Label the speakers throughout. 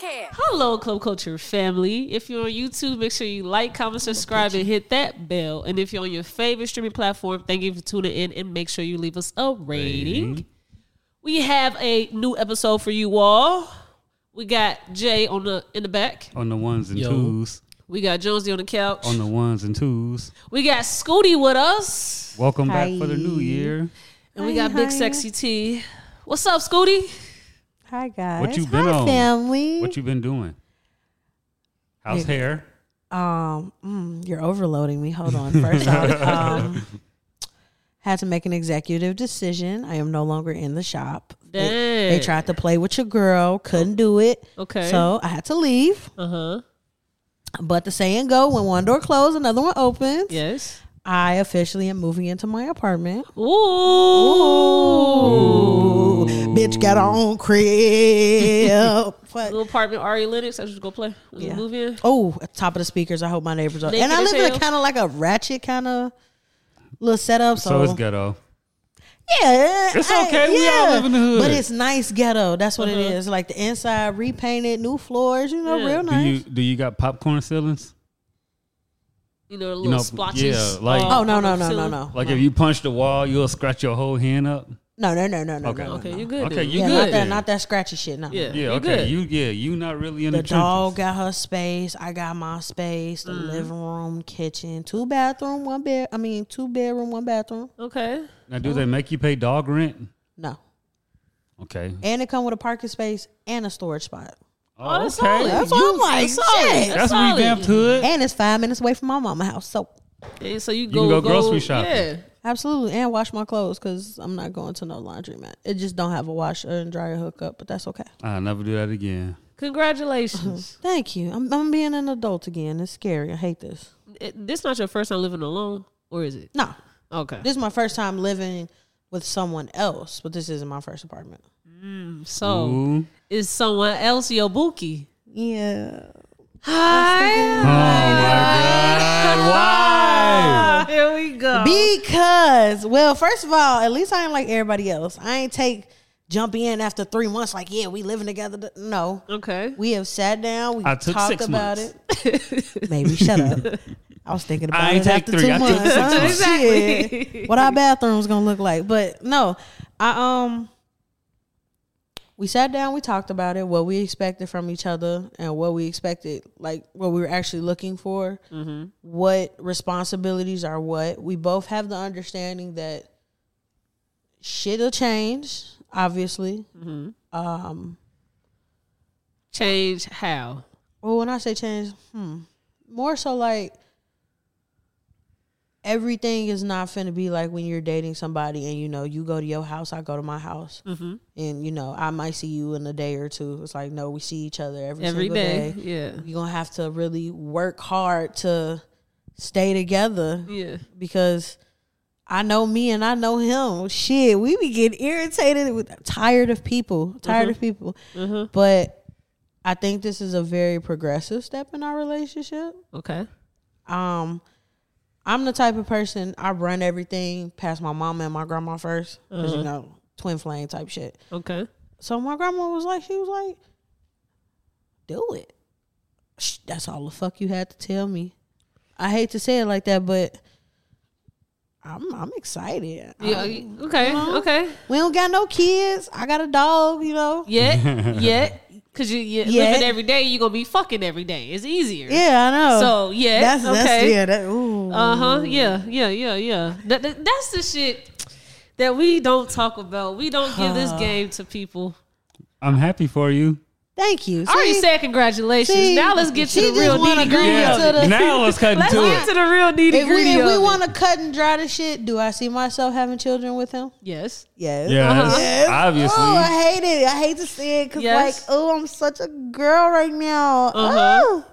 Speaker 1: download Club Culture Family. If you're on YouTube, make sure you like, comment, subscribe, and hit that bell. And if you're on your favorite streaming platform, thank you for tuning in and make sure you leave us a rating.
Speaker 2: Mm-hmm.
Speaker 1: We have a new episode for you all. We got Jay on the in the back.
Speaker 2: on the ones and
Speaker 3: Yo.
Speaker 2: twos,
Speaker 1: We got Jonesy on the couch.
Speaker 2: on the ones and twos.
Speaker 1: we got Scooty with us.
Speaker 2: Welcome back for the new
Speaker 4: Hi.
Speaker 2: year.
Speaker 1: And we got Big
Speaker 4: Hi, hi.
Speaker 1: Sexy T. What's up, Scooty?
Speaker 4: Hi guys.
Speaker 2: What you been
Speaker 4: Hi,
Speaker 2: on?
Speaker 4: family.
Speaker 2: What you been doing? How's hair?
Speaker 4: um, mm, you're overloading me. Hold on. First off, um, had to make an executive decision. I am no longer in the shop. They- They,
Speaker 1: Dang.
Speaker 4: tried to play with your girl, couldn't do it.
Speaker 1: Okay.
Speaker 4: So I had to leave.
Speaker 1: Uh huh.
Speaker 4: But the saying go, when one door closed, another one opens.
Speaker 1: Yes.
Speaker 4: I officially am moving into my apartment.
Speaker 1: Ooh.
Speaker 4: Bitch got her own crib. Fuck.
Speaker 1: Little apartment, Ari Lennox. I should go play. We can Move in.
Speaker 4: Oh, at the top of the speakers. I hope my neighbors are.
Speaker 1: Naked
Speaker 4: and I
Speaker 1: as
Speaker 4: live in
Speaker 1: hell.
Speaker 4: a kind of like a ratchet kind of little setup. So,
Speaker 2: So it's ghetto.
Speaker 4: yeah,
Speaker 2: It's
Speaker 4: I-
Speaker 2: okay. We all live in the hood. Uh-huh.
Speaker 4: But it's nice ghetto. That's what it is. Like the inside repainted, new floors. You know,
Speaker 1: Yeah.
Speaker 4: real
Speaker 1: Do
Speaker 2: Do you
Speaker 4: nice.
Speaker 2: do you got popcorn ceilings?
Speaker 1: You know, the little
Speaker 2: know,
Speaker 1: splotches.
Speaker 2: yeah, like-
Speaker 1: uh,
Speaker 4: Oh no
Speaker 1: on
Speaker 4: no
Speaker 1: the
Speaker 4: no no
Speaker 1: ceiling.
Speaker 4: no
Speaker 2: Like if you punch the wall, you'll scratch your whole hand up.
Speaker 4: no no no no no.
Speaker 2: Okay.
Speaker 4: no, no,
Speaker 1: Okay,
Speaker 4: no.
Speaker 1: you good?
Speaker 2: Okay,
Speaker 1: then.
Speaker 2: you
Speaker 4: yeah,
Speaker 2: good
Speaker 4: Not that
Speaker 2: then.
Speaker 4: not that scratchy shit. No.
Speaker 1: Yeah.
Speaker 2: Yeah,
Speaker 1: You
Speaker 2: okay.
Speaker 1: good.
Speaker 2: You yeah, you not really in the,
Speaker 4: The
Speaker 2: trenches.
Speaker 4: dog got her space. I got my space. The
Speaker 2: Mm.
Speaker 4: living room, kitchen, two bathroom, one bed. I mean, two bedroom, one bathroom.
Speaker 1: Okay.
Speaker 2: Now do they make you pay dog rent?
Speaker 4: No,
Speaker 2: Okay.
Speaker 4: and it come with a parking space and a storage spot.
Speaker 1: Oh, that's solid.
Speaker 4: That's what I'm like,
Speaker 1: solid.
Speaker 4: shit.
Speaker 2: That's
Speaker 1: solid.
Speaker 2: revamped hood.
Speaker 4: and it's five minutes away from my mama house. So
Speaker 1: Yeah, so you
Speaker 2: can
Speaker 1: go,
Speaker 2: go grocery shopping.
Speaker 1: Yeah.
Speaker 4: absolutely, and wash my clothes because I'm not going to no laundromat. It just don't have a washer and dryer hookup, but that's okay.
Speaker 2: I'll never do that again.
Speaker 1: Congratulations.
Speaker 4: Thank you. I'm, I'm being an adult again. It's scary. I hate this.
Speaker 1: It- this not your first time living alone, or is it?
Speaker 4: No,
Speaker 1: Okay.
Speaker 4: this is my first time living with someone else, but this isn't my first apartment.
Speaker 1: so
Speaker 2: Ooh.
Speaker 1: is someone else your bookie?
Speaker 4: Yeah.
Speaker 2: Oh
Speaker 4: Ah.
Speaker 2: my god. Why?
Speaker 1: Here we go.
Speaker 4: Because, well, first of all, at least I ain't like everybody else. I ain't take jump in after three months like, yeah, we living together. No.
Speaker 1: okay.
Speaker 4: We have sat down. We
Speaker 2: I took
Speaker 4: talked
Speaker 2: six
Speaker 4: about
Speaker 2: months.
Speaker 4: it. Maybe shut up. I was thinking about
Speaker 2: I ain't
Speaker 4: it
Speaker 2: take
Speaker 4: after
Speaker 2: three,
Speaker 4: two
Speaker 2: I took
Speaker 4: months.
Speaker 2: six
Speaker 4: Oh,
Speaker 2: months.
Speaker 1: Exactly.
Speaker 4: shit. What our bathroom's gonna look like? But no, I um, we sat down. We talked about it. What we expected from each other, and what we expected, like what we were actually looking for.
Speaker 1: Mm-hmm.
Speaker 4: What responsibilities are what? We both have the understanding that shit'll change. Obviously, um,
Speaker 1: Change how?
Speaker 4: Well, when I say change, hmm, more so like everything is not finna be like when you're dating somebody and you know you go to your house, I go to my house,
Speaker 1: Mm-hmm.
Speaker 4: and you know I might see you in a day or two. It's like no, we see each other every
Speaker 1: Every
Speaker 4: single
Speaker 1: day.
Speaker 4: day.
Speaker 1: Yeah.
Speaker 4: You're gonna have to really work hard to stay together
Speaker 1: Yeah.
Speaker 4: because I know me and I know him. Shit, we be getting irritated with tired of people, tired of people. But I think this is a very progressive step in our relationship.
Speaker 1: Okay.
Speaker 4: Um, I'm the type of person I run everything past my mama and my grandma 1st because you know twin flame type shit.
Speaker 1: Okay.
Speaker 4: So my grandma was like, she was like, do it. Sh- That's all the fuck you had to tell me. I hate to say it like that, but I'm I'm excited.
Speaker 1: Yeah.
Speaker 4: I-
Speaker 1: you- Okay. Okay.
Speaker 4: we don't got no kids. I got a dog, you know.
Speaker 1: Yet. Yet. Because you yeah,
Speaker 4: Yet.
Speaker 1: living every day, you're going to be fucking every day. It's easier.
Speaker 4: Yeah, I know.
Speaker 1: So, yeah.
Speaker 4: that's
Speaker 1: okay.
Speaker 4: that's yeah. That, ooh.
Speaker 1: Uh huh. Yeah. Yeah. Yeah. Yeah. That, that- that's the shit that we don't talk about. We don't give this game to people.
Speaker 2: I'm happy for you.
Speaker 4: Thank you.
Speaker 1: I already
Speaker 4: See?
Speaker 1: said congratulations.
Speaker 4: See?
Speaker 1: now let's get to
Speaker 4: She
Speaker 1: the
Speaker 4: just
Speaker 1: real
Speaker 4: wanna
Speaker 1: nitty gritty.
Speaker 4: Yeah.
Speaker 1: of
Speaker 4: To
Speaker 1: it.
Speaker 4: the-
Speaker 2: Now let's cut
Speaker 1: Let's
Speaker 2: into
Speaker 1: get
Speaker 2: it.
Speaker 1: to the real nitty
Speaker 4: if we,
Speaker 1: gritty.
Speaker 4: if we
Speaker 1: of it.
Speaker 4: want to cut and dry the shit, do I see myself having children with him?
Speaker 1: Yes.
Speaker 4: Yes.
Speaker 2: Yes,
Speaker 4: Yes.
Speaker 2: obviously.
Speaker 4: Oh, I hate it. I hate to see it because,
Speaker 1: Yes. Uh-huh.
Speaker 4: like, oh, I'm such a girl right now. Oh.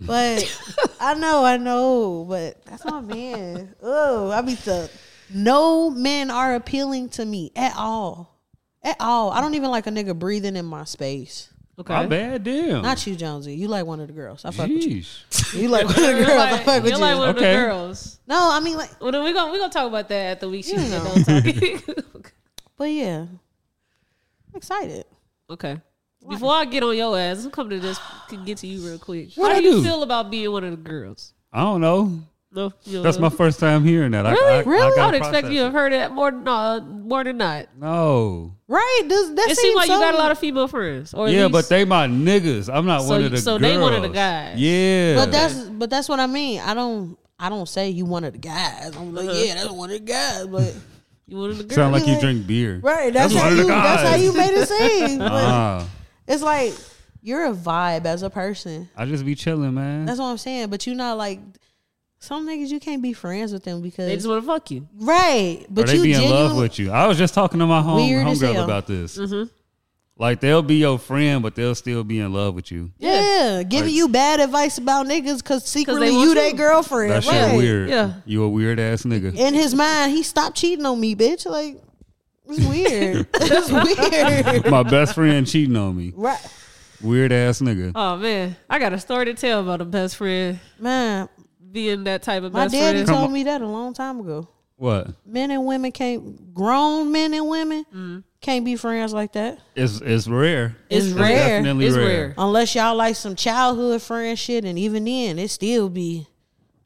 Speaker 4: but I know, I know, but that's my man. Oh, I be the no men are appealing to me at all. At all. I don't even like a nigga breathing in my space.
Speaker 1: Okay.
Speaker 2: My bad, damn.
Speaker 4: Not you, Jonesy. You like one of the girls. I fuck with
Speaker 2: Jeez.
Speaker 4: you. You like one of the girls.
Speaker 1: You're
Speaker 4: I
Speaker 1: like,
Speaker 4: fuck with
Speaker 1: you're
Speaker 4: you.
Speaker 1: like one
Speaker 2: Okay.
Speaker 1: of the girls.
Speaker 4: no, I mean like
Speaker 1: Well, then we're gonna we gonna talk about that at the week she
Speaker 4: You know.
Speaker 1: don't talk.
Speaker 4: but yeah. I'm excited.
Speaker 1: okay. Before I get on your ass, I'm coming to this can get to you real quick.
Speaker 2: What'd
Speaker 1: How
Speaker 2: I
Speaker 1: do you
Speaker 2: do?
Speaker 1: feel about being one of the girls?
Speaker 2: I don't know.
Speaker 1: No, you don't
Speaker 2: That's
Speaker 1: know?
Speaker 2: my first time hearing that. I-
Speaker 1: Uh, really,
Speaker 2: I, I,
Speaker 1: really. I,
Speaker 2: gotta
Speaker 1: would expect you
Speaker 2: process
Speaker 1: to
Speaker 2: it.
Speaker 1: have heard that more than uh, more than not.
Speaker 2: No.
Speaker 4: Right? Does that
Speaker 1: It
Speaker 4: seems
Speaker 1: seems like
Speaker 4: so,
Speaker 1: you got a lot of female friends. Or at
Speaker 2: Yeah,
Speaker 1: least-
Speaker 2: but they my niggas. I'm not
Speaker 1: So
Speaker 2: one
Speaker 1: you-
Speaker 2: of the
Speaker 1: so
Speaker 2: girls.
Speaker 1: they one of the guys.
Speaker 2: Yeah.
Speaker 4: But that's but that's what I mean. I don't I don't say you one of the guys. I'm like, yeah, that's one of the guys. But
Speaker 1: you one of the girls.
Speaker 2: Sound like you
Speaker 4: like-
Speaker 2: drink beer.
Speaker 4: right, that's,
Speaker 2: That's
Speaker 4: how
Speaker 2: one of
Speaker 4: you
Speaker 2: the
Speaker 4: that's how
Speaker 2: guys.
Speaker 4: you made it seem. But
Speaker 2: Ah,
Speaker 4: it's like you're a vibe as a person.
Speaker 2: I just be chilling, man.
Speaker 4: That's what I'm saying. But you not like some niggas. You can't be friends with them
Speaker 1: they
Speaker 4: because
Speaker 1: just want to fuck you.
Speaker 4: right.
Speaker 2: or
Speaker 4: But
Speaker 2: they
Speaker 4: you
Speaker 2: be in love
Speaker 4: genuinely-
Speaker 2: with you. I was just talking to my home
Speaker 4: Weird as
Speaker 2: homegirl
Speaker 4: hell.
Speaker 2: about this.
Speaker 1: Mm-hmm.
Speaker 2: Like they'll be your friend, but they'll still be in love with you.
Speaker 4: Yeah, giving
Speaker 2: Like-
Speaker 4: you bad advice about niggas because secretly
Speaker 1: want
Speaker 4: you
Speaker 1: you.
Speaker 4: their girlfriend.
Speaker 2: That shit
Speaker 4: right.
Speaker 2: weird.
Speaker 1: yeah.
Speaker 2: You a weird ass nigga.
Speaker 4: In his mind, he stopped cheating on me, bitch. Like it's weird. it's weird.
Speaker 2: my best friend cheating on me.
Speaker 4: Right,
Speaker 2: Weird ass nigga.
Speaker 1: Oh man, I got a story to tell about a best friend
Speaker 4: man.
Speaker 1: being that type of
Speaker 4: My
Speaker 1: best
Speaker 4: daddy
Speaker 1: friend.
Speaker 2: Come
Speaker 4: told
Speaker 2: on.
Speaker 4: me that a long time ago.
Speaker 2: What?
Speaker 4: Men and women can't. Grown men and women can't be friends like that
Speaker 2: It's it's rare.
Speaker 4: It's rare.
Speaker 2: Definitely
Speaker 1: It's
Speaker 2: rare.
Speaker 1: rare.
Speaker 4: unless y'all like some childhood friend shit. And even then, it still be.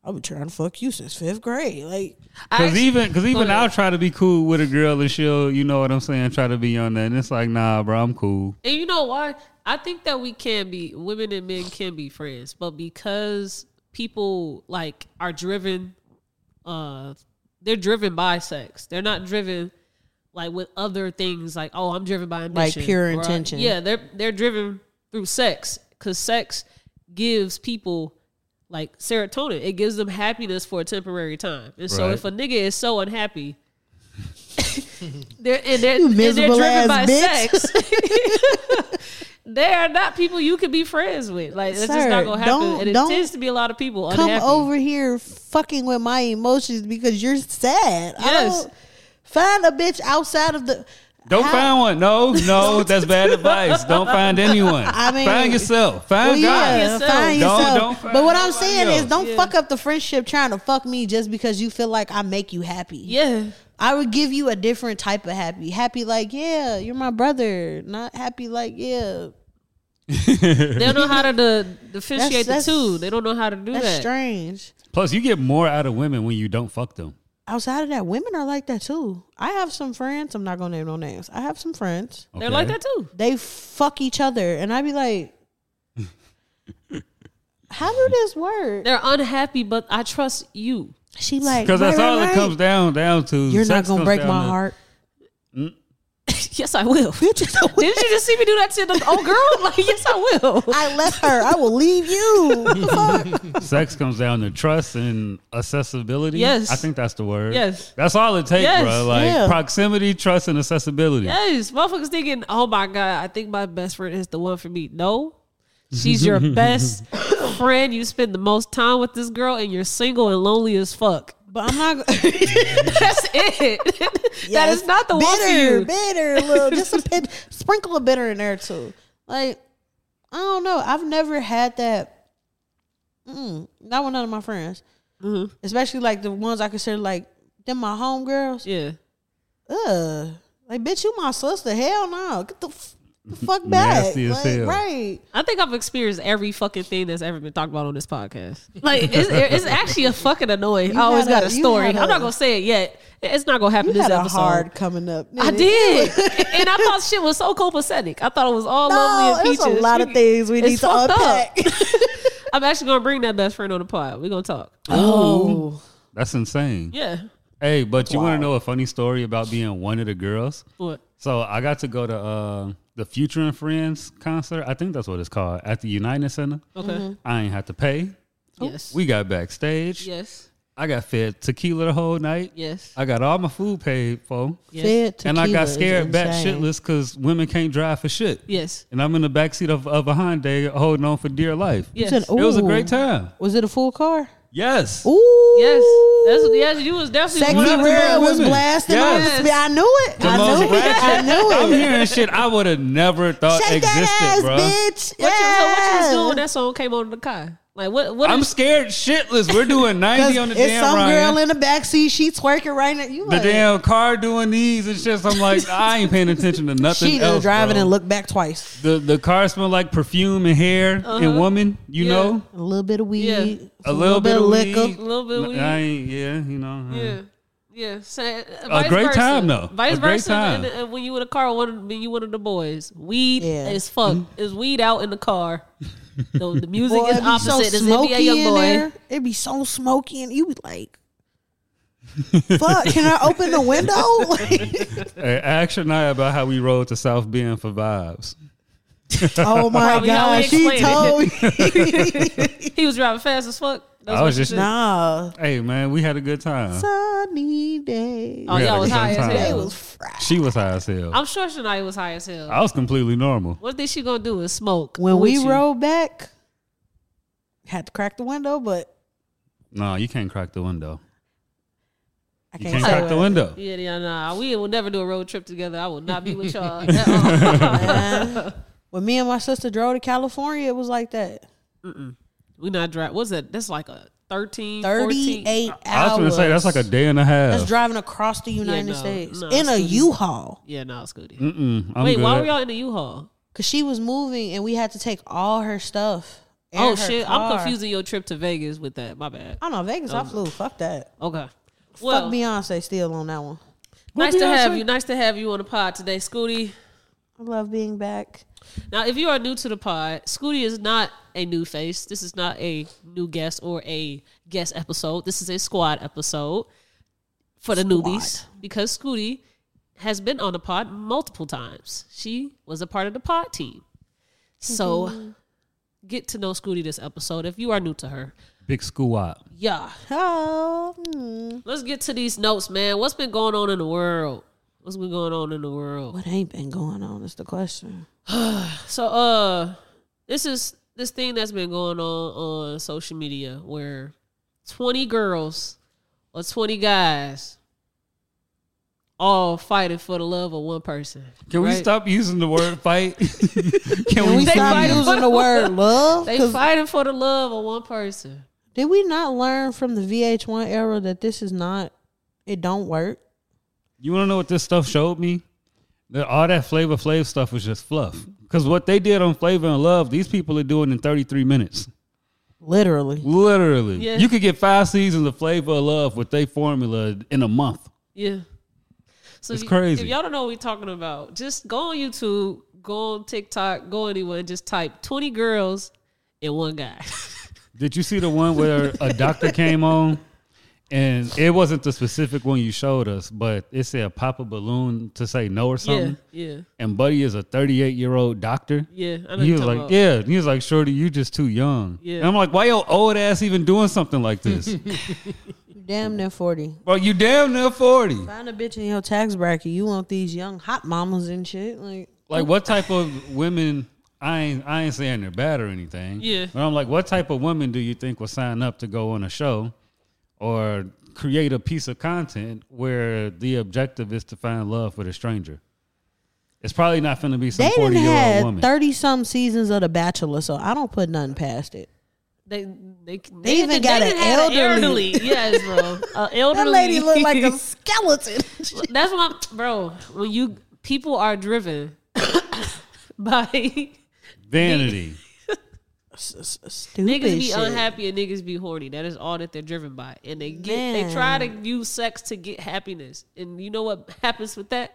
Speaker 4: I've been trying to fuck you since fifth grade. Like
Speaker 1: I
Speaker 2: Cause
Speaker 1: actually-
Speaker 2: even cause even
Speaker 1: Go
Speaker 2: I'll
Speaker 1: ahead.
Speaker 2: try to be cool with a girl and she'll you know what I'm saying try to be on that and it's like nah bro I'm cool
Speaker 1: And you know why? I think that we can be women and men can be friends, but because people like are driven uh they're driven by sex. They're not driven like with other things like oh, I'm driven by ambition.
Speaker 4: pure
Speaker 1: or,
Speaker 4: intention.
Speaker 1: yeah, they're they're driven through sex cuz sex gives people like serotonin. It gives them happiness for a temporary time. And so
Speaker 2: Right.
Speaker 1: if a nigga is so unhappy, they're and they're, and they're
Speaker 4: miserable
Speaker 1: driven
Speaker 4: ass
Speaker 1: by
Speaker 4: bitch.
Speaker 1: sex they are not people you can be friends with. Like that's just
Speaker 4: Sir,
Speaker 1: not gonna happen.
Speaker 4: don't-
Speaker 1: and it
Speaker 4: don't
Speaker 1: tends to be a lot of people
Speaker 4: come
Speaker 1: unhappy.
Speaker 4: over here fucking with my emotions because you're sad. I
Speaker 1: Yes.
Speaker 4: don't- find a bitch outside of the.
Speaker 2: Don't
Speaker 4: How-
Speaker 2: find one. No, no, that's bad advice. Don't find anyone.
Speaker 4: I mean-
Speaker 2: find yourself. Find
Speaker 4: Well,
Speaker 2: Oh, God.
Speaker 4: oh, yeah,
Speaker 1: yourself.
Speaker 4: find
Speaker 2: Don't-
Speaker 4: yourself.
Speaker 2: don't find
Speaker 4: but what I'm
Speaker 2: nobody
Speaker 4: saying
Speaker 2: else.
Speaker 4: is, don't
Speaker 1: Yeah.
Speaker 4: fuck up the friendship trying to fuck me just because you feel like I make you happy.
Speaker 1: Yeah,
Speaker 4: I would give you a different type of happy. Happy like, yeah, you're my brother. Not happy like, yeah,
Speaker 1: they don't know how to the, differentiate
Speaker 4: That's-
Speaker 1: the two.
Speaker 4: that's-
Speaker 1: They don't know how to do
Speaker 4: that's
Speaker 1: that.
Speaker 4: strange.
Speaker 2: Plus, you get more out of women when you don't fuck them.
Speaker 4: Outside of that, women are like that too. I have some friends. I'm not gonna name no names. I have some friends.
Speaker 1: They're
Speaker 2: Okay?
Speaker 1: like that too.
Speaker 4: they fuck each other, and I'd be like, "How do this work?"
Speaker 1: They're unhappy, but I trust you.
Speaker 4: She like,
Speaker 2: Because that's
Speaker 4: "Right,
Speaker 2: all
Speaker 4: right,
Speaker 2: it comes
Speaker 4: right.
Speaker 2: down down to.
Speaker 4: You're
Speaker 2: Sex
Speaker 4: not gonna
Speaker 2: comes
Speaker 4: break
Speaker 2: down
Speaker 4: my
Speaker 2: to-
Speaker 4: heart.
Speaker 1: yes, I will. Didn't you just see me do that to the old girl? Like, yes, I will.
Speaker 4: I left her. I will leave you. What the fuck?
Speaker 2: Sex comes down to trust and accessibility.
Speaker 1: Yes.
Speaker 2: I think that's the word.
Speaker 1: Yes.
Speaker 2: That's all it takes,
Speaker 1: Yes.
Speaker 2: bro. Like
Speaker 4: Yeah.
Speaker 2: proximity, trust, and accessibility.
Speaker 1: Yes, motherfuckers thinking, oh my god, I think my best friend is the one for me. No, she's your best friend. You spend the most time with this girl, and you're single and lonely as fuck.
Speaker 4: But I'm not. go-
Speaker 1: That's it. that
Speaker 4: Yes.
Speaker 1: is not the one for
Speaker 4: bitter,
Speaker 1: you.
Speaker 4: bitter. Little, just a pin, sprinkle of bitter in there too. Like, I don't know. I've never had that. Mm, not with none of my friends,
Speaker 1: Mm-hmm.
Speaker 4: especially like the ones I consider like them my homegirls.
Speaker 1: Yeah.
Speaker 4: ugh, like bitch, you my sister. Hell no, get the, f- the fuck back.
Speaker 2: Nasty as
Speaker 4: Like,
Speaker 2: hell.
Speaker 4: Right?
Speaker 1: I think I've experienced every fucking thing that's ever been talked about on this podcast. Like it's, it's actually a fucking annoying.
Speaker 4: You
Speaker 1: I always
Speaker 4: had
Speaker 1: got
Speaker 4: a-
Speaker 1: a
Speaker 4: you
Speaker 1: story. i
Speaker 4: had
Speaker 1: I'm not
Speaker 4: a-
Speaker 1: gonna say it yet. It's not gonna happen
Speaker 4: You
Speaker 1: this
Speaker 4: had a
Speaker 1: episode.
Speaker 4: hard coming up.
Speaker 1: I
Speaker 4: nigga.
Speaker 1: did, and I thought shit was so copacetic. I thought it was all
Speaker 4: No,
Speaker 1: lovely and
Speaker 4: there's
Speaker 1: peaches.
Speaker 4: a lot of things we
Speaker 1: It's
Speaker 4: need to
Speaker 1: fucked up.
Speaker 4: unpack.
Speaker 1: I'm actually gonna bring that best friend on the pod. We're gonna talk.
Speaker 4: oh,
Speaker 2: That's insane.
Speaker 1: Yeah.
Speaker 2: Hey, but you want
Speaker 4: Wow.
Speaker 2: to know a funny story about being one of the girls?
Speaker 1: What?
Speaker 2: So I got to go to uh, the Future and Friends concert. I think that's what it's called at the United Center.
Speaker 1: Okay.
Speaker 2: I ain't had to pay.
Speaker 1: Yes.
Speaker 2: We got backstage.
Speaker 1: yes.
Speaker 2: I got fed tequila the whole night.
Speaker 1: Yes.
Speaker 2: I got all my food paid for.
Speaker 1: Yes.
Speaker 4: Fed
Speaker 2: and I
Speaker 4: tequila
Speaker 2: got
Speaker 4: is
Speaker 2: scared back
Speaker 4: insane.
Speaker 2: shitless because women can't drive for shit.
Speaker 1: yes.
Speaker 2: And I'm in the backseat of, of a Hyundai holding on for dear life.
Speaker 1: Yes.
Speaker 4: said,
Speaker 2: It was a
Speaker 4: Ooh.
Speaker 2: great time.
Speaker 4: Was it a full car?
Speaker 2: Yes.
Speaker 4: Ooh,
Speaker 1: Yes. That's yes. You was definitely
Speaker 4: Sexy
Speaker 1: one of the
Speaker 2: red
Speaker 4: red
Speaker 1: girls.
Speaker 4: was
Speaker 2: women.
Speaker 4: blasting.
Speaker 2: Yes.
Speaker 4: on this bit. I knew it.
Speaker 2: The
Speaker 4: I
Speaker 2: most
Speaker 4: knew it. I
Speaker 2: ratchet- I'm
Speaker 4: knew it.
Speaker 2: hearing shit I would have never thought
Speaker 4: Shake
Speaker 2: existed,
Speaker 4: that ass,
Speaker 2: bro.
Speaker 4: bitch.
Speaker 1: What you, so what you was
Speaker 4: Yeah.
Speaker 1: doing when that song came on in the car? Like what? What?
Speaker 2: I'm
Speaker 1: is-
Speaker 2: scared shitless. We're doing 90 on the
Speaker 4: it's
Speaker 2: damn
Speaker 4: some
Speaker 2: Ryan.
Speaker 4: girl in the backseat. She twerking right now. You
Speaker 2: the
Speaker 4: like,
Speaker 2: damn car doing these and shit. So I'm like, I ain't paying attention to nothing
Speaker 4: she
Speaker 2: else.
Speaker 4: just driving
Speaker 2: bro.
Speaker 4: and look back twice.
Speaker 2: the the car smell like perfume and hair
Speaker 4: Uh-huh.
Speaker 2: and woman. You
Speaker 1: Yeah.
Speaker 2: know,
Speaker 4: A little bit of weed.
Speaker 1: Yeah.
Speaker 2: a little, bit of
Speaker 4: liquor.
Speaker 2: weed.
Speaker 1: A little bit of weed.
Speaker 2: I ain't, yeah, you know. uh,
Speaker 1: yeah, yeah. So, a
Speaker 2: great time, though.
Speaker 1: Vice
Speaker 2: A great
Speaker 1: versa.
Speaker 2: time.
Speaker 1: And, and when you in a car, one when you one of the boys, weed
Speaker 4: Yeah.
Speaker 1: is fuck.
Speaker 2: Mm-hmm.
Speaker 1: Is weed out in the car? the, the music
Speaker 4: Boy,
Speaker 1: is
Speaker 4: it be so
Speaker 1: opposite. It's NBA
Speaker 4: smoky
Speaker 1: young
Speaker 4: in
Speaker 1: boy.
Speaker 4: there. It be so smoky, and you be like, "Fuck, can I open the window?" Like,
Speaker 2: Hey, ask Shania about how we rode to South Bend for vibes.
Speaker 4: oh my
Speaker 1: Probably how we
Speaker 4: god, she told me.
Speaker 1: He was driving fast as fuck. That's
Speaker 2: I
Speaker 1: what
Speaker 2: was
Speaker 1: she
Speaker 2: just-
Speaker 1: said.
Speaker 4: nah,
Speaker 2: Hey man, we had a good time.
Speaker 4: sunny day.
Speaker 1: Oh,
Speaker 2: We had
Speaker 1: y'all
Speaker 2: a
Speaker 1: was
Speaker 2: good
Speaker 1: high as
Speaker 2: time.
Speaker 4: It
Speaker 1: hell.
Speaker 4: was fresh.
Speaker 2: She was high as hell.
Speaker 1: I'm sure Shania was high as hell.
Speaker 2: I was completely normal.
Speaker 1: What thing she gonna do is smoke
Speaker 4: When
Speaker 1: with
Speaker 4: we
Speaker 1: you.
Speaker 4: rode back, had to crack the window, but
Speaker 2: No, you can't crack the window.
Speaker 4: I
Speaker 2: You
Speaker 4: can't,
Speaker 2: can't
Speaker 4: say
Speaker 2: crack the
Speaker 4: what.
Speaker 2: window.
Speaker 1: Yeah, yeah, nah. We will never do a road trip together. I will not be with y'all. Uh-uh.
Speaker 4: Uh, when me and my sister drove to California, it was like that.
Speaker 1: we not drive. What's that? That's like a 13, 14.
Speaker 4: Thirty-eight hours.
Speaker 2: I was gonna say that's like a day and a half.
Speaker 4: That's driving across the United
Speaker 1: no,
Speaker 4: States
Speaker 1: no,
Speaker 4: in a
Speaker 1: excuse me.
Speaker 4: U-Haul.
Speaker 1: Yeah, no, Scooty.
Speaker 2: Mm-mm, I'm
Speaker 1: Wait,
Speaker 2: good.
Speaker 1: why were y'all in the U-Haul?
Speaker 4: Cause she was moving, and we had to take all her stuff. and
Speaker 1: Oh
Speaker 4: her
Speaker 1: shit, I'm
Speaker 4: car.
Speaker 1: confusing your trip to Vegas with that. My bad.
Speaker 4: I don't know Vegas. I flew. Fuck that.
Speaker 1: Okay. Well,
Speaker 4: Fuck Beyonce still on that one.
Speaker 1: nice
Speaker 2: What
Speaker 1: to
Speaker 2: Beyonce?
Speaker 1: have you. Nice to have you on the pod today, Scooty.
Speaker 4: I love being back.
Speaker 1: Now, if you are new to the pod, Scooty is not a new face. This is not a new guest or a guest episode. This is a squad episode for the newbies because Scooty has been on the pod multiple times. She was a part of the pod team. So get to know Scooty this episode if you are new to her.
Speaker 2: Big squat.
Speaker 1: Yeah.
Speaker 4: Oh, hmm.
Speaker 1: Let's get to these notes, man. What's been going on in the world? What's been going on in the world?
Speaker 4: what ain't been going on is the question.
Speaker 1: So uh this is this thing that's been going on on social media where 20 girls or 20 guys all fighting for the love of one person.
Speaker 2: Can we
Speaker 1: right?
Speaker 2: stop using the word fight? Can
Speaker 4: Can we
Speaker 2: we?
Speaker 4: stop
Speaker 1: fighting for
Speaker 4: using the
Speaker 1: the
Speaker 4: word love?
Speaker 1: They
Speaker 4: 'Cause
Speaker 1: fighting for the love of one person.
Speaker 4: Did we not learn from the VH1 era that this is not? It don't work.
Speaker 2: You want to know what this stuff showed me? That all that Flavor Flav stuff was just fluff. Because what they did on Flavor and Love, these people are doing in 33 minutes.
Speaker 4: Literally.
Speaker 2: Literally.
Speaker 1: Yeah.
Speaker 2: You could get five seasons of Flavor of Love with their formula in a month.
Speaker 1: Yeah. So
Speaker 2: It's
Speaker 1: if-
Speaker 2: crazy.
Speaker 1: If y'all don't know what we're talking about, just go on YouTube, go on TikTok, go anywhere, and just type 20 girls and one guy.
Speaker 2: Did you see the one where a doctor came on? And it wasn't the specific one you showed us, but it said pop a balloon to say no or
Speaker 1: yeah,
Speaker 2: something.
Speaker 1: yeah,
Speaker 2: And Buddy is a 38 year old doctor.
Speaker 1: yeah. I know
Speaker 2: He
Speaker 1: you're
Speaker 2: was
Speaker 1: talking
Speaker 2: like,
Speaker 1: about.
Speaker 2: yeah. He was like, Shorty, you just too young.
Speaker 1: Yeah.
Speaker 2: And I'm like, why your old ass even doing something like this?
Speaker 4: You damn near 40.
Speaker 2: Bro, you damn near 40.
Speaker 4: Find a bitch in your tax bracket. You want these young hot mamas and shit. Like,
Speaker 2: Like, what type of women? I ain't, I ain't saying they're bad or anything.
Speaker 1: Yeah.
Speaker 2: But I'm like, what type of women do you think will sign up to go on a show or create a piece of content where the objective is to find love with a stranger? It's probably not going to be some
Speaker 4: they
Speaker 2: 40
Speaker 4: didn't
Speaker 2: year old
Speaker 4: have
Speaker 2: woman.
Speaker 4: 30 some seasons of The Bachelor, so I don't put nothing past it.
Speaker 1: They, they, they,
Speaker 4: even
Speaker 1: didn't-
Speaker 4: got an
Speaker 1: didn't have
Speaker 4: elderly.
Speaker 1: Yes, bro. A elderly.
Speaker 4: That lady looked like a skeleton.
Speaker 1: That's what I'm, bro. When you people are driven by
Speaker 2: Vanity.
Speaker 4: Stupid
Speaker 1: Niggas be
Speaker 4: shit.
Speaker 1: unhappy and niggas be horny. That is all that they're driven by, and they get they try to use sex to get happiness. And you know what happens with that?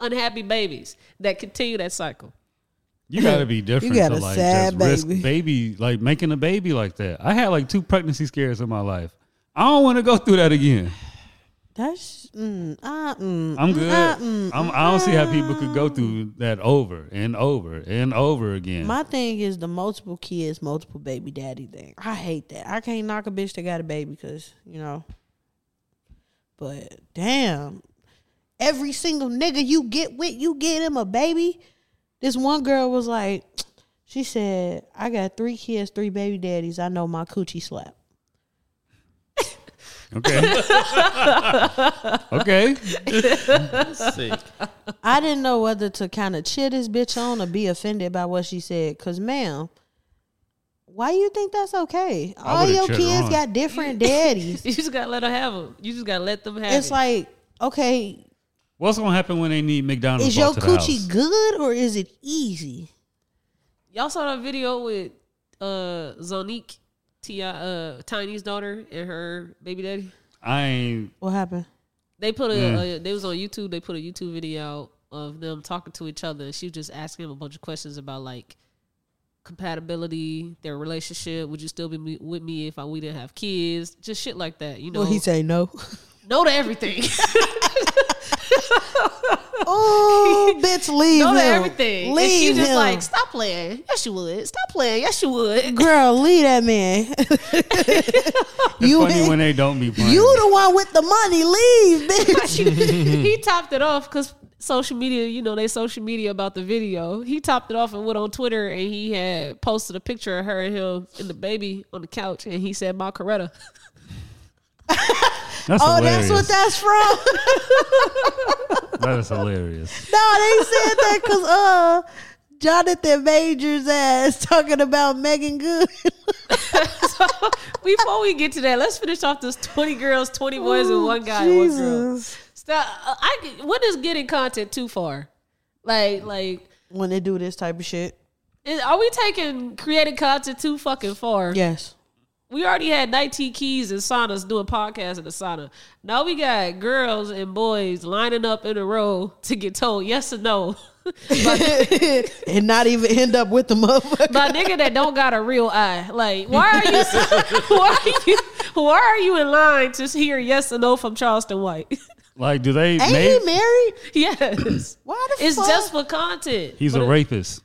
Speaker 1: Unhappy babies that continue that cycle.
Speaker 2: You gotta be different
Speaker 4: got
Speaker 2: to
Speaker 4: a
Speaker 2: like
Speaker 4: sad
Speaker 2: just risk
Speaker 4: baby.
Speaker 2: baby, like making a baby like that. I had like two pregnancy scares in my life. I don't want to go through that again.
Speaker 4: That's mm, uh, mm,
Speaker 2: I'm
Speaker 4: mm,
Speaker 2: good.
Speaker 4: uh,
Speaker 2: I'm,
Speaker 4: mm.
Speaker 2: I don't see how people could go through that over and over and over again.
Speaker 4: My thing is the multiple kids, multiple baby daddy thing. I hate that. I can't knock a bitch that got a baby because you know. But damn, every single nigga you get with, you get him a baby. This one girl was like, she said, "I got three kids, three baby daddies. I know my coochie slap."
Speaker 2: okay. okay.
Speaker 3: Sick.
Speaker 4: I didn't know whether to kind of cheer this bitch on or be offended by what she said. Cause, ma'am, Why you think that's okay?
Speaker 2: I
Speaker 4: All
Speaker 2: would've
Speaker 4: your
Speaker 2: checked
Speaker 4: kids
Speaker 2: on.
Speaker 4: got different daddies.
Speaker 1: You just gotta let them have them. You just gotta let them have.
Speaker 4: it's
Speaker 1: it.
Speaker 4: like, okay,
Speaker 2: What's gonna happen when they need McDonald's?
Speaker 4: is your
Speaker 2: brought to the
Speaker 4: coochie
Speaker 2: house?
Speaker 4: good or is it easy?
Speaker 1: y'all saw that video with uh Zonique, Ti, uh Tiny's daughter and her baby daddy.
Speaker 2: I ain't.
Speaker 4: What happened?
Speaker 1: They put a,
Speaker 2: Mm.
Speaker 1: a- they was on YouTube. They put a YouTube video out of them talking to each other, and she was just asking him a bunch of questions about like compatibility, their relationship. Would you still be me- with me if I, we didn't have kids? Just shit like that, you know.
Speaker 4: Well, he say no.
Speaker 1: no to everything.
Speaker 4: oh, bitch, leave
Speaker 1: no
Speaker 4: him.
Speaker 1: to everything. and she
Speaker 4: Leave
Speaker 1: just
Speaker 4: him.
Speaker 1: like stop playing. Yes, you would. Stop playing. Yes, you would.
Speaker 4: girl, leave that man.
Speaker 2: It's
Speaker 4: you,
Speaker 2: funny when they don't be playing.
Speaker 4: you the one with the money. Leave, bitch.
Speaker 1: he topped it off because social media, you know, they social media about the video. He topped it off and went on Twitter and he had posted a picture of her and him and the baby on the couch and he said, My Coretta.
Speaker 2: That's
Speaker 4: Oh,
Speaker 2: hilarious.
Speaker 4: that's what that's from.
Speaker 2: that is hilarious.
Speaker 4: No, they said that because uh, Jonathan Majors ass talking about Megan Good.
Speaker 1: Before we get to that, let's finish off this 20 girls, 20 boys, and one guy, and one girl.
Speaker 4: Oh, Jesus.
Speaker 1: Stop. I, I- what is getting content too far? Like, like,
Speaker 4: When they do this type of shit.
Speaker 1: is, are we taking creating content too fucking far?
Speaker 4: Yes.
Speaker 1: we already had 19 keys and saunas doing podcasts in the sauna. Now we got girls and boys lining up in a row to get told yes or no
Speaker 4: and not even end up with the motherfucker.
Speaker 1: by a nigga that don't got a real eye. Like, why are you? why are you? Why are you in line to hear yes or no from Charleston White?
Speaker 2: Like, do they?
Speaker 4: Ain't
Speaker 2: Make,
Speaker 4: he married?
Speaker 1: yes,
Speaker 4: Why the
Speaker 1: it's
Speaker 4: fuck?
Speaker 1: just for content.
Speaker 2: he's a rapist.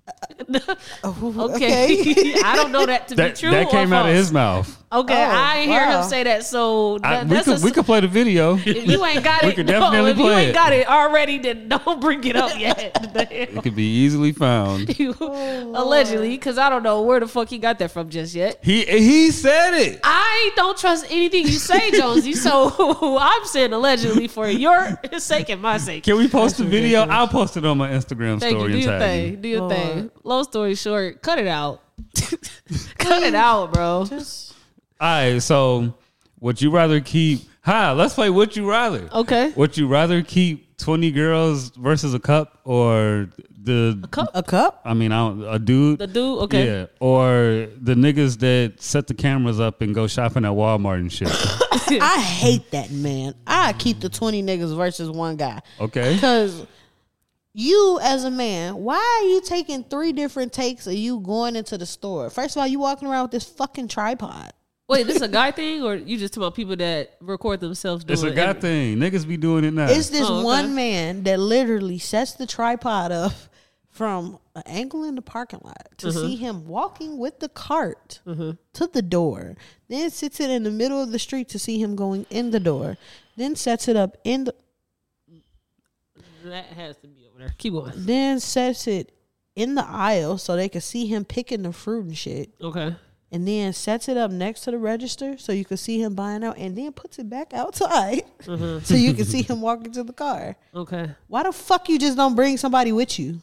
Speaker 1: Okay, I don't know that to
Speaker 2: That
Speaker 1: be true.
Speaker 2: that
Speaker 1: or
Speaker 2: came out of
Speaker 1: false.
Speaker 2: his mouth.
Speaker 1: Okay,
Speaker 4: Oh,
Speaker 1: I ain't hear
Speaker 4: wow.
Speaker 1: him say that. So
Speaker 2: I,
Speaker 1: that,
Speaker 2: we
Speaker 1: that's
Speaker 2: could
Speaker 1: a
Speaker 2: we could play the video.
Speaker 1: If you ain't got
Speaker 2: We
Speaker 1: it,
Speaker 2: could
Speaker 1: no,
Speaker 2: definitely
Speaker 1: if you
Speaker 2: play
Speaker 1: ain't
Speaker 2: it.
Speaker 1: got it already, then don't bring it up yet. Damn.
Speaker 2: It could be easily found.
Speaker 1: You- Allegedly, because I don't know where the fuck he got that from just yet.
Speaker 2: He he said it.
Speaker 1: I don't trust anything you say, Jonesy. so I'm saying allegedly for your sake and my sake.
Speaker 2: Can we post the video? I'll post it on my Instagram
Speaker 1: Thank you.
Speaker 2: story
Speaker 1: Do
Speaker 2: and
Speaker 1: your
Speaker 2: tag
Speaker 1: thing.
Speaker 2: you.
Speaker 1: Do your
Speaker 4: Lord.
Speaker 1: thing. Long story short, cut it out. cut it out, bro.
Speaker 2: All right. So, would you rather keep? Hi, let's play. Would you rather?
Speaker 1: Okay.
Speaker 2: Would you rather keep twenty girls versus a cup or the?
Speaker 1: Cup?
Speaker 4: A cup?
Speaker 2: I mean, I don't, a dude.
Speaker 1: The dude? Okay.
Speaker 2: Yeah, or the niggas that set the cameras up and go shopping at Walmart and shit.
Speaker 4: I hate that man. I keep the twenty niggas versus one guy.
Speaker 2: Okay.
Speaker 4: Because you, as a man, why are you taking three different takes of you going into the store? First of all, you walking around with this fucking tripod.
Speaker 1: Wait, this is a guy thing, or you just talking about people that record themselves doing
Speaker 2: It's a guy
Speaker 1: every-
Speaker 2: thing. Niggas be doing it now.
Speaker 4: It's this
Speaker 1: Oh, okay.
Speaker 4: one man that literally sets the tripod up from an angle in the parking lot to
Speaker 1: Mm-hmm.
Speaker 4: see him walking with the cart to the door, then sits it in the middle of the street to see him going in the door, then sets it up in the
Speaker 1: That has to be over there. Keep going.
Speaker 4: then sets it in the aisle so they can see him picking the fruit and shit.
Speaker 1: Okay.
Speaker 4: and then sets it up next to the register so you can see him buying out and then puts it back outside
Speaker 1: Mm-hmm.
Speaker 4: so you can see him walking to the car.
Speaker 1: Okay.
Speaker 4: Why the fuck you just don't bring somebody with you?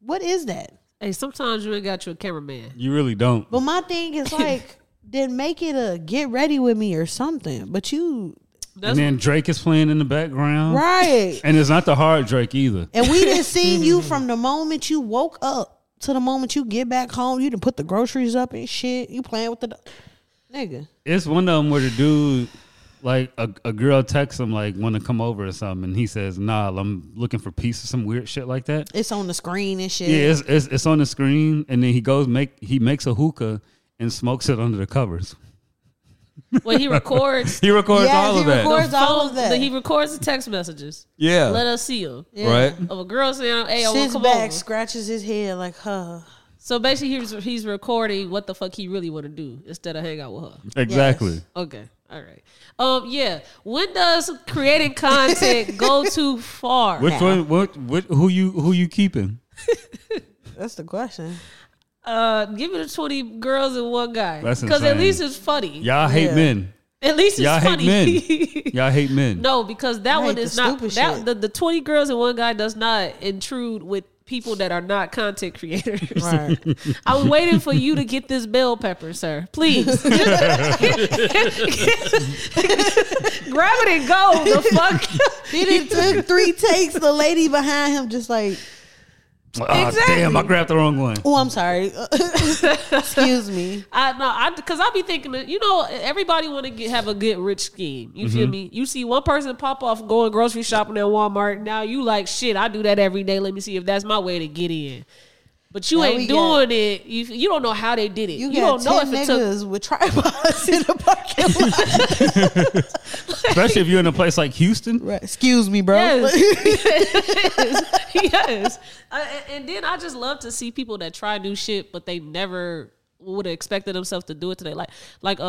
Speaker 4: What is that?
Speaker 1: Hey, sometimes you ain't got you a cameraman.
Speaker 2: you really don't.
Speaker 4: But my thing is like then make it a get ready with me or something. But you
Speaker 1: That's
Speaker 2: And then Drake is playing in the background.
Speaker 4: right.
Speaker 2: And it's not the hard Drake either.
Speaker 4: And we didn't see you from the moment you woke up to the moment you get back home. You done put the groceries up and shit. You playing with the do- nigga.
Speaker 2: It's one of them where the dude, like a, a girl texts him like want to come over or something, and he says, "Nah, I'm looking for peace or some weird shit like that."
Speaker 4: It's on the screen and shit.
Speaker 2: Yeah, it's, it's it's on the screen, and then he goes make he makes a hookah and smokes it under the covers.
Speaker 1: when he records.
Speaker 2: He records
Speaker 4: Yes,
Speaker 2: all
Speaker 4: he
Speaker 2: of that,
Speaker 4: records- Records all of
Speaker 1: phone-
Speaker 4: that.
Speaker 1: the- He records the text messages.
Speaker 2: Yeah.
Speaker 1: Let us see him.
Speaker 2: right?
Speaker 1: Of a girl saying, "Hey, I want
Speaker 4: Sits
Speaker 1: to come
Speaker 4: back,
Speaker 1: over."
Speaker 4: scratches his head like, huh.
Speaker 1: So basically, he's he's recording what the fuck he really want to do instead of hang out with
Speaker 2: Mm-hmm.
Speaker 1: her.
Speaker 2: Exactly.
Speaker 4: Yes.
Speaker 1: Okay. All right. Um. Yeah. When does creating content go too far?
Speaker 2: Which one? What? What? Who you? Who you keeping?
Speaker 4: That's the question.
Speaker 1: Uh. Give it to twenty girls and one guy.
Speaker 2: That's
Speaker 1: at
Speaker 2: insane.
Speaker 1: least it's funny.
Speaker 2: Y'all hate
Speaker 4: Yeah.
Speaker 2: men.
Speaker 1: At least it's
Speaker 2: Y'all hate
Speaker 1: funny.
Speaker 2: men. Y'all hate men.
Speaker 1: No, because that
Speaker 4: Right,
Speaker 1: one
Speaker 4: the
Speaker 1: is not
Speaker 4: stupid
Speaker 1: that
Speaker 4: shit.
Speaker 1: the, the twenty girls and one guy does not intrude with people that are not content creators.
Speaker 4: Right.
Speaker 1: I was waiting for you to get this bell pepper, sir. Please. Grab it and go. The fuck?
Speaker 4: Did it took three takes. The lady behind him just like,
Speaker 2: Ah,
Speaker 1: Exactly.
Speaker 2: Damn, I grabbed the wrong one.
Speaker 4: oh, I'm sorry. Excuse me.
Speaker 1: I know, I because I be thinking that you know everybody want to get have a good rich scheme. You feel me? You see one person pop off going grocery shopping at Walmart. Now you like shit. I do that every day. Let me see if that's my way to get in. But you
Speaker 4: Now we
Speaker 1: ain't doing it. You, you don't know how they did it.
Speaker 4: You,
Speaker 1: You,
Speaker 4: got
Speaker 1: don't know
Speaker 4: 10
Speaker 1: if it took.
Speaker 4: niggas with tripods in the parking lot.
Speaker 2: Especially if you're in a place like Houston.
Speaker 4: Right. Excuse me, bro.
Speaker 1: Yes. yes. I- and- and then I just love to see people that try new shit, but they never would have expected themselves to do it today. Like, like uh,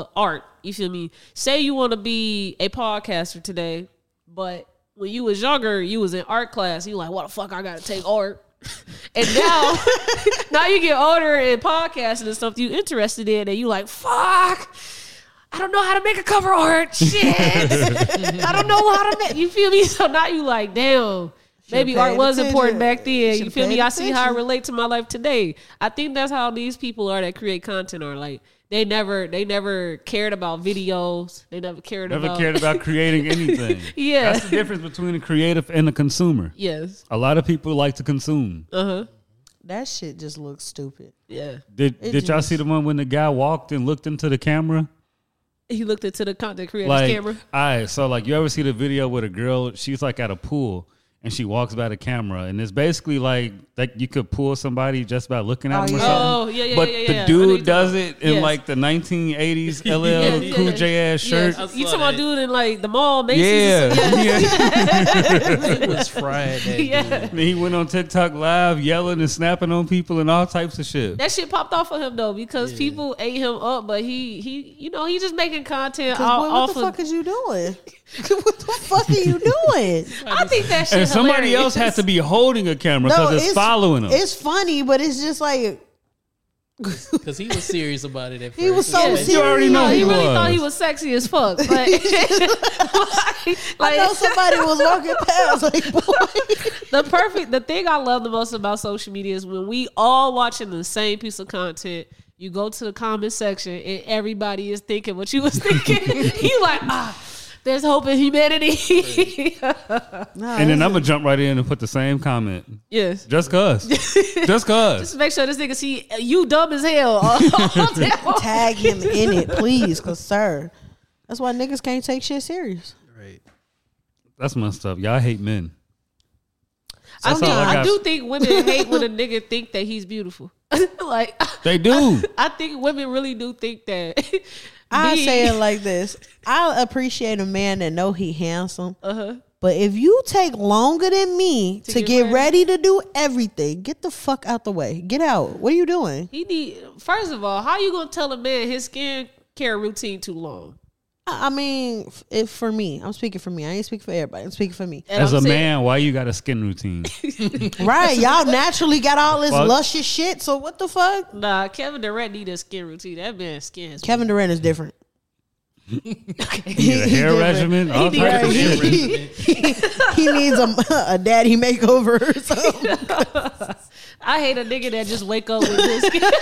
Speaker 1: uh, art. You feel me? Say you want to be a podcaster today, but when you was younger, you was in art class. You like, what the fuck? I gotta take art. and now, now you get older and podcasting is something you interested in, and you like, fuck. I don't know how to make a cover art. Shit. I don't know how to make. You feel me? So now you like, damn. Maybe
Speaker 4: Should've
Speaker 1: art
Speaker 4: paid
Speaker 1: was important
Speaker 4: attention.
Speaker 1: back then. you
Speaker 4: Should've
Speaker 1: feel me?
Speaker 4: paid
Speaker 1: I see how I
Speaker 4: attention.
Speaker 1: relate to my life today. I think that's how these people are that create content are like. They never, they never cared about videos. They never cared
Speaker 2: Never
Speaker 1: about.
Speaker 2: cared about creating anything.
Speaker 1: Yeah.
Speaker 2: That's the difference between a creative and a consumer.
Speaker 1: Yes.
Speaker 2: A lot of people like to consume.
Speaker 1: Uh huh.
Speaker 4: that shit just looks stupid.
Speaker 1: Yeah.
Speaker 2: Did
Speaker 4: It
Speaker 2: did y'all
Speaker 4: just-
Speaker 2: see the one when the guy walked and looked into the camera?
Speaker 1: He looked into the content creator's
Speaker 2: Like,
Speaker 1: camera.
Speaker 2: all right, so like you ever see the video with a girl? She's like at a pool and she walks by the camera, and it's basically like like you could pull somebody just by looking at
Speaker 4: Oh,
Speaker 2: them or
Speaker 4: yeah.
Speaker 2: something.
Speaker 1: Oh yeah, yeah,
Speaker 2: but
Speaker 1: yeah, yeah.
Speaker 2: the
Speaker 1: yeah. I know
Speaker 2: dude
Speaker 1: you're talking
Speaker 2: does
Speaker 1: about-
Speaker 2: it in
Speaker 1: Yes.
Speaker 2: like the 1980s LL
Speaker 1: Yes,
Speaker 2: Cool
Speaker 1: yes,
Speaker 2: J ass
Speaker 1: yes. Oh,
Speaker 2: shirt.
Speaker 3: I
Speaker 1: You
Speaker 3: saw
Speaker 1: talking about
Speaker 3: that.
Speaker 1: dude in like the mall, Macy's?
Speaker 2: Yeah, yeah.
Speaker 3: It was fried. That
Speaker 1: Yeah.
Speaker 3: dude.
Speaker 2: and he went on TikTok live, yelling and snapping on people and all types of shit.
Speaker 1: That shit popped off for him though because people ate him up, but he he you know he just making content
Speaker 4: 'Cause
Speaker 1: all,
Speaker 4: boy, what
Speaker 1: off
Speaker 4: the
Speaker 1: of.
Speaker 4: fuck is you doing? what the fuck are you doing?
Speaker 1: I think that shit.
Speaker 2: and somebody
Speaker 1: hilarious.
Speaker 2: else had to be holding a camera because it's, following him.
Speaker 4: It's funny, but it's just like
Speaker 3: Because he was serious about it at first.
Speaker 4: he was so
Speaker 1: Yeah. You
Speaker 4: serious.
Speaker 2: already know
Speaker 1: No, he
Speaker 2: He
Speaker 1: really
Speaker 2: was.
Speaker 1: thought he was sexy as fuck. Like, like,
Speaker 4: I know somebody was walking past. Like, boy,
Speaker 1: the perfect the thing I love the most about social media is when we all watching the same piece of content. You go to the comment section and everybody is thinking what you was thinking. you like ah, there's hope in humanity.
Speaker 4: Nah,
Speaker 2: and then
Speaker 4: this
Speaker 2: I'm gonna jump right in and put the same comment.
Speaker 1: yes.
Speaker 2: Just cuz. Just cuz.
Speaker 1: Just make sure this nigga see uh, you dumb as hell. all day long.
Speaker 4: is- tag him in it, please, cause sir, that's why niggas can't take shit serious.
Speaker 3: Right.
Speaker 2: That's messed up. Y'all hate men.
Speaker 1: I,
Speaker 2: That's
Speaker 1: think,
Speaker 2: all I
Speaker 1: I,
Speaker 2: got.
Speaker 1: do think women hate when a nigga think that he's beautiful. like
Speaker 2: They do.
Speaker 1: I think women really do think that.
Speaker 4: I
Speaker 1: being-
Speaker 4: say it like this: I appreciate a man that know he handsome,
Speaker 1: Uh-huh.
Speaker 4: but if you take longer than me to,
Speaker 1: get
Speaker 4: get, ready to do everything, get the fuck out the way. Get out. What are you doing?
Speaker 1: He need first of all, how you gonna tell a man his skin care routine too long?
Speaker 4: I I mean, f- if for me, I'm speaking for me. I ain't speaking for everybody. I'm speaking for me.
Speaker 1: And
Speaker 2: As
Speaker 1: I'm
Speaker 2: a
Speaker 1: saying-
Speaker 2: man, why you got a skin routine?
Speaker 4: Right? Y'all naturally got all this
Speaker 2: Fuck.
Speaker 4: luscious shit. So what the fuck?
Speaker 1: Nah, Kevin Durant need a skin routine. That man's skin has
Speaker 4: Kevin Durant is different.
Speaker 2: You need a hair regimen, all
Speaker 1: He
Speaker 2: types of
Speaker 4: he,
Speaker 2: shit.
Speaker 4: he- he needs a, a daddy makeover or something.
Speaker 1: I hate a nigga that just wake up with good skin.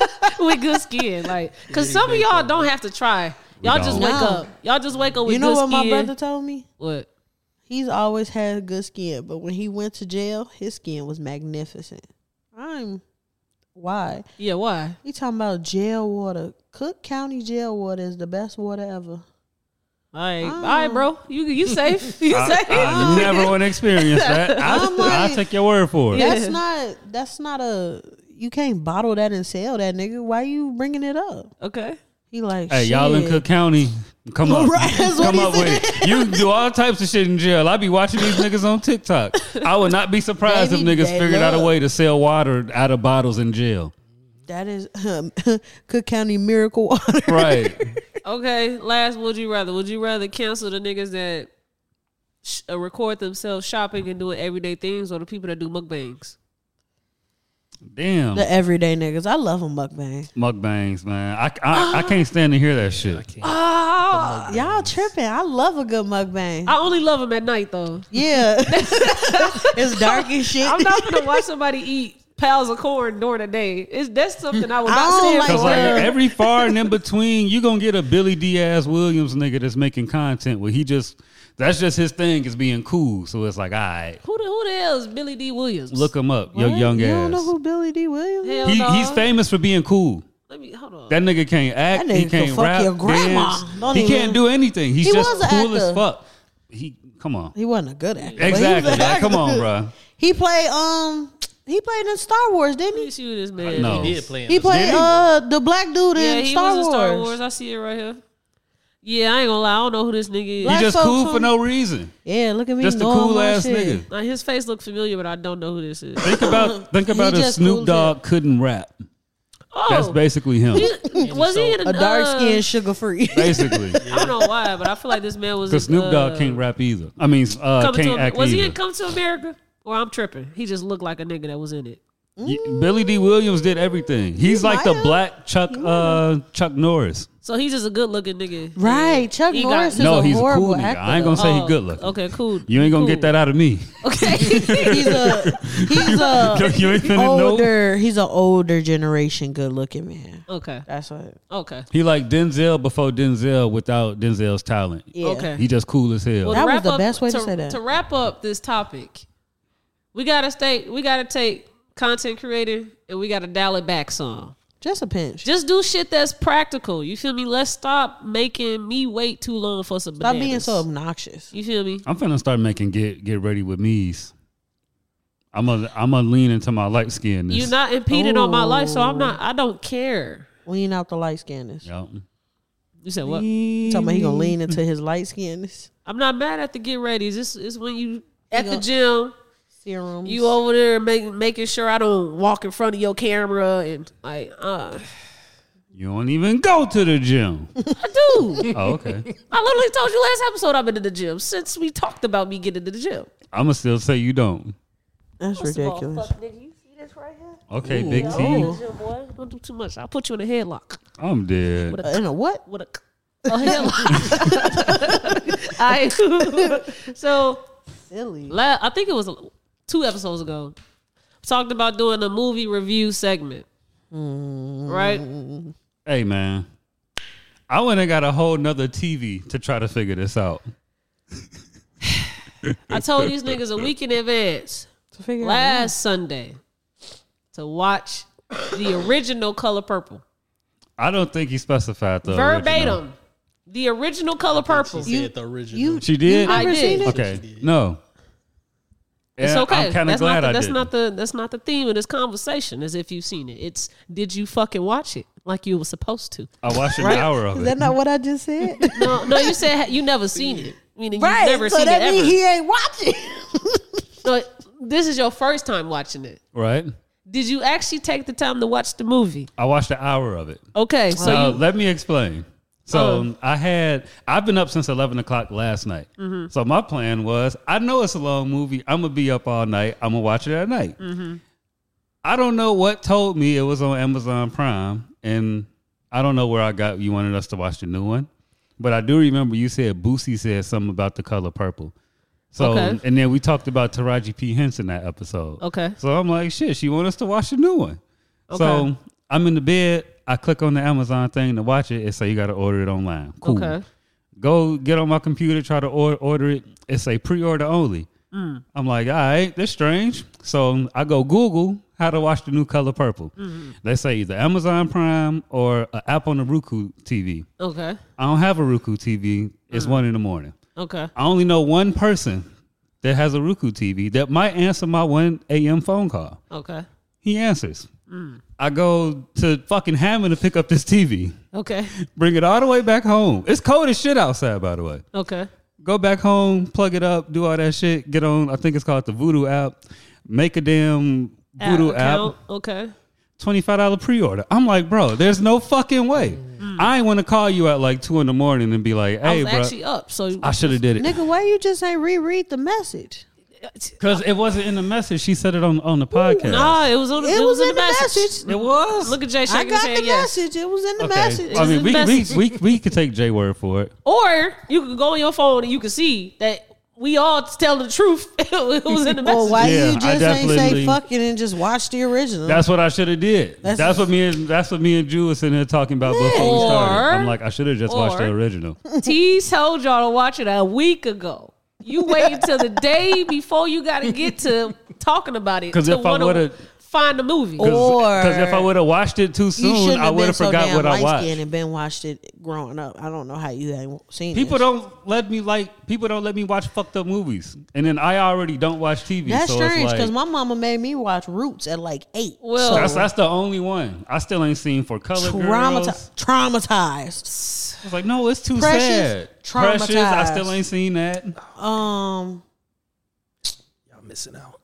Speaker 1: with good skin. Like cause some of y'all don't have to try. Y'all just
Speaker 2: don't.
Speaker 1: wake
Speaker 4: No.
Speaker 1: up. Y'all just wake up with
Speaker 4: You know
Speaker 1: good
Speaker 4: what my
Speaker 1: skin.
Speaker 4: brother told me?
Speaker 1: What?
Speaker 4: He's always had good skin, but when he went to jail, his skin was magnificent. I'm why?
Speaker 1: Yeah, why?
Speaker 4: He talking about jail water. Cook County jail water is the best water ever.
Speaker 1: All
Speaker 4: Oh.
Speaker 1: right, all right, bro. You you safe? You
Speaker 2: I,
Speaker 1: safe?
Speaker 2: I never want to experience that. I,
Speaker 4: I'm like-
Speaker 2: I'll take your word for it.
Speaker 1: Yeah.
Speaker 4: That's not. That's not a. You can't bottle that and sell that, nigga. Why you bringing it up?
Speaker 1: okay.
Speaker 4: He like,
Speaker 2: Hey, y'all in
Speaker 4: shit.
Speaker 2: Cook County, come up,
Speaker 4: Right, that's what
Speaker 2: come
Speaker 4: he
Speaker 2: up with it. You can do all types of shit in jail. I be watching these niggas on TikTok. I would not be surprised
Speaker 4: They be-
Speaker 2: if niggas
Speaker 4: they
Speaker 2: figured out a
Speaker 4: love-
Speaker 2: way to sell water out of bottles in jail.
Speaker 4: That is um, Cook County miracle water.
Speaker 2: Right.
Speaker 1: Okay, last would you rather? Would you rather cancel the niggas that sh- uh, record themselves shopping and doing everyday things, or the people that do mukbangs?
Speaker 2: Damn.
Speaker 4: The everyday niggas. I love a mukbang.
Speaker 2: Mukbangs, man. I, I, I can't stand to hear that
Speaker 3: I
Speaker 2: shit.
Speaker 3: can't.
Speaker 4: Oh, y'all tripping. I love a good mukbang.
Speaker 1: I only love them at night though.
Speaker 4: yeah. it's dark as shit.
Speaker 1: I'm not gonna watch somebody eat pounds of corn during the day. It's that's something I would
Speaker 4: I
Speaker 1: not
Speaker 4: don't
Speaker 1: stand
Speaker 4: like
Speaker 1: for.
Speaker 2: Cause like
Speaker 4: Yeah.
Speaker 2: every far and in between, you gonna get a Billy Diaz Williams nigga that's making content where he just that's just his thing is being cool. So it's like, all right,
Speaker 1: who the who the hell is Billy D. Williams?
Speaker 2: look him up, your young
Speaker 4: you
Speaker 2: ass.
Speaker 4: don't know who Billy D. Williams is?
Speaker 1: hell
Speaker 2: he,
Speaker 1: no.
Speaker 2: he's famous for being cool.
Speaker 1: Let me hold on.
Speaker 2: That nigga can't act.
Speaker 4: That nigga
Speaker 2: he can't
Speaker 4: can fuck
Speaker 2: rap.
Speaker 4: your grandma.
Speaker 2: dance.
Speaker 4: Don't
Speaker 2: he
Speaker 4: even-
Speaker 2: can't do anything. He's
Speaker 4: He
Speaker 2: just
Speaker 4: was a
Speaker 2: cool as
Speaker 4: actor.
Speaker 2: fuck. He come on.
Speaker 4: He wasn't a good actor. but he was
Speaker 2: Exactly.
Speaker 4: an
Speaker 2: Like, come on,
Speaker 4: actor.
Speaker 2: bro.
Speaker 4: He played um he played in Star Wars, didn't
Speaker 1: Let me
Speaker 4: he?
Speaker 1: see who this man.
Speaker 2: No.
Speaker 1: is.
Speaker 3: He did play. In
Speaker 4: He
Speaker 3: the-
Speaker 4: played
Speaker 2: he?
Speaker 4: uh the black dude
Speaker 1: Yeah,
Speaker 4: in,
Speaker 1: he
Speaker 4: Star,
Speaker 1: was in
Speaker 4: Wars.
Speaker 1: Star Wars. I see it right here. Yeah, I ain't gonna lie. I don't know who this nigga is.
Speaker 2: He
Speaker 4: Black
Speaker 2: just
Speaker 4: folks
Speaker 2: cool for
Speaker 4: on-
Speaker 2: no reason.
Speaker 4: Yeah, look at me.
Speaker 2: Just a
Speaker 4: knowing
Speaker 2: cool
Speaker 4: my
Speaker 2: ass
Speaker 4: shit.
Speaker 2: nigga.
Speaker 1: Like, his face look familiar, but I don't know who this is.
Speaker 2: Think about think about if
Speaker 4: just cool
Speaker 2: Snoop
Speaker 4: as
Speaker 2: Dogg couldn't rap.
Speaker 1: Oh,
Speaker 2: That's basically him.
Speaker 1: he- was he in
Speaker 4: A dark
Speaker 1: uh,
Speaker 4: skinned sugar free.
Speaker 2: basically.
Speaker 1: I don't know why, but I feel like this man was
Speaker 2: Because
Speaker 1: in,
Speaker 2: Snoop Dogg
Speaker 1: uh,
Speaker 2: can't rap either. I mean, uh,
Speaker 1: Coming
Speaker 2: can't
Speaker 1: to,
Speaker 2: act
Speaker 1: was
Speaker 2: either.
Speaker 1: he in Come to America? Or I'm tripping. He just looked like a nigga that was in it.
Speaker 2: Y- Billy D. Williams did everything. He's like the
Speaker 4: might have.
Speaker 2: black Chuck uh, Chuck Norris.
Speaker 1: So he's just a good looking nigga.
Speaker 4: Right. Chuck
Speaker 1: He got-
Speaker 4: Norris is
Speaker 2: no,
Speaker 4: a
Speaker 2: he's a
Speaker 4: horrible
Speaker 2: cool nigga.
Speaker 4: actor.
Speaker 2: I ain't gonna
Speaker 4: though.
Speaker 2: say
Speaker 1: Oh,
Speaker 2: he good looking.
Speaker 1: Okay, cool.
Speaker 2: You ain't gonna
Speaker 1: Cool.
Speaker 2: get that out of me.
Speaker 1: Okay.
Speaker 4: he's a he's a
Speaker 2: you ain't finna
Speaker 1: Oh,
Speaker 2: know.
Speaker 4: older he's an older generation good looking man.
Speaker 1: okay.
Speaker 4: That's what
Speaker 1: Okay.
Speaker 2: He like Denzel before Denzel without Denzel's talent.
Speaker 4: yeah.
Speaker 1: Okay.
Speaker 2: He just cool as hell.
Speaker 1: Well,
Speaker 4: That
Speaker 1: to
Speaker 4: was
Speaker 1: wrap
Speaker 4: the best way to
Speaker 1: to
Speaker 4: say that.
Speaker 1: To wrap up this topic, we gotta stay. We gotta take content creator and we gotta dial it back some.
Speaker 4: Just a pinch.
Speaker 1: Just do shit that's practical. You feel me? Let's stop making me wait too long for some.
Speaker 4: Stop
Speaker 1: bananas.
Speaker 4: being so obnoxious.
Speaker 1: You feel me?
Speaker 2: I'm finna start making get get ready with me's. I'm a I'm gonna lean into my light skinness.
Speaker 1: You're not impeding on my life, so I'm not.
Speaker 4: Oh.
Speaker 1: I don't care.
Speaker 4: Lean out the light skinness.
Speaker 2: Yup.
Speaker 1: You said what?
Speaker 4: Talking about he gonna lean into his light skinness.
Speaker 1: I'm not mad at the get readies. It's it's when you at the
Speaker 4: gon-
Speaker 1: gym.
Speaker 4: Serums.
Speaker 1: You over there making making sure I don't walk in front of your camera and like uh
Speaker 2: You don't even go to the gym.
Speaker 1: I do.
Speaker 2: oh, okay.
Speaker 1: I literally told you last episode I've been to the gym since we talked about me getting to the gym.
Speaker 2: I'ma still say you don't.
Speaker 4: That's ridiculous.
Speaker 2: Okay, Big T.
Speaker 4: Ooh.
Speaker 1: Gym boy, don't do too much. I'll put you in a headlock
Speaker 2: I'm dead.
Speaker 4: Uh, And a what?
Speaker 1: with a, a headlock. I so
Speaker 4: Silly.
Speaker 1: la- I think it was two episodes ago. Talked about doing a movie review segment, right?
Speaker 2: Hey man, I went and got a whole nother TV to try to figure this out.
Speaker 1: I told these niggas a week in advance.
Speaker 4: To figure out.
Speaker 1: last Sunday to watch the original Color Purple.
Speaker 2: I don't think he specified though.
Speaker 1: Verbatim. The original Color Purple.
Speaker 3: She said the original.
Speaker 4: You
Speaker 2: She did?
Speaker 4: You never
Speaker 1: I did.
Speaker 4: Seen it?
Speaker 2: Okay. No.
Speaker 1: It's
Speaker 2: And
Speaker 1: okay.
Speaker 2: I'm kind of
Speaker 1: that's not
Speaker 2: glad
Speaker 1: the,
Speaker 2: I
Speaker 1: that's
Speaker 2: did.
Speaker 1: not the that's not the theme of this conversation as if you've seen it. It's did you fucking watch it like you were supposed to?
Speaker 2: I watched an hour of
Speaker 4: Is
Speaker 2: it.
Speaker 4: that not what I just said?
Speaker 1: No, no, you said ha- you never seen it. Meaning you've never
Speaker 4: so
Speaker 1: seen it
Speaker 4: that
Speaker 1: ever.
Speaker 4: means he ain't watching.
Speaker 1: No, this is your first time watching it.
Speaker 2: Right?
Speaker 1: Did you actually take the time to watch the movie?
Speaker 2: I watched an hour of it.
Speaker 1: Okay, so
Speaker 2: So
Speaker 1: you, Oh.
Speaker 2: let me explain. So I had I've been up since eleven o'clock last night.
Speaker 1: Mm-hmm.
Speaker 2: So my plan was I know it's a long movie. I'm gonna be up all night. I'm gonna watch it at night.
Speaker 1: Mm-hmm.
Speaker 2: I don't know what told me it was on Amazon Prime, and I don't know where I got you wanted us to watch the new one, but I do remember you said Boosie said something about the color purple. So
Speaker 1: Okay.
Speaker 2: and then we talked about Taraji P Henson that episode.
Speaker 1: Okay.
Speaker 2: So I'm like, shit, she want us to watch the new one. So
Speaker 1: Okay.
Speaker 2: I'm in the bed. I click on the Amazon thing to watch it. It say you got to order it online. Cool.
Speaker 1: Okay.
Speaker 2: Go get on my computer, try to order, order it. It say pre-order only.
Speaker 1: Mm.
Speaker 2: I'm like, all right, that's strange. So I go Google how to watch the new Color Purple.
Speaker 1: Mm-hmm.
Speaker 2: They say either Amazon Prime or an app on the Roku TV.
Speaker 1: okay.
Speaker 2: I don't have a Roku TV.
Speaker 1: Mm.
Speaker 2: It's one in the morning.
Speaker 1: Okay.
Speaker 2: I only know one person that has a Roku TV that might answer my 1 a.m. phone call.
Speaker 1: Okay.
Speaker 2: He answers.
Speaker 1: Mm.
Speaker 2: I go to fucking Hammond to pick up this TV,
Speaker 1: Okay.
Speaker 2: bring it all the way back home. It's cold as shit outside, by the way.
Speaker 1: Okay.
Speaker 2: Go back home, plug it up, do all that shit, get on, I think it's called the Voodoo app, make a damn Voodoo app,
Speaker 1: Account. Okay.
Speaker 2: $25 pre order. I'm like, bro, there's no fucking way. I ain't want to call you at like two in the morning and be like,
Speaker 1: Mm. I
Speaker 2: hey,
Speaker 1: was
Speaker 2: bro,
Speaker 1: actually up. So
Speaker 2: I should have did it.
Speaker 4: Nigga, why you just ain't reread the message?
Speaker 2: Because it wasn't in the message. She said it on, on the podcast.
Speaker 1: No, it was on.
Speaker 4: It,
Speaker 1: the- It,
Speaker 4: was, in the message.
Speaker 2: It was.
Speaker 1: Look at Jay
Speaker 4: I
Speaker 1: shaking his
Speaker 4: got
Speaker 1: head.
Speaker 4: the
Speaker 1: Yes.
Speaker 4: message. It was in the
Speaker 2: okay.
Speaker 4: message.
Speaker 2: I
Speaker 1: was
Speaker 2: mean,
Speaker 1: in
Speaker 2: we,
Speaker 1: the
Speaker 2: we,
Speaker 1: message.
Speaker 2: we, we could take J word for it.
Speaker 1: Or you can go on your phone and you can see that we all tell the truth. it was in the
Speaker 4: Well,
Speaker 1: message.
Speaker 4: why
Speaker 2: Yeah,
Speaker 4: you
Speaker 2: I
Speaker 4: just ain't say
Speaker 2: definitely-
Speaker 4: fucking and just watch the original?
Speaker 2: That's what I should have did.
Speaker 4: That's-
Speaker 2: That's, what me and that's what me and Drew was sitting there talking about before we
Speaker 1: Or-
Speaker 2: started. I'm like, I should have just watched the
Speaker 1: or-
Speaker 2: original.
Speaker 1: T told y'all to watch it a week ago. You waited till the day before you got to get to talking about it
Speaker 2: 'Cause
Speaker 1: to
Speaker 2: if I
Speaker 1: wanna
Speaker 2: would've-
Speaker 1: find the movie.
Speaker 4: Or-
Speaker 2: Because if I would have watched it too
Speaker 4: you
Speaker 2: soon, I would have forgot what I watched.
Speaker 4: light-skinned and been watched it growing up. I don't know how you ain't seen
Speaker 2: People
Speaker 4: this.
Speaker 2: don't let me like people don't let me watch fucked up movies, and then I already don't watch TV.
Speaker 4: That's
Speaker 2: so
Speaker 4: strange
Speaker 2: it's
Speaker 4: because
Speaker 2: like,
Speaker 4: my Oh. mama made me watch Roots at like eight.
Speaker 1: Well-
Speaker 4: so
Speaker 2: that's that's the only one I still ain't seen for color girls.
Speaker 4: traumati- traumatized.
Speaker 2: It's like no, it's too
Speaker 4: Precious,
Speaker 2: sad. Precious, I
Speaker 4: traumatized.
Speaker 2: still ain't seen that.
Speaker 4: Um,
Speaker 3: Y'all missing out.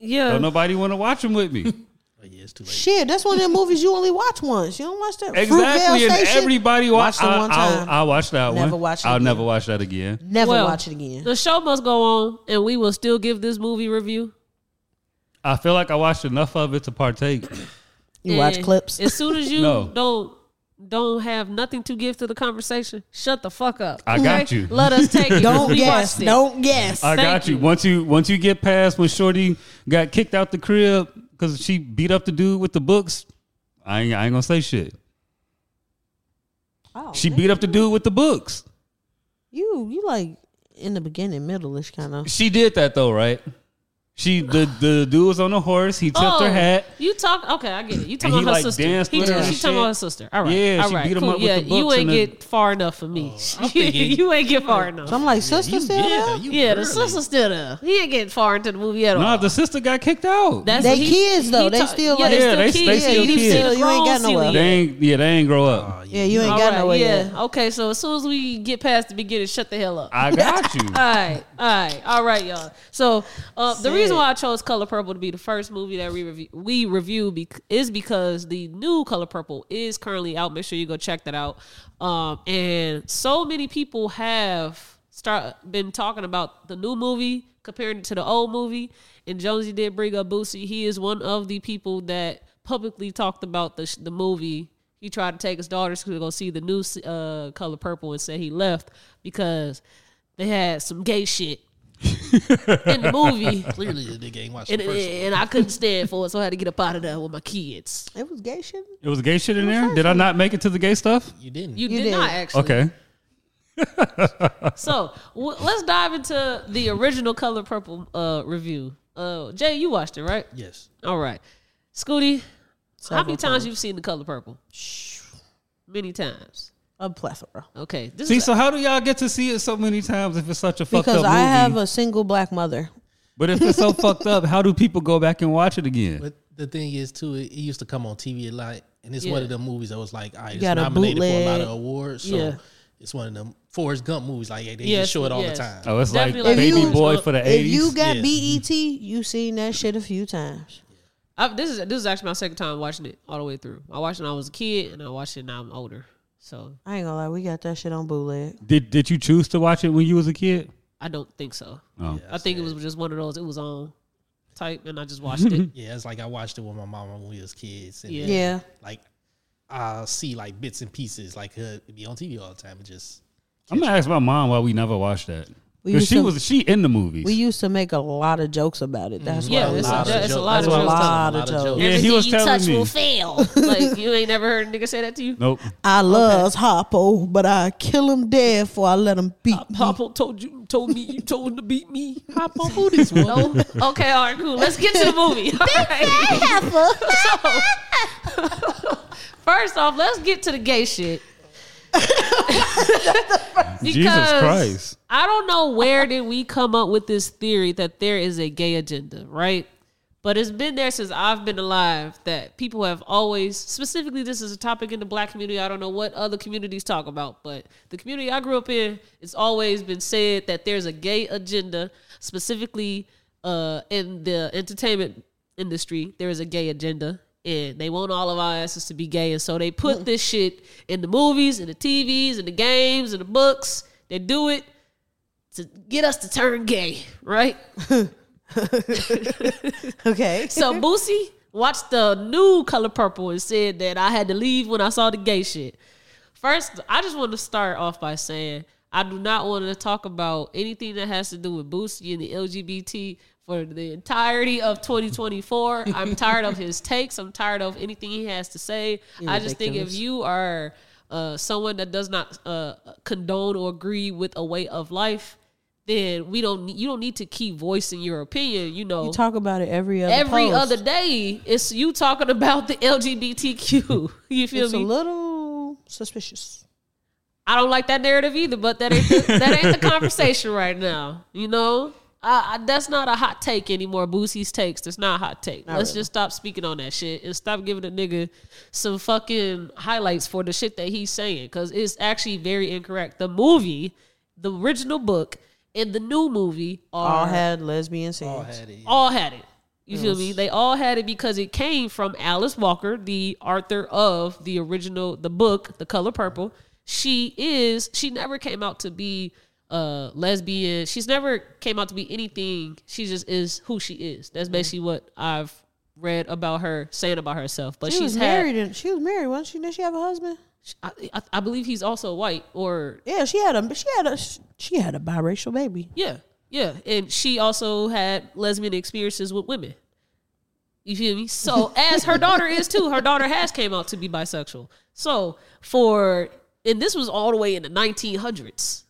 Speaker 1: yeah.
Speaker 2: Don't nobody want to watch them with me.
Speaker 3: Oh yeah, it's too late.
Speaker 4: shit, that's one of the movies you only watch once. You don't watch that
Speaker 2: Exactly,
Speaker 4: Fruitvale
Speaker 2: and
Speaker 4: Station.
Speaker 2: everybody watched.
Speaker 4: Watched it
Speaker 2: I,
Speaker 4: one
Speaker 2: I'll-
Speaker 4: time.
Speaker 2: I'll watch that
Speaker 4: Never
Speaker 2: one.
Speaker 4: watch it
Speaker 2: I'll
Speaker 4: again.
Speaker 2: never watch that again.
Speaker 4: Never
Speaker 1: Well,
Speaker 4: watch it again.
Speaker 1: The show must go on, and we will still give this movie review.
Speaker 2: I feel like I watched enough of it to partake.
Speaker 4: You watch
Speaker 1: And
Speaker 4: clips.
Speaker 1: As soon as you
Speaker 2: No.
Speaker 1: don't don't have nothing to give to the conversation, shut the fuck up.
Speaker 2: I got you.
Speaker 1: Let us take it.
Speaker 4: Don't
Speaker 1: We
Speaker 4: guess.
Speaker 1: watched it.
Speaker 4: Don't guess.
Speaker 2: I
Speaker 1: Thank
Speaker 2: got you.
Speaker 1: you.
Speaker 2: Once you once you get past when Shorty got kicked out the crib because she beat up the dude with the books, I ain't, I ain't gonna say shit.
Speaker 4: Oh,
Speaker 2: She beat up the dude with the books.
Speaker 4: you you like in the beginning, middle-ish kind of.
Speaker 2: She did that though, right? She the the dude was on a horse. He tipped her hat.
Speaker 1: Oh, You talk okay, I get it. You
Speaker 2: And
Speaker 1: talking
Speaker 2: he,
Speaker 1: about her
Speaker 2: like,
Speaker 1: sister.
Speaker 2: danced
Speaker 1: He-
Speaker 2: with her and
Speaker 1: she
Speaker 2: shit.
Speaker 1: talking about her sister. All right.
Speaker 2: Yeah,
Speaker 1: All
Speaker 2: she
Speaker 1: right.
Speaker 2: beat him
Speaker 1: cool.
Speaker 2: up with
Speaker 1: yeah,
Speaker 2: the
Speaker 1: you
Speaker 2: books
Speaker 1: ain't
Speaker 2: and the- Oh,
Speaker 1: get far enough for me.
Speaker 3: I'm thinking-
Speaker 1: you ain't get far
Speaker 4: So
Speaker 1: enough.
Speaker 4: I'm like, sister,
Speaker 3: You
Speaker 4: still
Speaker 3: did
Speaker 4: there?
Speaker 3: that. You
Speaker 1: Yeah, the
Speaker 3: early.
Speaker 1: sister's still there. He ain't getting far into the movie at all.
Speaker 2: Nah, the sister got kicked out.
Speaker 1: That's
Speaker 4: They
Speaker 1: he-
Speaker 4: kids, though.
Speaker 1: he
Speaker 4: They
Speaker 1: ta-
Speaker 4: still,
Speaker 1: yeah,
Speaker 4: like-
Speaker 1: they
Speaker 2: Yeah,
Speaker 1: still
Speaker 2: they-
Speaker 1: kids.
Speaker 2: they still
Speaker 1: You
Speaker 2: kids.
Speaker 1: still
Speaker 4: You ain't got
Speaker 1: grown,
Speaker 4: nowhere.
Speaker 1: Celia.
Speaker 2: they ain't yeah they ain't grow up.
Speaker 3: Oh,
Speaker 4: Yeah, you ain't
Speaker 1: All
Speaker 4: got
Speaker 1: right,
Speaker 4: nowhere
Speaker 1: yeah.
Speaker 4: yet.
Speaker 1: Okay, so as soon as we get past the beginning, shut the hell up.
Speaker 2: I got you.
Speaker 1: All right, all right, all right, y'all. So uh, the reason why I chose Color Purple to be the first movie that we review, we review bec- is because the new Color Purple is currently out. Make sure you go check that out. Um, and so many people have start been talking about the new movie comparing it to the old movie. And Jonesy did bring up Boosie. He is one of the people that publicly talked about the sh- the movie. He tried to take his daughters to go see the new uh, Color Purple and said he left because they had some gay shit in the movie,
Speaker 3: Clearly, the nigga ain't watching
Speaker 1: and,
Speaker 3: the first.
Speaker 1: and I couldn't stand for it, so I had to get up out of there with my kids.
Speaker 4: It was gay shit.
Speaker 2: It was gay shit in there. Did I not make it to the gay stuff?
Speaker 3: one. You didn't.
Speaker 1: You, did,
Speaker 4: did.
Speaker 1: not actually.
Speaker 2: Okay.
Speaker 1: So w- let's dive into the original Color Purple uh, review. Uh, Jay, you watched it, right?
Speaker 3: yes.
Speaker 1: All right, Scooty. how many
Speaker 4: Several
Speaker 1: times you've seen the Color Purple? Many times.
Speaker 4: A plethora.
Speaker 1: Okay. This
Speaker 2: See,
Speaker 1: is
Speaker 2: so how do y'all get to see it so many times if it's such a fucked
Speaker 4: Because
Speaker 2: up movie?
Speaker 4: I have a single black mother.
Speaker 2: but if it's so fucked up, how do people go back and watch it again?
Speaker 3: But the thing is, too, it, it used to come on TV a lot, and it's one
Speaker 1: Yeah.
Speaker 3: of them movies that was like, all right, it's
Speaker 4: got a
Speaker 3: nominated for a lot
Speaker 4: bootleg.
Speaker 3: of awards. So
Speaker 1: Yeah.
Speaker 3: it's one of them Forrest Gump movies. Like, hey, they
Speaker 1: Yes,
Speaker 3: just show it all
Speaker 1: yes.
Speaker 3: the time.
Speaker 2: Oh, it's
Speaker 1: Definitely
Speaker 2: like
Speaker 1: like-
Speaker 2: Baby
Speaker 1: If you-
Speaker 2: Boy for the
Speaker 4: If you
Speaker 2: eighties.
Speaker 4: got
Speaker 3: Yeah.
Speaker 4: BET, you seen that shit a few times.
Speaker 1: I, this is this is actually my second time watching it all the way through. I watched it when I was a kid, and I watched it now I'm older. So
Speaker 4: I ain't gonna lie, we got that shit on bootleg.
Speaker 2: Did Did you choose to watch it when you was a kid?
Speaker 1: I don't think so.
Speaker 2: Oh,
Speaker 1: I think it was just one of those. It was on type, and I just watched it.
Speaker 3: Yeah, it's like I watched it with my mama when we was kids. And
Speaker 1: Yeah.
Speaker 3: yeah.
Speaker 4: Yeah.
Speaker 3: Like, I see like bits and pieces. Like, her be on TV all the time. And just
Speaker 2: I'm gonna ask my mom why we never watched that
Speaker 4: We
Speaker 2: because
Speaker 4: used
Speaker 2: she
Speaker 4: to-
Speaker 2: was she in the movies.
Speaker 4: We used to make a lot of jokes about it. That's
Speaker 1: Yeah,
Speaker 4: why we
Speaker 1: it's a-
Speaker 4: watched it.
Speaker 1: it's a
Speaker 3: jokes.
Speaker 1: lot
Speaker 3: That's
Speaker 1: of
Speaker 3: what I was
Speaker 1: jokes.
Speaker 4: Lot
Speaker 3: telling,
Speaker 4: of jokes.
Speaker 2: yeah, he
Speaker 1: Everything
Speaker 2: was
Speaker 1: you
Speaker 2: telling
Speaker 1: touch
Speaker 2: me.
Speaker 1: will fail. like you ain't never heard a nigga say that to you.
Speaker 2: Nope.
Speaker 4: I loves Hoppo, but I kill him dead before I let him
Speaker 1: Uh,
Speaker 4: beat me.
Speaker 1: Papa told you, told me, you told him to beat me.
Speaker 3: Hop on who this one?
Speaker 1: No. Okay, all right, cool. Let's get to the movie. All right. So, first off, let's get to the gay shit.
Speaker 2: Jesus Christ.
Speaker 1: I don't know where did we come up with this theory that there is a gay agenda, right? But it's been there since I've been alive that people have always, specifically, this is a topic in the black community. I don't know what other communities talk about, but the community I grew up in, it's always been said that there's a gay agenda, specifically uh, in the entertainment industry. There is a gay agenda, and they want all of our asses to be gay. And so they put this shit in the movies, and the TVs, and the games, and the books. They do it to get us to turn gay, right?
Speaker 4: Okay.
Speaker 1: So Boosie watched the new Color Purple and said that I had to leave when I saw the gay shit. First, I just want to start off by saying I do not want to talk about anything that has to do with Boosie and the LGBT for the entirety of 2024. I'm tired of his takes. I'm tired of anything he has to say. I just think if
Speaker 4: ridiculous.
Speaker 1: you are uh, someone that does not uh, condone or agree with a way of life, then we don't. You don't need to keep voicing your opinion. You know,
Speaker 4: you talk about it every other
Speaker 1: every
Speaker 4: post.
Speaker 1: other day it's you talking about the LGBTQ. you feel
Speaker 4: It's a
Speaker 1: me?
Speaker 4: little suspicious.
Speaker 1: I don't like that narrative either, but that ain't the, that ain't the conversation right now. You know, I, I, that's not a hot take anymore. Boosie's takes. That's not a hot take. Let's just stop speaking on that shit and stop giving a nigga some fucking highlights for the shit that he's saying because it's actually very incorrect. The movie, the original book, and the new movie are
Speaker 4: All had lesbian scenes.
Speaker 3: All had it.
Speaker 1: all had it. You feel me? They all had it because it came from Alice Walker, the author of the original, the book, The Color Purple. She is. She never came out to be uh lesbian. She's never came out to be anything. She just is who she is. That's basically what I've read about her saying about herself. But
Speaker 4: She
Speaker 1: she's
Speaker 4: was
Speaker 1: had-
Speaker 4: married. And she was married. Wasn't she? Did she have a husband?
Speaker 1: I, I, I believe he's also white or
Speaker 4: Yeah, she had a. She had a. She had a biracial baby.
Speaker 1: Yeah, yeah, and she also had lesbian experiences with women. You feel me? So as her daughter is too, her daughter has came out to be bisexual. So for and this was all the way in the 1900s,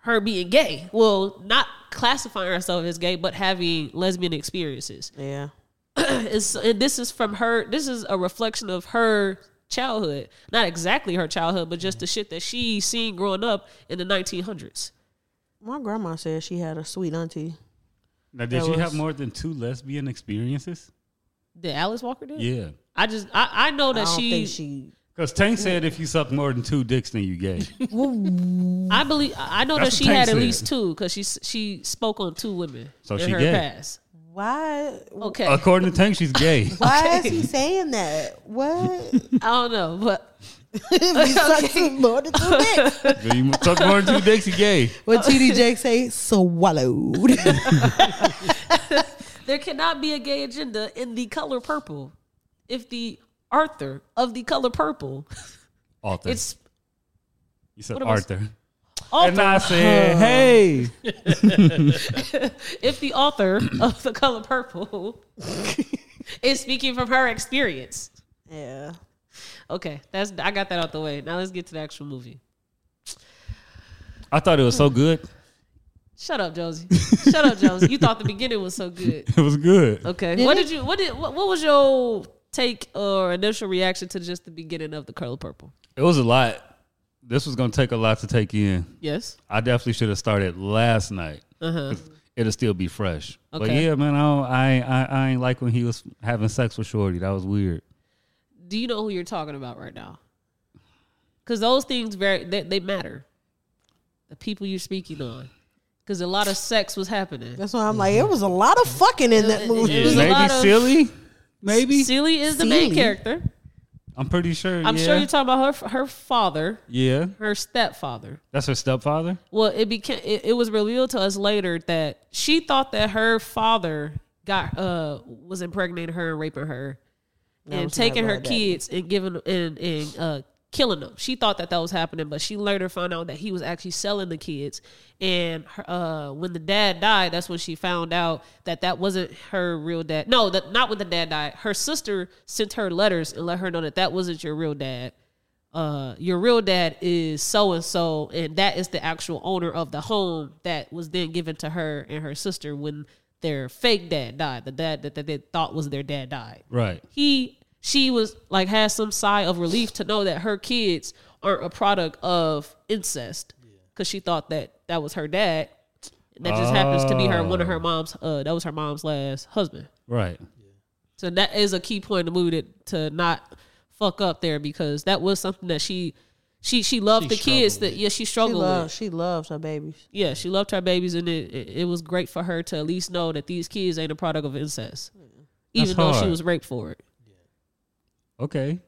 Speaker 1: her being gay. Well, not classifying herself as gay, but having lesbian experiences.
Speaker 4: Yeah.
Speaker 1: It's, and this is from her. This is a reflection of her childhood, not exactly her childhood, but just the shit that she seen growing up in the 1900s.
Speaker 4: My grandma said she had a sweet auntie.
Speaker 2: Now, did
Speaker 4: That
Speaker 2: she have
Speaker 4: was-
Speaker 2: more than two lesbian experiences?
Speaker 1: Did Alice Walker did?
Speaker 2: Yeah.
Speaker 1: I just I, I know
Speaker 4: I
Speaker 1: that
Speaker 4: don't
Speaker 1: she,
Speaker 4: think she.
Speaker 2: Because Tank said if you suck more than two dicks, then you gay.
Speaker 1: I believe I know
Speaker 2: That's
Speaker 1: that
Speaker 2: what
Speaker 1: she
Speaker 2: Tank
Speaker 1: had at
Speaker 2: said.
Speaker 1: least two because she s- she spoke on two women
Speaker 2: So
Speaker 1: in
Speaker 2: she
Speaker 1: her
Speaker 2: gay.
Speaker 1: past.
Speaker 4: Why?
Speaker 1: Okay,
Speaker 2: According to Tank, she's gay.
Speaker 4: Why is he saying that? What?
Speaker 1: I don't know, but
Speaker 4: if you suck two more than two dicks.
Speaker 2: If you suck more than two dicks, you gay.
Speaker 4: What TD Jake say? Swallowed.
Speaker 1: there cannot be a gay agenda in the color purple if the Arthur of the color purple
Speaker 2: Arthur.
Speaker 1: it's
Speaker 2: you said
Speaker 1: what am I-
Speaker 2: Arthur. And
Speaker 1: author,
Speaker 2: I said, hey.
Speaker 1: if the author of the color purple is speaking from her experience.
Speaker 4: yeah.
Speaker 1: Okay, that's I got that out the way. Now let's get to the actual movie.
Speaker 2: I thought it was so good.
Speaker 1: Shut up, Josie. Shut up, Josie. You thought the beginning was so good.
Speaker 2: It was good.
Speaker 1: Okay. what did you what did what, what was your take or initial reaction to just the beginning of the color purple?
Speaker 2: It was a lot. This was going to take a lot to take in.
Speaker 1: Yes.
Speaker 2: I definitely should have started last night.
Speaker 1: Uh-huh.
Speaker 2: 'Cause It'll still be fresh. But
Speaker 1: Okay.
Speaker 2: yeah, man, I, don't, I, ain't- I I ain't like when he was having sex with Shorty. That was weird.
Speaker 1: Do you know who you're talking about right now? Cuz those things very they, they matter. The people you're speaking on. Cuz a lot of sex was happening.
Speaker 4: That's why I'm like, it was a lot of fucking in that movie.
Speaker 1: It was a
Speaker 2: Maybe
Speaker 1: lot of-
Speaker 2: silly. Maybe
Speaker 1: Celie is the main
Speaker 4: Celie?
Speaker 1: character.
Speaker 2: I'm pretty sure.
Speaker 1: I'm
Speaker 2: yeah.
Speaker 1: sure you're talking about her her father,
Speaker 2: yeah,
Speaker 1: her stepfather.
Speaker 2: that's her stepfather.
Speaker 1: Well, it became it, it was revealed to us later that she thought that her father got uh was impregnating her and raping her and
Speaker 4: it's not
Speaker 1: taking her
Speaker 4: about that.
Speaker 1: kids and giving and and uh killing them. She thought that that was happening, but she later found out that he was actually selling the kids. And her, uh when the dad died, that's when she found out that that wasn't her real dad. No, that not when the dad died. Her sister sent her letters and let her know that that wasn't your real dad uh, your real dad is so and so, and that is the actual owner of the home that was then given to her and her sister when their fake dad died. The dad that, that they thought was their dad died.
Speaker 2: Right.
Speaker 1: He, she was like, had some sigh of relief to know that her kids aren't a product of incest because she thought that that was her dad. And that just happens to be her, one of her mom's, uh, that was her mom's last husband.
Speaker 2: Right.
Speaker 1: So that is a key point in the movie to, to not fuck up there because that was something that she she she loved the kids that yeah she
Speaker 4: She
Speaker 1: struggled with.
Speaker 4: loves, she loves her babies.
Speaker 1: Yeah, she loved her babies and it, it it was great for her to at least know that these kids ain't a product of incest. Even
Speaker 2: That's
Speaker 1: though she
Speaker 2: hard.
Speaker 1: was raped for it.
Speaker 2: Okay.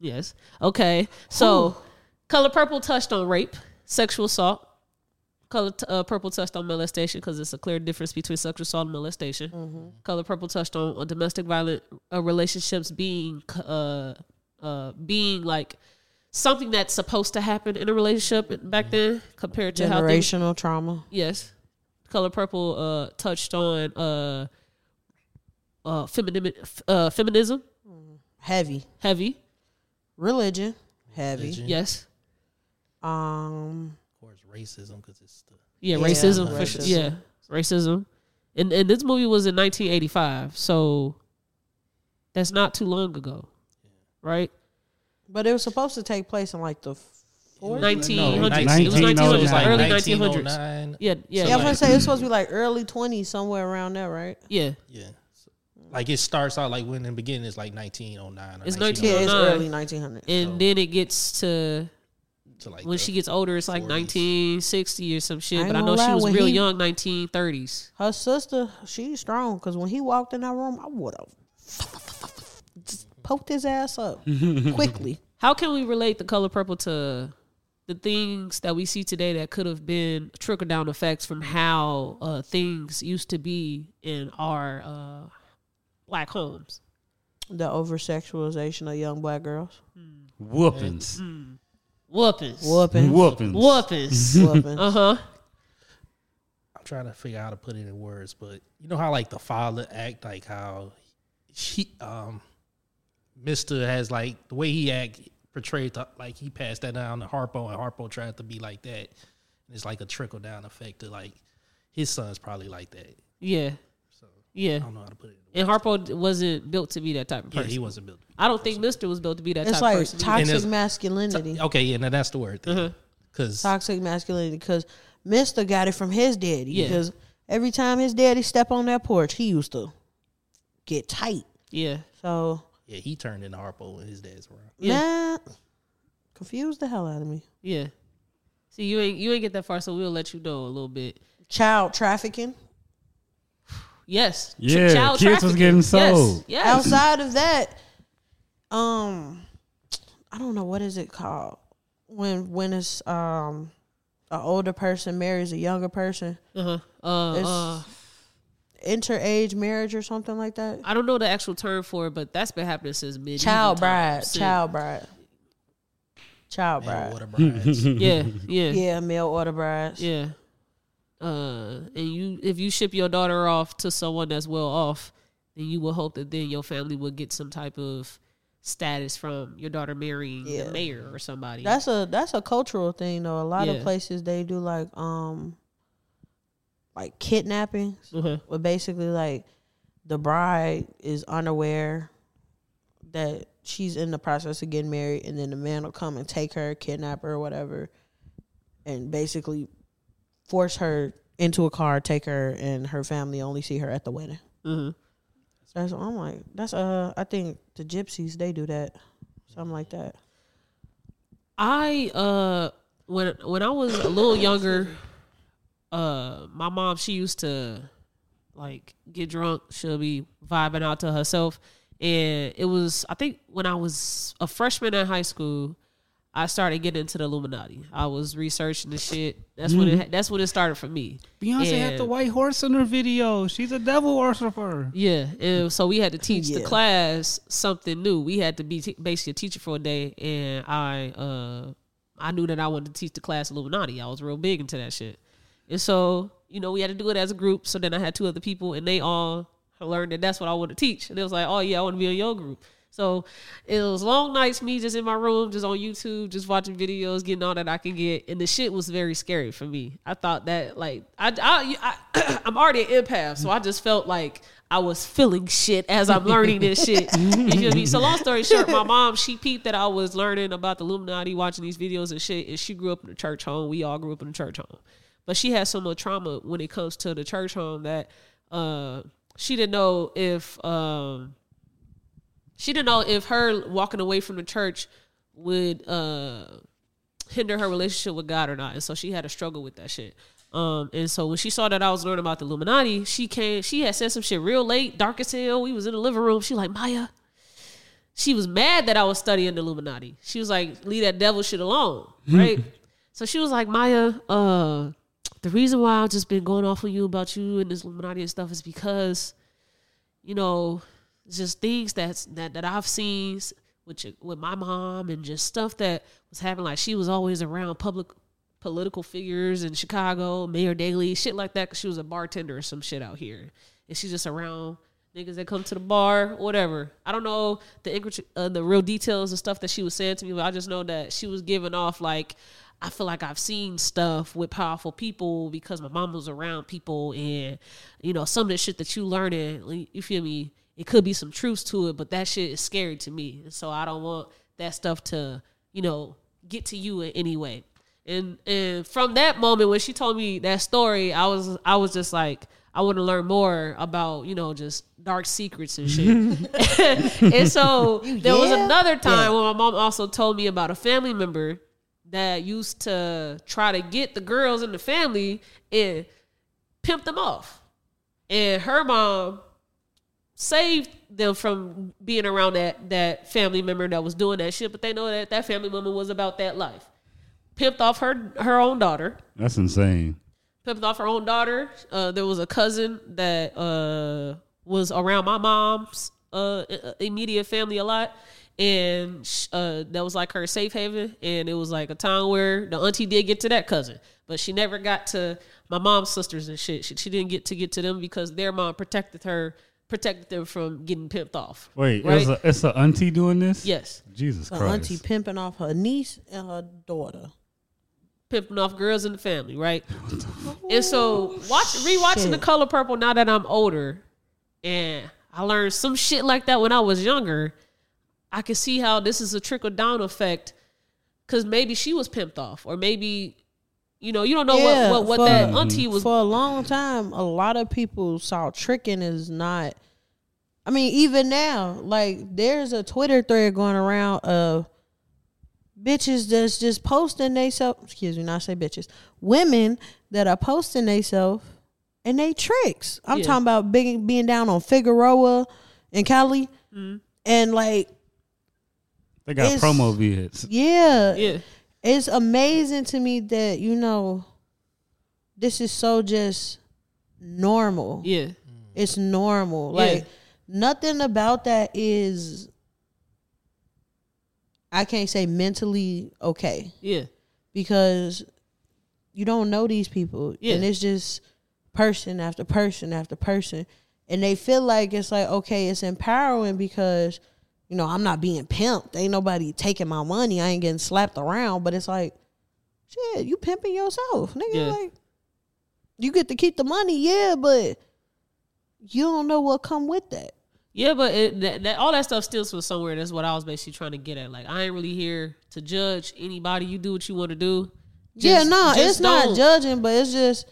Speaker 1: Yes. Okay. So Color Purple touched on rape, sexual assault, Color t- uh, purple touched on molestation because it's a clear difference between sexual assault and molestation. Color purple touched on, on domestic violent uh, relationships being c- uh, uh, being like something that's supposed to happen in a relationship back then compared to how things
Speaker 4: Generational trauma.
Speaker 1: Yes. Color Purple uh, touched on uh, uh, feminim- f- uh, feminism,
Speaker 4: Heavy.
Speaker 1: heavy.
Speaker 4: Religion. Heavy.
Speaker 3: Religion.
Speaker 1: Yes.
Speaker 4: Um
Speaker 3: Of course, racism because it's the
Speaker 1: Yeah,
Speaker 4: Yeah,
Speaker 1: racism. for sure.
Speaker 4: racism.
Speaker 1: Yeah, racism. And and this movie was in 1985, so that's not too long ago, right?
Speaker 4: but it was supposed to take place in like the
Speaker 3: No,
Speaker 1: 1900s.
Speaker 2: It was 1900s,
Speaker 3: 1909.
Speaker 2: early
Speaker 1: 1900s. Yeah, yeah,
Speaker 4: Yeah,
Speaker 1: like-
Speaker 4: I was gonna say it's supposed to be like early twenties, somewhere around there, right?
Speaker 1: yeah.
Speaker 3: Yeah. So, like it starts out like when in the beginning it's like 1909. Or
Speaker 1: It's
Speaker 4: Yeah,
Speaker 3: 1909
Speaker 4: it's
Speaker 1: 1909.
Speaker 4: early nineteen hundred.
Speaker 1: And then it gets to
Speaker 3: to like
Speaker 1: when
Speaker 3: the-
Speaker 1: she gets older, it's like
Speaker 3: 40s.
Speaker 1: 1960 or some
Speaker 4: I
Speaker 1: shit.
Speaker 4: ain't
Speaker 1: But I know
Speaker 4: gonna
Speaker 1: she
Speaker 4: lie,
Speaker 1: was
Speaker 4: when
Speaker 1: real
Speaker 4: he-
Speaker 1: young, 1930s.
Speaker 4: Her sister, she's strong because when he walked in that room, I would have just poked his ass up quickly.
Speaker 1: How can we relate the color purple to the things that we see today that could have been trickle down effects from how uh, things used to be in our uh, black homes?
Speaker 4: The over sexualization of young black girls.
Speaker 2: Whoopings.
Speaker 1: Mm. Whoopings.
Speaker 4: Whooping.
Speaker 2: Whoopings.
Speaker 1: Whoopings.
Speaker 4: Whooping.
Speaker 1: uh huh.
Speaker 3: I'm trying to figure out how to put it in words, but you know how like the father act, like how she, um, Mister has like the way he act portrayed, the, like he passed that down to Harpo, and Harpo tried to be like that, and it's like a trickle down effect to like his son's probably like that.
Speaker 1: Yeah.
Speaker 3: So
Speaker 1: Yeah.
Speaker 3: I don't know how to put it. In
Speaker 1: And Harpo wasn't built to be that type of
Speaker 3: words.
Speaker 1: person.
Speaker 3: Yeah, he wasn't built. to be-
Speaker 1: I don't think Mister was built to be that
Speaker 4: It's
Speaker 1: type
Speaker 4: like
Speaker 1: of person.
Speaker 3: And
Speaker 4: toxic
Speaker 3: it's-
Speaker 4: masculinity.
Speaker 3: Okay, yeah, now that's the word. Because
Speaker 4: Toxic masculinity because Mister got it from his daddy.
Speaker 1: Yeah.
Speaker 4: Because every time his daddy step on that porch, he used to get tight.
Speaker 1: yeah.
Speaker 4: So
Speaker 3: yeah, he turned into Harpo when his dad's around.
Speaker 4: man, confused the hell out of me.
Speaker 1: Yeah. See, you ain't you ain't get that far, so we'll let you know a little bit.
Speaker 4: Child trafficking.
Speaker 1: Yes. Ch-
Speaker 2: Yeah,
Speaker 1: child
Speaker 2: kids was
Speaker 1: trafficking.
Speaker 2: getting sold.
Speaker 1: Yes. yes.
Speaker 4: outside of that um i don't know what is it called when when it's um an older person marries a younger person
Speaker 1: Uh-huh. Uh,
Speaker 4: it's
Speaker 1: uh,
Speaker 4: interage marriage or something like that
Speaker 1: I don't know the actual term for it, but that's been happening since mid
Speaker 4: child bride child bride child bride
Speaker 3: Man, what a brides.
Speaker 1: Yeah, yeah, yeah.
Speaker 4: yeah male order brides
Speaker 1: Uh, and you, if you ship your daughter off to someone that's well off, then you will hope that then your family will get some type of status from your daughter marrying
Speaker 4: Yeah.
Speaker 1: the mayor or somebody.
Speaker 4: that's a that's a cultural thing though a lot
Speaker 1: Yeah.
Speaker 4: of places they do like um like kidnappings
Speaker 1: uh
Speaker 4: But basically, like the bride is unaware that she's in the process of getting married, and then the man will come and take her, kidnap her, or whatever, and basically force her into a car, take her, and her family only see her at the wedding.
Speaker 1: hmm
Speaker 4: That's I'm like, that's uh, I think the gypsies they do that, something like that.
Speaker 1: I uh when when I was a little younger, uh my mom she used to like get drunk, she'll be vibing out to herself. And it was I think when I was a freshman in high school, I started getting into the Illuminati. I was researching the shit. That's when it that's when it started for me.
Speaker 2: Beyonce had
Speaker 1: And-
Speaker 2: the white horse in her video. She's a devil worshiper.
Speaker 1: Yeah, and so we had to teach the
Speaker 4: Yeah.
Speaker 1: class something new. We had to be t- basically a teacher for a day, and I uh I knew that I wanted to teach the class Illuminati. I was real big into that shit, and so you know we had to do it as a group. So then I had two other people, and they all learned that that's what I want to teach. And it was like, oh yeah, I want to be in your group. So it was long nights, me just in my room, just on YouTube, just watching videos, getting all that I can get, and the shit was very scary for me. I thought that like I, I, I I'm already an empath, so I just felt like I was feeling shit as I'm learning this shit. You feel me? So long story short, my mom she peeped that I was learning about the Illuminati, watching these videos and shit, and she grew up in a church home. We all grew up in a church home, but she had so much trauma when it comes to the church home that uh, she didn't know if. Um, she didn't know if her walking away from the church would uh hinder her relationship with God or not. And so she had a struggle with that shit. Um, and so when she saw that I was learning about the Illuminati, she came, she had said some shit real late, dark as hell. We was in the living room. She like, Maya, she was mad that I was studying the Illuminati. She was like, leave that devil shit alone. Right. so she was like, Maya, uh, the reason why I've just been going off on you about you and this Illuminati and stuff is because, you know, it's just things that's that that I've seen s- with your, with my mom and just stuff that was happening. Like she was always around public political figures in Chicago, Mayor Daley, shit like that. Cause she was a bartender or some shit out here, and she's just around niggas that come to the bar, whatever. I don't know the incre- uh, the real details and stuff that she was saying to me, but I just know that she was giving off like I feel like I've seen stuff with powerful people because my mom was around people, and you know some of the shit that you learning, like, you feel me? It could be some truths to it, but that shit is scary to me, and so I don't want that stuff to you know get to you in any way. And and from that moment when she told me that story, I was I was just like I want to learn more about you know just dark secrets and shit. and so there was
Speaker 4: yeah?
Speaker 1: another time when my mom also told me about a family member that used to try to get the girls in the family and pimp them off. And her mom saved them from being around that that family member that was doing that shit, but they know that that family member was about that life. Pimped off her her own daughter.
Speaker 2: That's insane.
Speaker 1: Pimped off her own daughter. Uh, there was a cousin that uh, was around my mom's uh, i- immediate family a lot, and sh- uh, that was like her safe haven. And it was like a time where the auntie did get to that cousin, but she never got to my mom's sisters and shit. She, she didn't get to get to them because their mom protected her, protected them from getting pimped off.
Speaker 2: Wait,
Speaker 1: Right?
Speaker 2: it's a it's a auntie doing this?
Speaker 1: yes,
Speaker 2: Jesus
Speaker 4: The
Speaker 2: Christ.
Speaker 4: auntie pimping off her niece and her daughter.
Speaker 1: pimping off girls in the family, right? and so watch rewatching
Speaker 4: Oh, shit.
Speaker 1: the color purple now that I'm older and I learned some shit like that when I was younger. I can see how this is a trickle down effect cuz maybe she was pimped off or maybe you know, you don't know
Speaker 4: Yeah,
Speaker 1: what what,
Speaker 4: for-
Speaker 1: what that auntie was
Speaker 4: For a long time, a lot of people saw tricking is not. I mean, even now, like there's a Twitter thread going around of bitches that's just posting they self. Excuse me, not say bitches. Women that are posting they self and they tricks. I'm
Speaker 1: Yeah.
Speaker 4: talking about being being down on Figueroa and Cali,
Speaker 1: Mm-hmm.
Speaker 4: and like
Speaker 2: They got
Speaker 4: It's-
Speaker 2: promo vids.
Speaker 4: yeah,
Speaker 1: yeah.
Speaker 4: it's amazing to me that you know this is so just normal
Speaker 1: Yeah.
Speaker 4: it's normal
Speaker 1: Yeah.
Speaker 4: like nothing about that is i can't say mentally okay
Speaker 1: Yeah.
Speaker 4: because you don't know these people
Speaker 1: Yeah.
Speaker 4: and it's just person after person after person and they feel like it's like okay it's empowering because you know i'm not being pimped ain't nobody taking my money i ain't getting slapped around but it's like shit you pimping yourself nigga
Speaker 1: Yeah.
Speaker 4: like you get to keep the money yeah but you don't know what come with that
Speaker 1: Yeah, but it, that, that all that stuff steals from somewhere. That's what I was basically trying to get at. Like, I ain't really here to judge anybody. You do what you want to do.
Speaker 4: yeah,
Speaker 1: Just-
Speaker 4: no,
Speaker 1: just
Speaker 4: it's not
Speaker 1: don't.
Speaker 4: judging, but it's just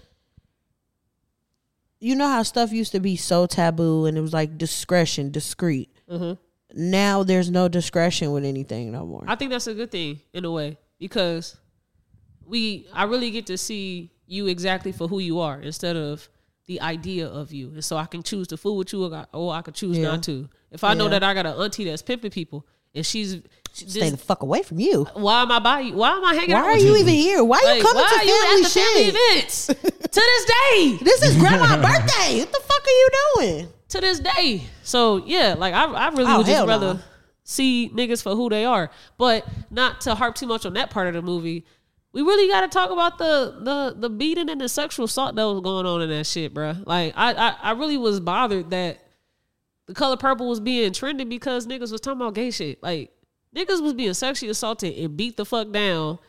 Speaker 4: you know how stuff used to be so taboo and it was like discretion, discreet.
Speaker 1: Mhm.
Speaker 4: Now there's no discretion with anything no more.
Speaker 1: I think that's a good thing in a way because we I really get to see you exactly for who you are instead of the idea of you. And so I can choose to fool with you or I, or I could choose
Speaker 4: Yeah.
Speaker 1: not to. If I know
Speaker 4: Yeah.
Speaker 1: that I got an auntie that's pimping people and she's she,
Speaker 4: Stay the
Speaker 1: this,
Speaker 4: fuck away from you.
Speaker 1: why am I by you? Why am I hanging
Speaker 4: Why
Speaker 1: out
Speaker 4: are
Speaker 1: with
Speaker 4: you even here? Why
Speaker 1: Like,
Speaker 4: you coming
Speaker 1: why
Speaker 4: to
Speaker 1: are
Speaker 4: family
Speaker 1: you at the family
Speaker 4: shit?
Speaker 1: events? to this day.
Speaker 4: This is grandma's birthday. What the fuck are you doing?
Speaker 1: to this day. So yeah, like I, I really
Speaker 4: Oh,
Speaker 1: would just
Speaker 4: hell
Speaker 1: rather
Speaker 4: nah.
Speaker 1: see niggas for who they are, but not to harp too much on that part of the movie. We really got to talk about the the the beating and the sexual assault that was going on in that shit, bruh. Like I, I I really was bothered that the color purple was being trending because niggas was talking about gay shit. Like niggas was being sexually assaulted and beat the fuck down.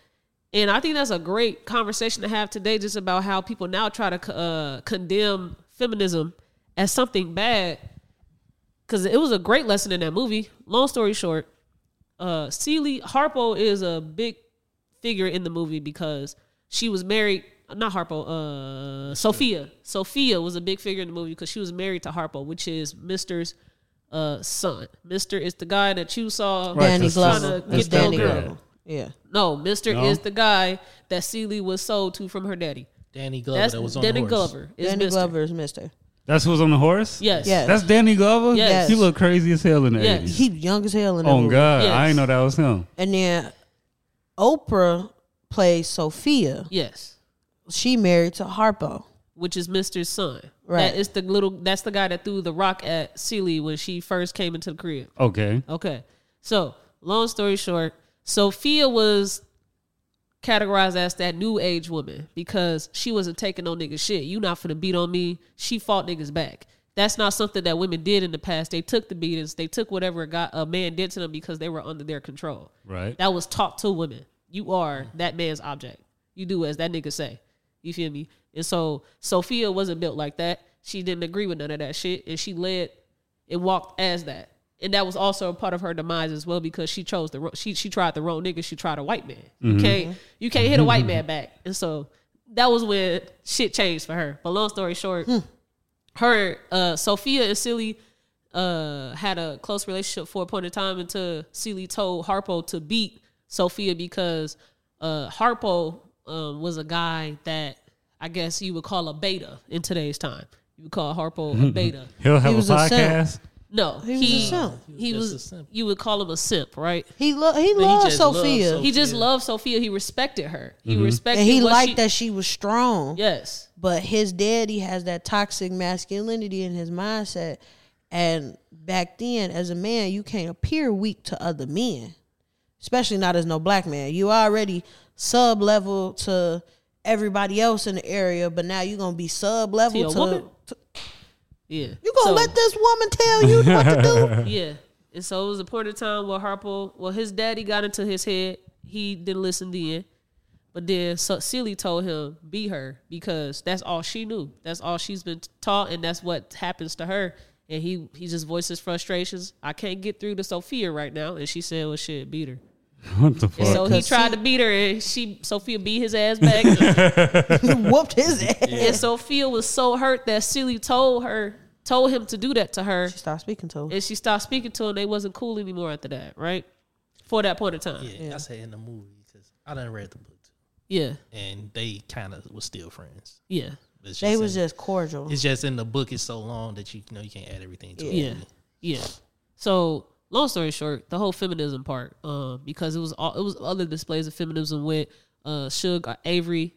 Speaker 1: And I think that's a great conversation to have today, just about how people now try to uh, condemn feminism as something bad. Because it was a great lesson in that movie. Long story short, uh, Celie Harpo is a big figure in the movie because she was married. Not Harpo, uh, Sophia. Sophia was a big figure in the movie because she was married to Harpo, which is Mister's uh, son. Mister is the guy that you saw.
Speaker 2: Right,
Speaker 4: Danny
Speaker 2: that's-
Speaker 4: Glover.
Speaker 1: that's
Speaker 4: It's
Speaker 1: the
Speaker 4: Danny
Speaker 1: girl.
Speaker 4: Glover. Yeah.
Speaker 1: No, Mister
Speaker 2: No?
Speaker 1: is the guy that Celie was sold to from her daddy.
Speaker 3: Danny Glover
Speaker 1: That's
Speaker 3: Oh, that was on
Speaker 1: Danny
Speaker 3: the horse.
Speaker 1: Glover. Is
Speaker 4: Danny
Speaker 1: Mr.
Speaker 4: Glover is mister.
Speaker 2: That's who's on the horse?
Speaker 1: Yes.
Speaker 4: Yeah.
Speaker 2: That's Danny Glover?
Speaker 1: Yes.
Speaker 2: He looked crazy as hell in the
Speaker 1: Yes.
Speaker 2: 80s.
Speaker 4: He young as hell in that
Speaker 2: Oh
Speaker 4: movie.
Speaker 2: God, I
Speaker 1: Yes.
Speaker 2: didn't know that was him.
Speaker 4: And then Oprah plays Sophia.
Speaker 1: Yes.
Speaker 4: she married to Harpo.
Speaker 1: which is Mister's son.
Speaker 4: Right.
Speaker 1: That is the little. That's the guy that threw the rock at Celie when she first came into the crib.
Speaker 2: Okay.
Speaker 1: Okay. So, long story short, Sophia was categorized as that new age woman because she wasn't taking no nigga shit. You not finna beat on me. She fought niggas back. That's not something that women did in the past. They took the beatings. They took whatever a, guy, a man did to them because they were under their control.
Speaker 2: Right.
Speaker 1: That was taught to women. You are that man's object. You do as that nigga say. You feel me? And so Sophia wasn't built like that. She didn't agree with none of that shit, and she led and walked as that. And that was also a part of her demise as well because she chose the wro- she she tried the wrong nigga. She tried a white man. You can't you can't hit a white man back. And so that was when shit changed for her. But long story short, her uh Sophia and Silly uh had a close relationship for a point in time until Silly told Harpo to beat Sophia because uh Harpo um was a guy that I guess you would call a beta in today's time. You would call Harpo a beta.
Speaker 2: He'll have
Speaker 4: He was
Speaker 2: a
Speaker 4: a simp.
Speaker 2: podcast.
Speaker 1: No,
Speaker 4: He was a simp.
Speaker 1: He
Speaker 3: He was
Speaker 1: was,
Speaker 3: just a simp.
Speaker 1: you would call him a simp, right?
Speaker 4: He lo- he
Speaker 3: he
Speaker 4: loved
Speaker 3: just loved
Speaker 4: Sophia,
Speaker 3: Sophia.
Speaker 1: He just loved Sophia. He respected her.
Speaker 3: Mm-hmm.
Speaker 1: He respected
Speaker 4: and he
Speaker 1: what
Speaker 4: liked
Speaker 1: she-
Speaker 4: that she was strong.
Speaker 1: Yes.
Speaker 4: But his daddy has that toxic masculinity in his mindset, and back then, as a man, you can't appear weak to other men, especially not as no black man. You already sub level to everybody else in the area, but now you're gonna be sub
Speaker 1: To your
Speaker 4: level to.
Speaker 1: woman? Yeah.
Speaker 4: you gonna
Speaker 1: So-
Speaker 4: let this woman tell you what to do?
Speaker 1: Yeah. And so it was a point of time where Harpo, well, his daddy got into his head. He didn't listen then. But then so Celie told him, be her, because that's all she knew. That's all she's been taught, and that's what happens to her. And he, he just voices frustrations. I can't get through to Sophia right now. And she said, well, shit, beat her.
Speaker 2: What the
Speaker 1: And
Speaker 2: fuck?
Speaker 1: so he
Speaker 4: Cause
Speaker 1: tried
Speaker 4: she-
Speaker 1: to beat her, and she Sophia beat his ass back.
Speaker 4: Whooped his ass.
Speaker 1: and Sophia was so hurt that Celie told her, told him to do that to her.
Speaker 4: She stopped speaking to him.
Speaker 1: and she stopped speaking to him. They wasn't cool anymore after that, right? For that point of time, yeah.
Speaker 3: Yeah, I said in the movie because I done read the book too,
Speaker 1: yeah,
Speaker 3: and they kind of was still friends.
Speaker 1: yeah,
Speaker 3: But it's
Speaker 4: They
Speaker 3: just
Speaker 4: was
Speaker 3: in-
Speaker 4: just cordial.
Speaker 3: it's just in the book. It's so long that you, you know you can't add everything to it.
Speaker 1: yeah, So long story short, the whole feminism part, um, because it was all it was other displays of feminism with uh Suge uh, Avery,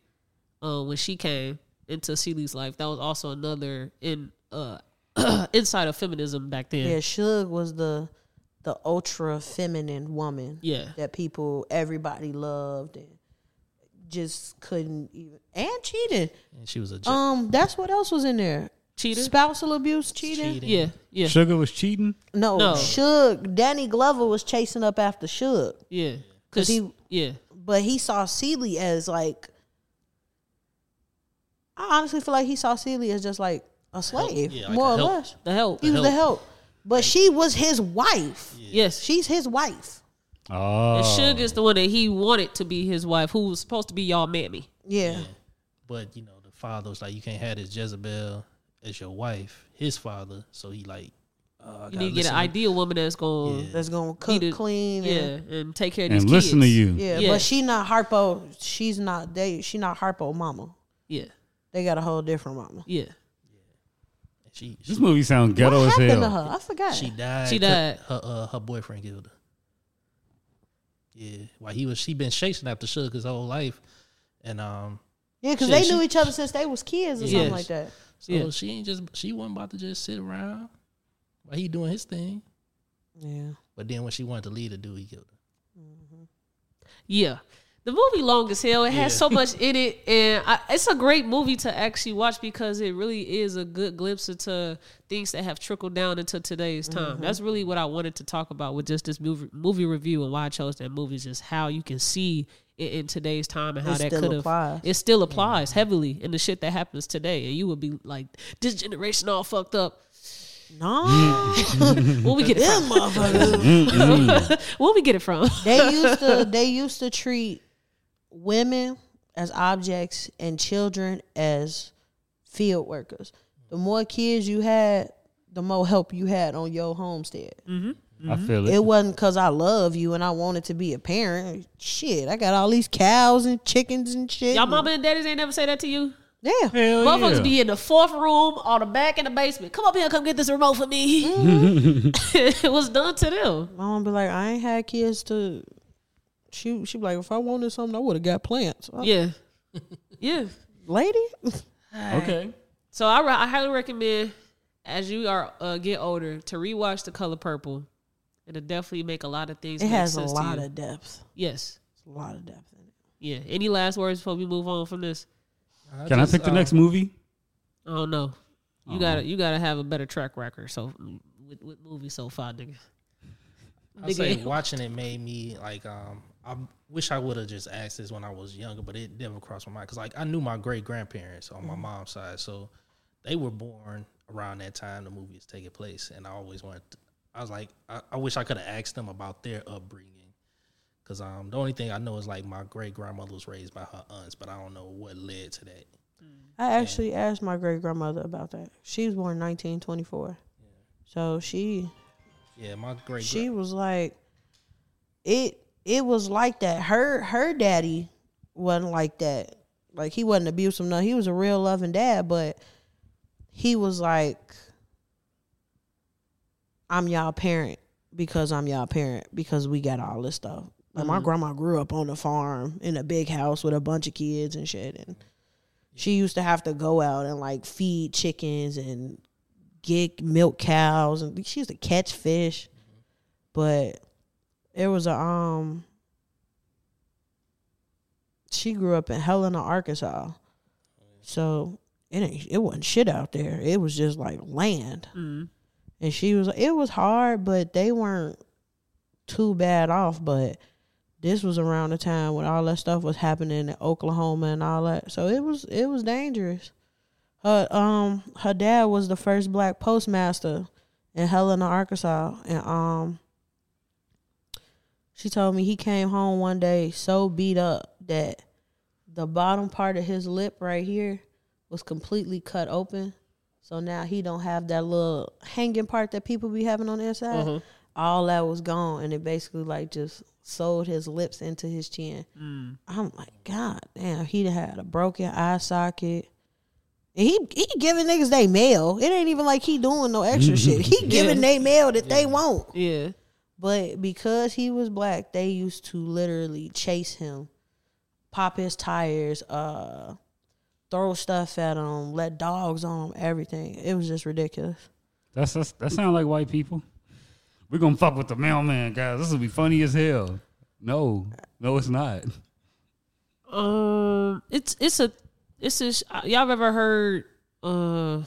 Speaker 1: uh, when she came into Celie's life. That was also another in uh inside of feminism back then.
Speaker 4: Yeah, Suge was the the ultra feminine woman
Speaker 1: Yeah.
Speaker 4: that people everybody loved and just couldn't even and cheating.
Speaker 3: And she was
Speaker 1: Oh,
Speaker 3: a ju-
Speaker 4: Um, that's what else was in there.
Speaker 1: Cheating?
Speaker 4: spousal abuse, cheating.
Speaker 3: cheating.
Speaker 1: yeah, yeah,
Speaker 2: Sugar was cheating.
Speaker 4: No,
Speaker 1: No.
Speaker 4: Suge. Danny Glover was chasing up after Suge,
Speaker 1: yeah.
Speaker 4: 'Cause
Speaker 1: Cause
Speaker 4: he-
Speaker 1: yeah,
Speaker 4: but he saw Celie as like. I honestly feel like he saw Celie as just like a slave,
Speaker 3: yeah, like
Speaker 4: more
Speaker 3: a
Speaker 4: or
Speaker 3: help.
Speaker 4: less.
Speaker 1: the help.
Speaker 4: He was the help, but she was his wife.
Speaker 1: Yes,
Speaker 4: She's his wife.
Speaker 2: Oh,
Speaker 1: And Suge is the one that he wanted to be his wife, who was supposed to be y'all mammy.
Speaker 4: Yeah.
Speaker 3: But you know the father was like, you can't have this Jezebel as your wife. His father, so he like, uh, I
Speaker 1: You need to
Speaker 3: gotta
Speaker 1: get an
Speaker 3: listen-
Speaker 1: ideal woman that's going to
Speaker 4: That's gonna cook
Speaker 1: Needed-
Speaker 4: clean.
Speaker 1: yeah,
Speaker 4: And,
Speaker 1: and take care of these
Speaker 2: and listen
Speaker 1: kids.
Speaker 2: to you.
Speaker 4: yeah.
Speaker 1: Yeah.
Speaker 4: But she not Harpo. She's not they. She not Harpo mama.
Speaker 1: Yeah,
Speaker 4: They got a whole different mama.
Speaker 1: yeah.
Speaker 3: She she,
Speaker 2: This movie sounds ghetto
Speaker 4: what
Speaker 2: as
Speaker 4: happened
Speaker 2: hell.
Speaker 4: to her? I forgot.
Speaker 3: she died.
Speaker 1: She
Speaker 3: 'cause
Speaker 1: died.
Speaker 3: Her uh, her boyfriend killed her. Yeah, while he was she been chasing after Suge his whole life, and um,
Speaker 4: yeah, because
Speaker 3: she-
Speaker 4: they knew
Speaker 3: she-
Speaker 4: each other since they was kids or
Speaker 1: Yes.
Speaker 4: something like that.
Speaker 3: so
Speaker 1: Yeah.
Speaker 3: she ain't just she wasn't about to just sit around while he doing his thing.
Speaker 4: Yeah.
Speaker 3: But then when she wanted to leave the dude, he killed her.
Speaker 1: Yeah. The movie long as hell. It has
Speaker 3: Yeah.
Speaker 1: so much in it, and I, it's a great movie to actually watch because it really is a good glimpse into things that have trickled down into today's time.
Speaker 4: Mm-hmm.
Speaker 1: That's really what I wanted to talk about with just this movie, movie review and why I chose that movie. Is just how you can see it in today's time and how
Speaker 4: It
Speaker 1: that
Speaker 4: still
Speaker 1: could have.
Speaker 4: applies.
Speaker 1: It still applies heavily in the shit that happens today, and you would be like, "This generation all fucked up."
Speaker 4: No,
Speaker 1: Where we get it
Speaker 4: them
Speaker 1: from?
Speaker 4: motherfuckers.
Speaker 1: Where we get it from?
Speaker 4: they used to. They used to treat women as objects and children as field workers. The more kids you had, the more help you had on your homestead.
Speaker 2: I feel it.
Speaker 4: It wasn't because I love you and I wanted to be a parent. Shit, I got all these cows and chickens and shit.
Speaker 1: Y'all mama and daddies ain't never say that to you.
Speaker 4: Yeah.
Speaker 2: Hell
Speaker 1: Oh, Motherfuckers
Speaker 2: yeah.
Speaker 1: be in the fourth room on the back in the basement. Come up here, come get this remote for me. it was done to them.
Speaker 4: My mom be like, I ain't had kids to. She she be like, if I wanted something, I would have got plants. I-
Speaker 1: Yeah. Yeah.
Speaker 4: lady.
Speaker 2: Okay.
Speaker 1: So I, ri- I highly recommend as you are uh, get older to rewatch The Color Purple. It'll definitely make a lot of things.
Speaker 4: It
Speaker 1: make
Speaker 4: has a
Speaker 1: sense to
Speaker 4: lot
Speaker 1: you.
Speaker 4: of depth.
Speaker 1: yes,
Speaker 4: It's a lot of depth in it.
Speaker 1: yeah. Any last words before we move on from this?
Speaker 2: Can I pick
Speaker 3: uh,
Speaker 2: the next movie?
Speaker 1: I don't know. You gotta you gotta have a better track record. So with, with movies so far, nigga.
Speaker 3: I say
Speaker 1: Nigga.
Speaker 3: watching it made me like um I wish I would have just asked this when I was younger, but it never crossed my mind because like I knew my great grandparents on my mom's side, so they were born around that time the movie is taking place, and I always wanted. To, I was like, I, I wish I could have asked them about their upbringing, because um the only thing I know is like my great grandmother was raised by her aunts, but I don't know what led to that.
Speaker 4: I actually asked my great grandmother about that. She was born 1924. So she
Speaker 3: Yeah, my great
Speaker 4: she was like it it was like that. Her her daddy wasn't like that. Like he wasn't abusive no. He was a real loving dad, but he was like I'm y'all parent because I'm y'all parent because we got all this stuff. Like my grandma grew up on a farm in a big house with a bunch of kids and shit and she used to have to go out and like feed chickens and get milk cows and she used to catch fish but it was a um she grew up in helena arkansas so it ain't it wasn't shit out there it was just like land
Speaker 1: Mm.
Speaker 4: and she was it was hard but they weren't too bad off but this was around the time when all that stuff was happening in oklahoma and all that so it was it was dangerous her um her dad was the first black postmaster in helena arkansas and um she told me he came home one day so beat up that the bottom part of his lip right here was completely cut open so now he don't have that little hanging part that people be having on the inside. All that was gone, and it basically like just sewed his lips into his chin. I'm like, God damn, he done had a broken eye socket. And he he giving niggas they mail. It ain't even like he doing no extra shit. He giving they mail that they want.
Speaker 1: Yeah.
Speaker 4: But because he was black, they used to literally chase him, pop his tires, uh, throw stuff at him, let dogs on him, everything. It was just ridiculous.
Speaker 2: That's, that's that sound like white people. We're gonna fuck with the mailman, guys. This will be funny as hell. No, no, it's not.
Speaker 1: Um, it's it's a it's a sh- uh, y'all ever heard uh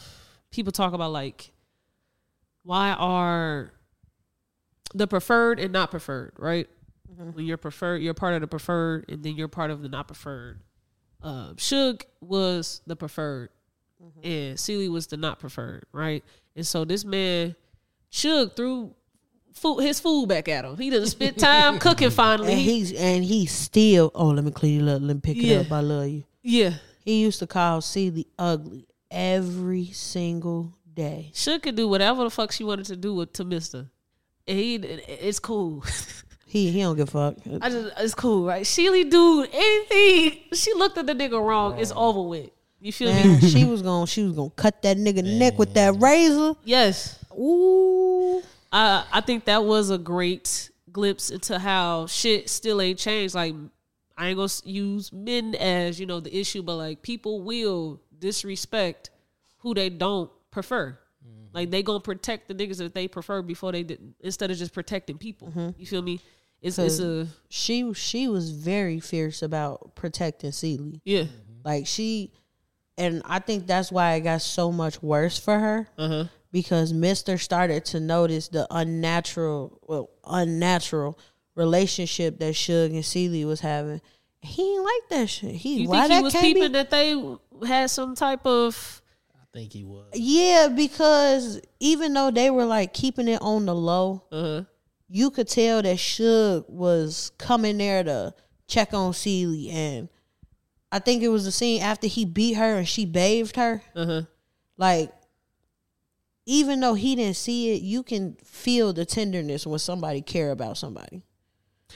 Speaker 1: people talk about like why are the preferred and not preferred right
Speaker 4: Mm-hmm.
Speaker 1: when you're preferred you're part of the preferred and then you're part of the not preferred. Um, Suge was the preferred
Speaker 4: Mm-hmm.
Speaker 1: and Seeley was the not preferred right and so this man Suge threw food his food back at him. He didn't spend time cooking finally.
Speaker 4: And he's and he still oh let me clean it up, let me pick it
Speaker 1: Yeah.
Speaker 4: up. I love you.
Speaker 1: yeah.
Speaker 4: He used to call Celie ugly every single day.
Speaker 1: Should could do whatever the fuck she wanted to do with to Mister. And he, it's cool.
Speaker 4: He he don't give a fuck.
Speaker 1: I just, it's cool, right? Sheely, dude, anything she looked at the nigga wrong, it's over with. You feel me?
Speaker 4: Man, she was gonna she was gonna cut that nigga neck with that razor.
Speaker 1: Yes,
Speaker 4: Ooh.
Speaker 1: I, I think that was a great glimpse into how shit still ain't changed. Like, I ain't gonna s- use men as you know the issue, but like people will disrespect who they don't prefer.
Speaker 4: Mm-hmm.
Speaker 1: Like they gonna protect the niggas that they prefer before they did, instead of just protecting people.
Speaker 4: Mm-hmm.
Speaker 1: You feel me? It's it's a
Speaker 4: She she was very fierce about protecting Celie.
Speaker 1: yeah.
Speaker 4: Mm-hmm. Like she, and I think that's why it got so much worse for her
Speaker 1: Uh-huh.
Speaker 4: because Mister started to notice the unnatural, well, unnatural relationship that Suge and Celie was having. He ain't like that shit. He
Speaker 1: You
Speaker 4: why
Speaker 1: think he
Speaker 4: that
Speaker 1: was
Speaker 4: can't
Speaker 1: peeping
Speaker 4: be?
Speaker 1: that they had some type of
Speaker 3: I think he was.
Speaker 4: yeah, because even though they were like keeping it on the low,
Speaker 1: uh
Speaker 4: you could tell that Suge was coming there to check on Celie and. I think it was the scene after he beat her and she bathed her.
Speaker 1: uh huh
Speaker 4: like even though he didn't see it you can feel the tenderness when somebody care about somebody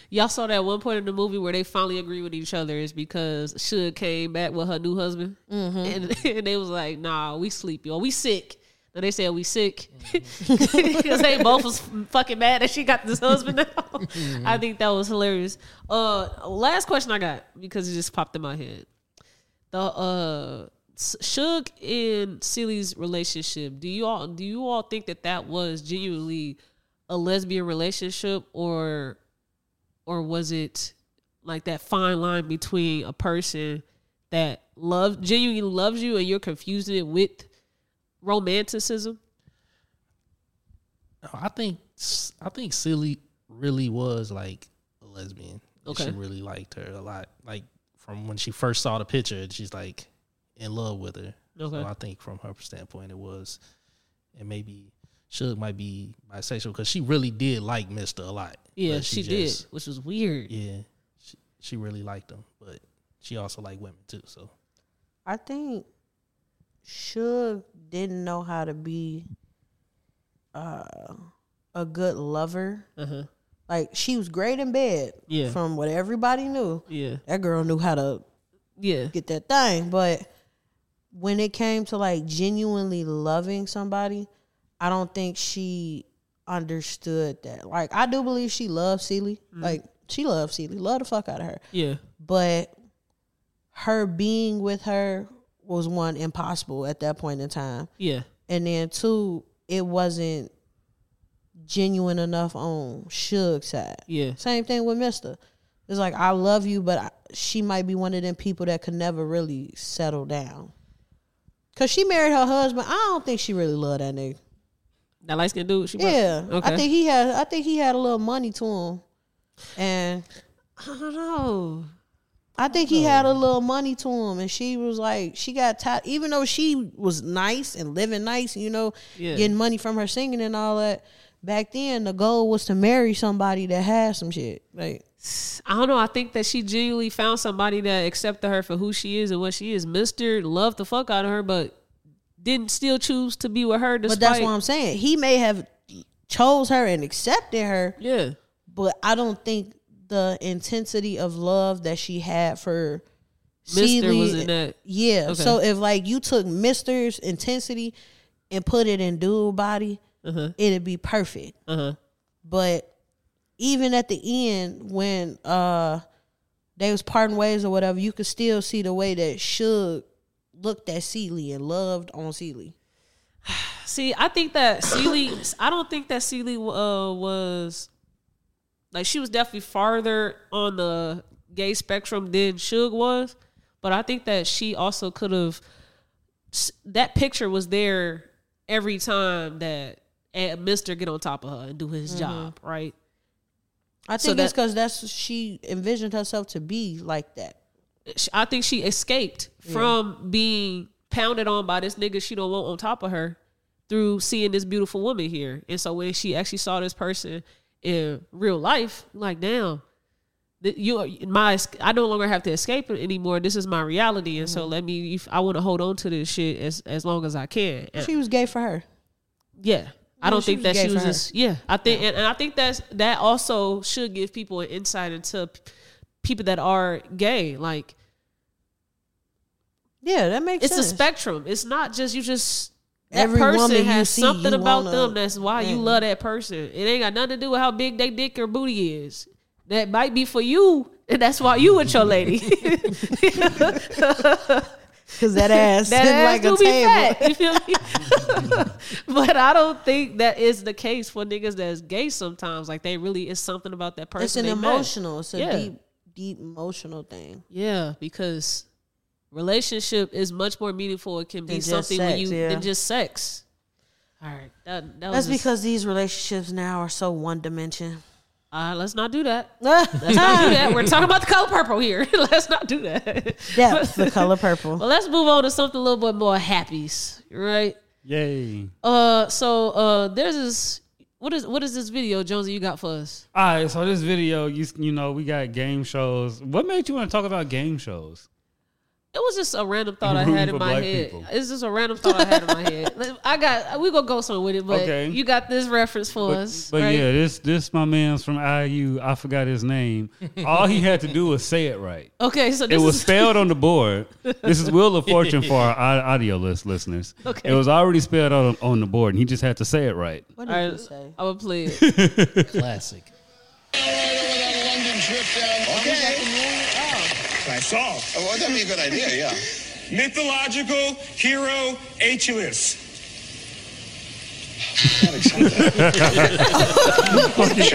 Speaker 1: y'all saw that one point in the movie where they finally agree with each other is because Suge came back with her new husband and, and they was like nah we sleepy or we sick and they said we sick because they both was fucking mad that she got this husband now I think that was hilarious uh last question I got because it just popped in my head the uh Suge and Celie's relationship. Do you all do you all think that that was genuinely a lesbian relationship or or was it like that fine line between a person that love genuinely loves you and you're confusing it with romanticism?
Speaker 3: No, I think I think Silly really was like a lesbian. And
Speaker 1: Okay.
Speaker 3: She really liked her a lot. Like from when she first saw the picture, and she's like in love with her.
Speaker 1: Okay.
Speaker 3: So I think from her standpoint, it was, and maybe Suge might be bisexual because she really did like Mister a lot.
Speaker 1: Yeah,
Speaker 3: But
Speaker 1: she, did,
Speaker 3: just-
Speaker 1: which was weird.
Speaker 3: Yeah, she, she really liked him, but she also liked women too. So
Speaker 4: I think Suge didn't know how to be uh, a good lover.
Speaker 1: Uh-huh.
Speaker 4: Like she was great in bed.
Speaker 1: Yeah.
Speaker 4: From what everybody knew,
Speaker 1: Yeah.
Speaker 4: that girl knew how to
Speaker 1: Yeah.
Speaker 4: get that thing. But when it came to like genuinely loving somebody, I don't think she understood that. Like I do believe she loved Celie. Like she loved Celie. Love the fuck out of her.
Speaker 1: Yeah.
Speaker 4: But her being with her was one impossible at that point in time.
Speaker 1: Yeah.
Speaker 4: And then two, it wasn't genuine enough on Suge's side.
Speaker 1: Yeah.
Speaker 4: Same thing with Mister. It's like I love you, but I, she might be one of them people that could never really settle down. Cause she married her husband. I don't think she really loved that nigga.
Speaker 1: That light skinned dude. She brought-
Speaker 4: Yeah,
Speaker 1: Okay.
Speaker 4: I think he had. I think he had a little money to him, and
Speaker 1: I don't know.
Speaker 4: I think he had a little money to him, and she was like, she got tired. Even though she was nice and living nice, you know,
Speaker 1: Yeah.
Speaker 4: getting money from her singing and all that. Back then, the goal was to marry somebody that had some shit. Like,
Speaker 1: I don't know. I think that she genuinely found somebody that accepted her for who she is and what she is. Mister loved the fuck out of her, but didn't still choose to be with her. Despite,
Speaker 4: but that's what I'm saying. He may have chose her and accepted her,
Speaker 1: Yeah.
Speaker 4: but I don't think the intensity of love that she had for
Speaker 1: Mister was
Speaker 4: Celie-
Speaker 1: in that.
Speaker 4: Yeah.
Speaker 1: Okay.
Speaker 4: So if like you took Mister's intensity and put it in dude body,
Speaker 1: Uh-huh.
Speaker 4: it'd be perfect.
Speaker 1: Uh huh.
Speaker 4: But even at the end, when uh they was parting ways or whatever, you could still see the way that Suge looked at Seeley and loved on Seeley.
Speaker 1: See, I think that Seeley, I don't think that Seeley uh, was like she was definitely farther on the gay spectrum than Suge was, but I think that she also could have. That picture was there every time that eh, Mister get on top of her and do his job, right?
Speaker 4: I
Speaker 1: So
Speaker 4: think it's
Speaker 1: that-
Speaker 4: because that's she envisioned herself to be like that.
Speaker 1: sh- I think she escaped from being pounded on by this nigga she don't want on top of her through seeing this beautiful woman here. And so when she actually saw this person in real life, like damn, th- you are- my es- I no longer have to escape it anymore. This is my reality, and
Speaker 4: Mm-hmm.
Speaker 1: so let me. If I want to hold on to this shit as as long as I can. And-
Speaker 4: She was gay for her.
Speaker 1: yeah. I
Speaker 4: Yeah,
Speaker 1: don't
Speaker 4: she
Speaker 1: think
Speaker 4: was
Speaker 1: that
Speaker 4: gay
Speaker 1: she was
Speaker 4: for her.
Speaker 1: just yeah. I think And, and I think that's that also should give people an insight into p- people that are gay. Like
Speaker 4: Yeah, that makes
Speaker 1: it's
Speaker 4: sense.
Speaker 1: a spectrum. It's not just you just that
Speaker 4: Every woman
Speaker 1: person
Speaker 4: you
Speaker 1: has
Speaker 4: see,
Speaker 1: something
Speaker 4: you
Speaker 1: about
Speaker 4: wanna-
Speaker 1: them that's why you
Speaker 4: Yeah.
Speaker 1: love that person. It ain't got nothing to do with how big they dick or booty is. That might be for you, and that's why you with your lady.
Speaker 4: Cause that ass
Speaker 1: that
Speaker 4: is
Speaker 1: ass
Speaker 4: like
Speaker 1: do
Speaker 4: a
Speaker 1: be
Speaker 4: table.
Speaker 1: fat. You feel me? but I don't think that is the case for niggas that's gay. Sometimes, like they really it's something about that person.
Speaker 4: It's an
Speaker 1: they met.
Speaker 4: emotional. It's a
Speaker 1: Yeah.
Speaker 4: deep, deep emotional thing.
Speaker 1: Yeah, because relationship is much more meaningful. It can be
Speaker 4: Than just
Speaker 1: something when
Speaker 4: sex,
Speaker 1: you
Speaker 4: yeah.
Speaker 1: than just sex. All right, that, that was
Speaker 4: That's
Speaker 1: just-
Speaker 4: because these relationships now are so one dimension.
Speaker 1: Uh, let's not do that. Let's not do
Speaker 4: Depth,
Speaker 1: that. We're talking about the color purple here. let's not do that.
Speaker 4: the color purple.
Speaker 1: well, let's move on to something a little bit more happies, right?
Speaker 2: Yay.
Speaker 1: Uh, so uh, there's this. What is what is this video, Jonesy? You got for us?
Speaker 2: All right, so this video, you you know, we got game shows. What made you want to talk about game shows?
Speaker 1: It was just a random thought I
Speaker 2: Room
Speaker 1: had in
Speaker 2: for
Speaker 1: my
Speaker 2: black
Speaker 1: head.
Speaker 2: people.
Speaker 1: It's just a random thought I had in my head. I got we gonna go somewhere with it, but
Speaker 2: Okay.
Speaker 1: you got this reference for us,
Speaker 2: But, but
Speaker 1: right?
Speaker 2: yeah, this this my man's from IU. I forgot his name. All he had to do was say it right.
Speaker 1: Okay, so
Speaker 2: It
Speaker 1: this
Speaker 2: was
Speaker 1: is
Speaker 2: spelled on the board. This is Wheel of Fortune for our au- audio list listeners.
Speaker 1: Okay.
Speaker 2: It was already spelled out on, on the board, and he just had to say it right.
Speaker 4: What
Speaker 1: All
Speaker 4: did
Speaker 1: right,
Speaker 4: you say?
Speaker 1: I'm gonna play it.
Speaker 3: classic.
Speaker 5: Okay.
Speaker 6: I saw.
Speaker 5: Oh, well, that'd be a good idea, yeah. mythological hero Aeschylus.
Speaker 2: Achilles.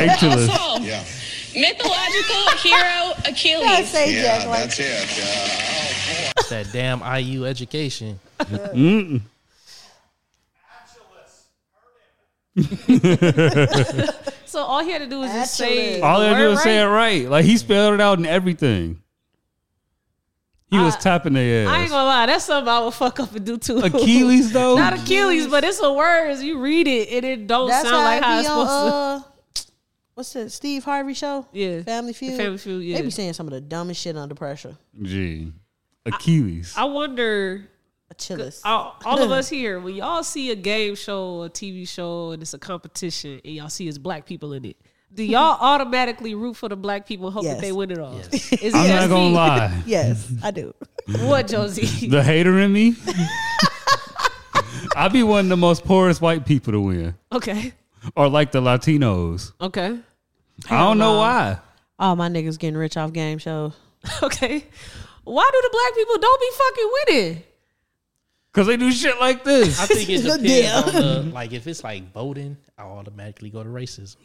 Speaker 6: Asshole.
Speaker 5: Yeah.
Speaker 6: Mythological hero
Speaker 4: I
Speaker 6: Achilles.
Speaker 4: say
Speaker 5: Yeah,
Speaker 4: Jack like
Speaker 5: that's it. Uh,
Speaker 3: That damn IU education.
Speaker 1: So all he had to do was just say
Speaker 4: Actually.
Speaker 2: All
Speaker 1: the
Speaker 2: I do
Speaker 1: word
Speaker 2: is say it right. Like he spelled it out and everything. He was
Speaker 4: Uh,
Speaker 2: tapping their
Speaker 1: I ain't
Speaker 2: ass.
Speaker 1: gonna lie, that's something I would fuck up and do too.
Speaker 2: Achilles though.
Speaker 1: Not Achilles, but it's a word. As you read it, and it don't
Speaker 4: that's
Speaker 1: sound
Speaker 4: how,
Speaker 1: like how
Speaker 4: it
Speaker 1: it's
Speaker 4: be
Speaker 1: supposed to.
Speaker 4: on, uh, what's that? Steve Harvey show?
Speaker 1: Yeah.
Speaker 4: Family Feud.
Speaker 1: Family Feud, yeah.
Speaker 4: They be saying some of the dumbest shit under pressure.
Speaker 2: Gee, Achilles.
Speaker 1: I wonder,
Speaker 4: Achilles.
Speaker 1: all, all of us here, when y'all see a game show or a TV show and it's a competition and y'all see it's black people in it, do y'all automatically root for the black people and hope that
Speaker 4: Yes.
Speaker 1: they win it all?
Speaker 3: Yes.
Speaker 1: Is
Speaker 2: I'm
Speaker 1: it
Speaker 2: not
Speaker 1: just
Speaker 2: gonna
Speaker 1: me?
Speaker 2: lie.
Speaker 4: Yes, I do.
Speaker 1: What, Josie?
Speaker 2: The hater in me. I be one of the most poorest white people to win,
Speaker 1: okay.
Speaker 2: or like the Latinos.
Speaker 1: Okay.
Speaker 2: I don't know why.
Speaker 4: All my niggas getting rich off game shows.
Speaker 1: Okay. Why do the black people don't be fucking winning?
Speaker 2: Cause they do shit like this.
Speaker 3: I think it
Speaker 4: Good
Speaker 3: depends
Speaker 4: deal.
Speaker 3: on the like if it's like voting, I automatically go to racism.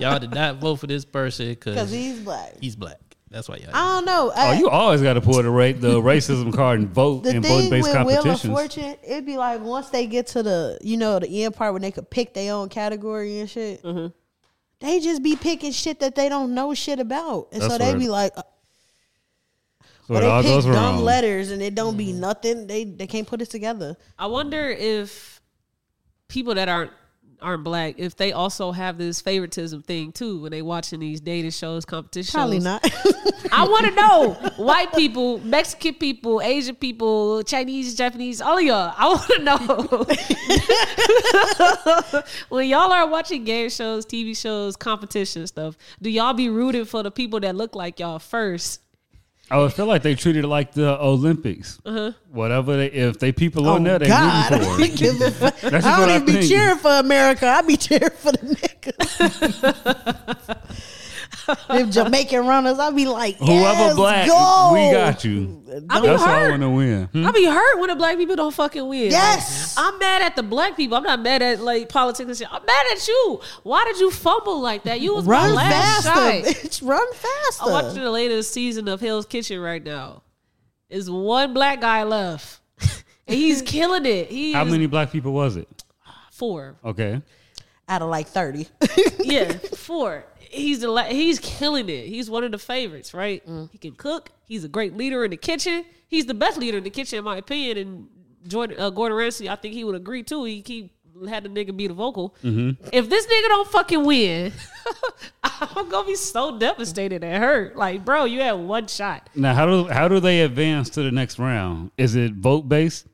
Speaker 3: y'all did not vote for this person
Speaker 4: Because
Speaker 3: because
Speaker 4: he's Ah. black.
Speaker 3: he's black. That's why y'all.
Speaker 4: I don't know.
Speaker 2: Oh,
Speaker 4: I-
Speaker 2: you always got to pull the ra- the racism card and vote
Speaker 4: the
Speaker 2: in vote
Speaker 4: thing
Speaker 2: based
Speaker 4: with Wheel of
Speaker 2: competitions.
Speaker 4: Fortune, it'd be like once they get to the you know the end part when they could pick their own category and shit, they just be picking shit that they don't know shit about, and
Speaker 2: That's
Speaker 4: so they
Speaker 2: what-
Speaker 4: be like, uh,
Speaker 2: So
Speaker 4: or
Speaker 2: it all
Speaker 4: they
Speaker 2: goes
Speaker 4: pick dumb
Speaker 2: wrong.
Speaker 4: letters and it don't be nothing. They they can't put it together.
Speaker 1: I wonder if people that aren't aren't black if they also have this favoritism thing too when they watching these dating shows competition
Speaker 4: Probably
Speaker 1: shows.
Speaker 4: not.
Speaker 1: I want to know white people, Mexican people, Asian people, Chinese, Japanese, all of y'all. I want to know when y'all are watching game shows, TV shows, competition stuff. Do y'all be rooting for the people that look like y'all first?
Speaker 2: I would feel like they treated it like the Olympics.
Speaker 1: Uh-huh.
Speaker 2: Whatever, they, if they people on there, they
Speaker 4: Oh, God, I
Speaker 2: Oh, rooting for it.
Speaker 4: don't give a fuck.
Speaker 2: That's just
Speaker 4: I
Speaker 2: what
Speaker 4: don't
Speaker 2: I
Speaker 4: even be
Speaker 2: think.
Speaker 4: cheering for America. I be cheering for the niggas. Them Jamaican runners, I be like,
Speaker 2: Whoever
Speaker 4: yes,
Speaker 2: black,
Speaker 4: go.
Speaker 2: we got you.
Speaker 1: I be
Speaker 2: That's how I
Speaker 1: hurt.
Speaker 2: want to win. Hmm?
Speaker 1: I be hurt when the black people don't fucking win.
Speaker 4: Mm-hmm. Yes.
Speaker 1: Like, I'm mad at the black people. I'm not mad at like politics and shit. I'm mad at you. Why did you fumble like that? You was my
Speaker 4: Run
Speaker 1: last
Speaker 4: faster,
Speaker 1: shot.
Speaker 4: bitch. Run faster.
Speaker 1: I'm watching the latest season of Hell's Kitchen right now. Is one black guy left. and he's killing it. He
Speaker 2: How
Speaker 1: is
Speaker 2: many black people was it?
Speaker 1: four.
Speaker 2: Okay,
Speaker 4: Out of like 30.
Speaker 1: Yeah, four. He's the la- he's killing it. He's one of the favorites, right?
Speaker 4: Mm.
Speaker 1: He can cook. He's a great leader in the kitchen. He's the best leader in the kitchen, in my opinion. And Jordan uh, Gordon Ramsay, I think he would agree too. He, he had the nigga be the vocal.
Speaker 4: Mm-hmm.
Speaker 1: If this nigga don't fucking win, I'm gonna be so devastated and hurt. Like, bro, you had one shot.
Speaker 2: now how do how do they advance to the next round? Is it vote based?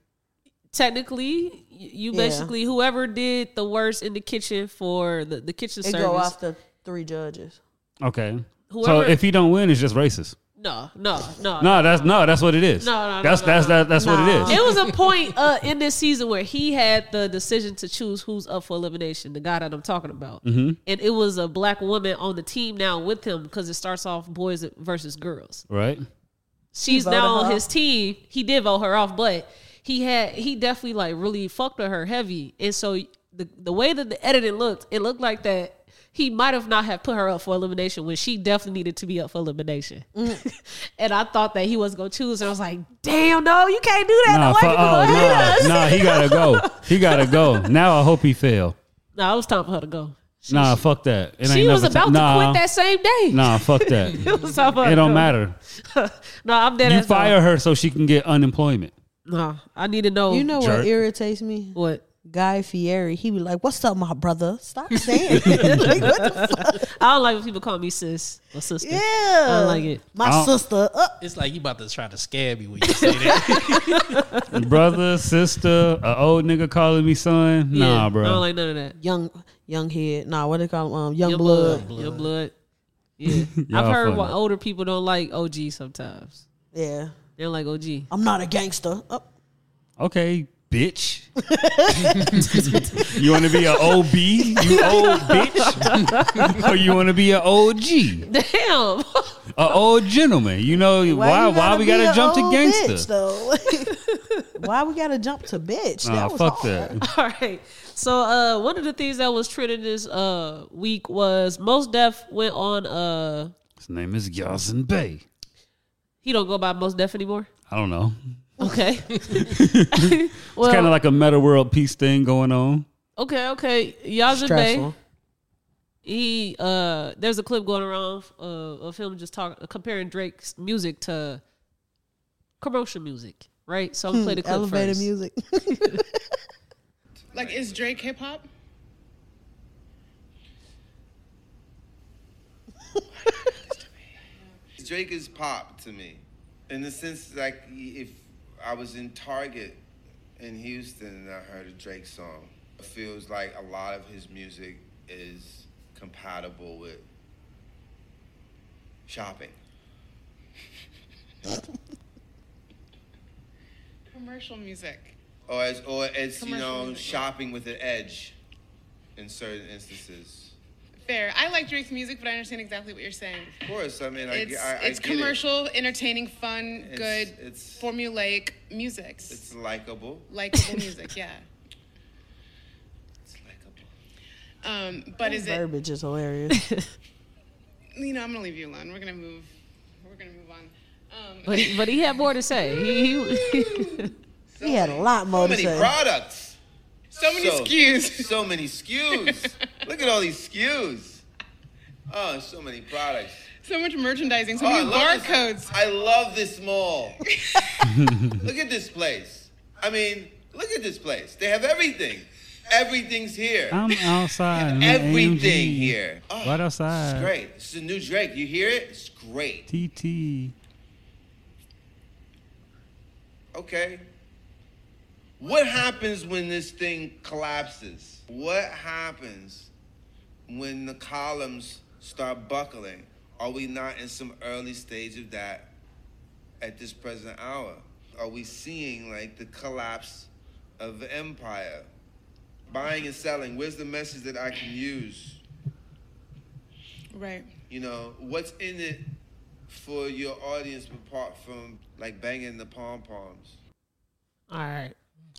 Speaker 1: Technically, y- you
Speaker 4: Yeah.
Speaker 1: basically whoever did the worst in the kitchen for the, the kitchen
Speaker 4: It
Speaker 1: service.
Speaker 4: go off the three judges.
Speaker 2: Okay, so
Speaker 1: Whoever-
Speaker 2: if he don't win, it's just racist.
Speaker 1: no, no, no,
Speaker 2: No, that's no, that's what it is.
Speaker 1: No, no, no,
Speaker 2: that's
Speaker 1: no,
Speaker 2: that's
Speaker 1: no.
Speaker 2: That, that's what it is.
Speaker 1: It was a point uh, in this season where he had the decision to choose who's up for elimination, the guy that I'm talking about. And it was a black woman on the team now with him because it starts off boys versus girls.
Speaker 2: right?
Speaker 1: She's
Speaker 4: voted
Speaker 1: now
Speaker 4: her
Speaker 1: on
Speaker 4: off.
Speaker 1: his team. He did vote her off, but he had he definitely like really fucked with her heavy. And so the the way that the editing looked, it looked like that he might have not have put her up for elimination when she definitely needed to be up for elimination.
Speaker 4: Mm.
Speaker 1: and I thought that he was gonna choose, and I was like, damn, no, you can't do that.
Speaker 2: Nah,
Speaker 1: the white
Speaker 2: fu-
Speaker 1: people
Speaker 2: oh,
Speaker 1: gonna hate us.
Speaker 2: nah, nah, he gotta go. He gotta go. Now I hope he fail.
Speaker 1: No, it was time for her to go.
Speaker 2: Nah, fuck that. It
Speaker 1: She
Speaker 2: ain't
Speaker 1: was
Speaker 2: never
Speaker 1: about
Speaker 2: time.
Speaker 1: to
Speaker 2: Nah,
Speaker 1: quit that same day.
Speaker 2: Nah, fuck that.
Speaker 1: It was time for her
Speaker 2: It
Speaker 1: to
Speaker 2: don't
Speaker 1: go.
Speaker 2: matter.
Speaker 1: no, I'm dead.
Speaker 2: You
Speaker 1: ass on.
Speaker 2: fire her so she can get unemployment.
Speaker 1: No, I need to know.
Speaker 4: You know
Speaker 2: jerk.
Speaker 4: what irritates me?
Speaker 1: what?
Speaker 4: Guy Fieri, he be like, "What's up, my brother? Stop saying, it. like, what the fuck?
Speaker 1: I don't like when people call me sis or sister.
Speaker 4: Yeah,
Speaker 1: I don't like it.
Speaker 4: My
Speaker 2: I don't-
Speaker 4: sister, uh,
Speaker 3: It's like you about to try to scab me when you say that.
Speaker 2: Brother, sister, a old nigga calling me son. Nah,
Speaker 1: Yeah,
Speaker 2: bro.
Speaker 1: I don't like none of that.
Speaker 4: young, young head. Nah, what they call 'em? um, young,
Speaker 1: Your
Speaker 4: blood.
Speaker 1: blood, your blood. Yeah,
Speaker 2: Y'all
Speaker 1: I've heard
Speaker 2: funny.
Speaker 1: why older people don't like OG sometimes.
Speaker 4: Yeah,
Speaker 1: They don't like OG.
Speaker 4: I'm not a gangster. Uh,
Speaker 2: Okay, bitch. you want to be an OB? You old bitch? or you want to be an OG?
Speaker 1: Damn,
Speaker 2: an old gentleman. You know why? Why,
Speaker 4: you gotta
Speaker 2: we
Speaker 4: be
Speaker 2: gotta
Speaker 4: a
Speaker 2: jump to
Speaker 4: old
Speaker 2: gangster?
Speaker 4: bitch, though? why we gotta jump to bitch?
Speaker 2: Nah,
Speaker 4: that was
Speaker 2: fuck
Speaker 4: hard.
Speaker 2: that.
Speaker 1: All right. So uh, one of the things that was trending this uh, week was most Def went on. Uh,
Speaker 2: His name is Yasin Bey.
Speaker 1: he don't go by most Def anymore.
Speaker 2: I don't know.
Speaker 1: Okay.
Speaker 2: It's
Speaker 1: well,
Speaker 2: kind of like a meta world peace thing going on.
Speaker 1: okay, okay. Yazid Bey,
Speaker 4: Stressful.
Speaker 1: he uh, there's a clip going around uh, of him just talking comparing Drake's music to commercial music, right? So I'm gonna play the clip
Speaker 4: Hmm, Elevator
Speaker 1: first.
Speaker 4: music.
Speaker 7: Like, is Drake hip hop?
Speaker 8: Drake is pop to me, in the sense like if I was in Target in Houston and I heard a Drake song, it feels like a lot of his music is compatible with shopping.
Speaker 7: Commercial music.
Speaker 8: Or it's, or it's you
Speaker 7: Commercial
Speaker 8: know
Speaker 7: music.
Speaker 8: shopping with an edge, in certain instances.
Speaker 7: Fair. I like Drake's music, but I understand exactly what you're saying.
Speaker 8: Of course, I mean I,
Speaker 7: It's,
Speaker 8: get- I, I
Speaker 7: it's
Speaker 8: get it.
Speaker 7: commercial, entertaining, fun,
Speaker 8: It's-
Speaker 7: good,
Speaker 8: it's-
Speaker 7: formulaic music.
Speaker 8: It's likable.
Speaker 7: Likeable music, yeah.
Speaker 8: It's likable.
Speaker 7: Um, but is it,
Speaker 4: Verbiage is hilarious.
Speaker 7: you know, I'm going to leave you alone. We're going to move. We're going to move on. Um,
Speaker 1: But he, but he had more to say. He, he
Speaker 4: he had a lot more
Speaker 8: So
Speaker 4: to
Speaker 8: many
Speaker 4: say.
Speaker 8: products.
Speaker 7: so many SKUs.
Speaker 8: So many SKUs. Look at all these SKUs. Oh, so many products.
Speaker 7: so much merchandising. So
Speaker 8: Oh, I
Speaker 7: many
Speaker 8: love this-
Speaker 7: barcodes.
Speaker 8: I love this mall. look at this place. I mean, look at this place. They have everything. Everything's here.
Speaker 2: I'm outside. man.
Speaker 8: Everything
Speaker 2: AMG.
Speaker 8: here. Oh,
Speaker 2: Right
Speaker 8: It's
Speaker 2: outside.
Speaker 8: great. It's the new Drake. You hear it? It's great.
Speaker 2: TT.
Speaker 8: Okay. What happens when this thing collapses? What happens when the columns start buckling? Are we not in some early stage of that at this present hour? Are we seeing like the collapse of the empire? Buying and selling, where's the message that I can use?
Speaker 7: Right.
Speaker 8: You know, what's in it for your audience apart from like banging the pom poms?
Speaker 1: all right.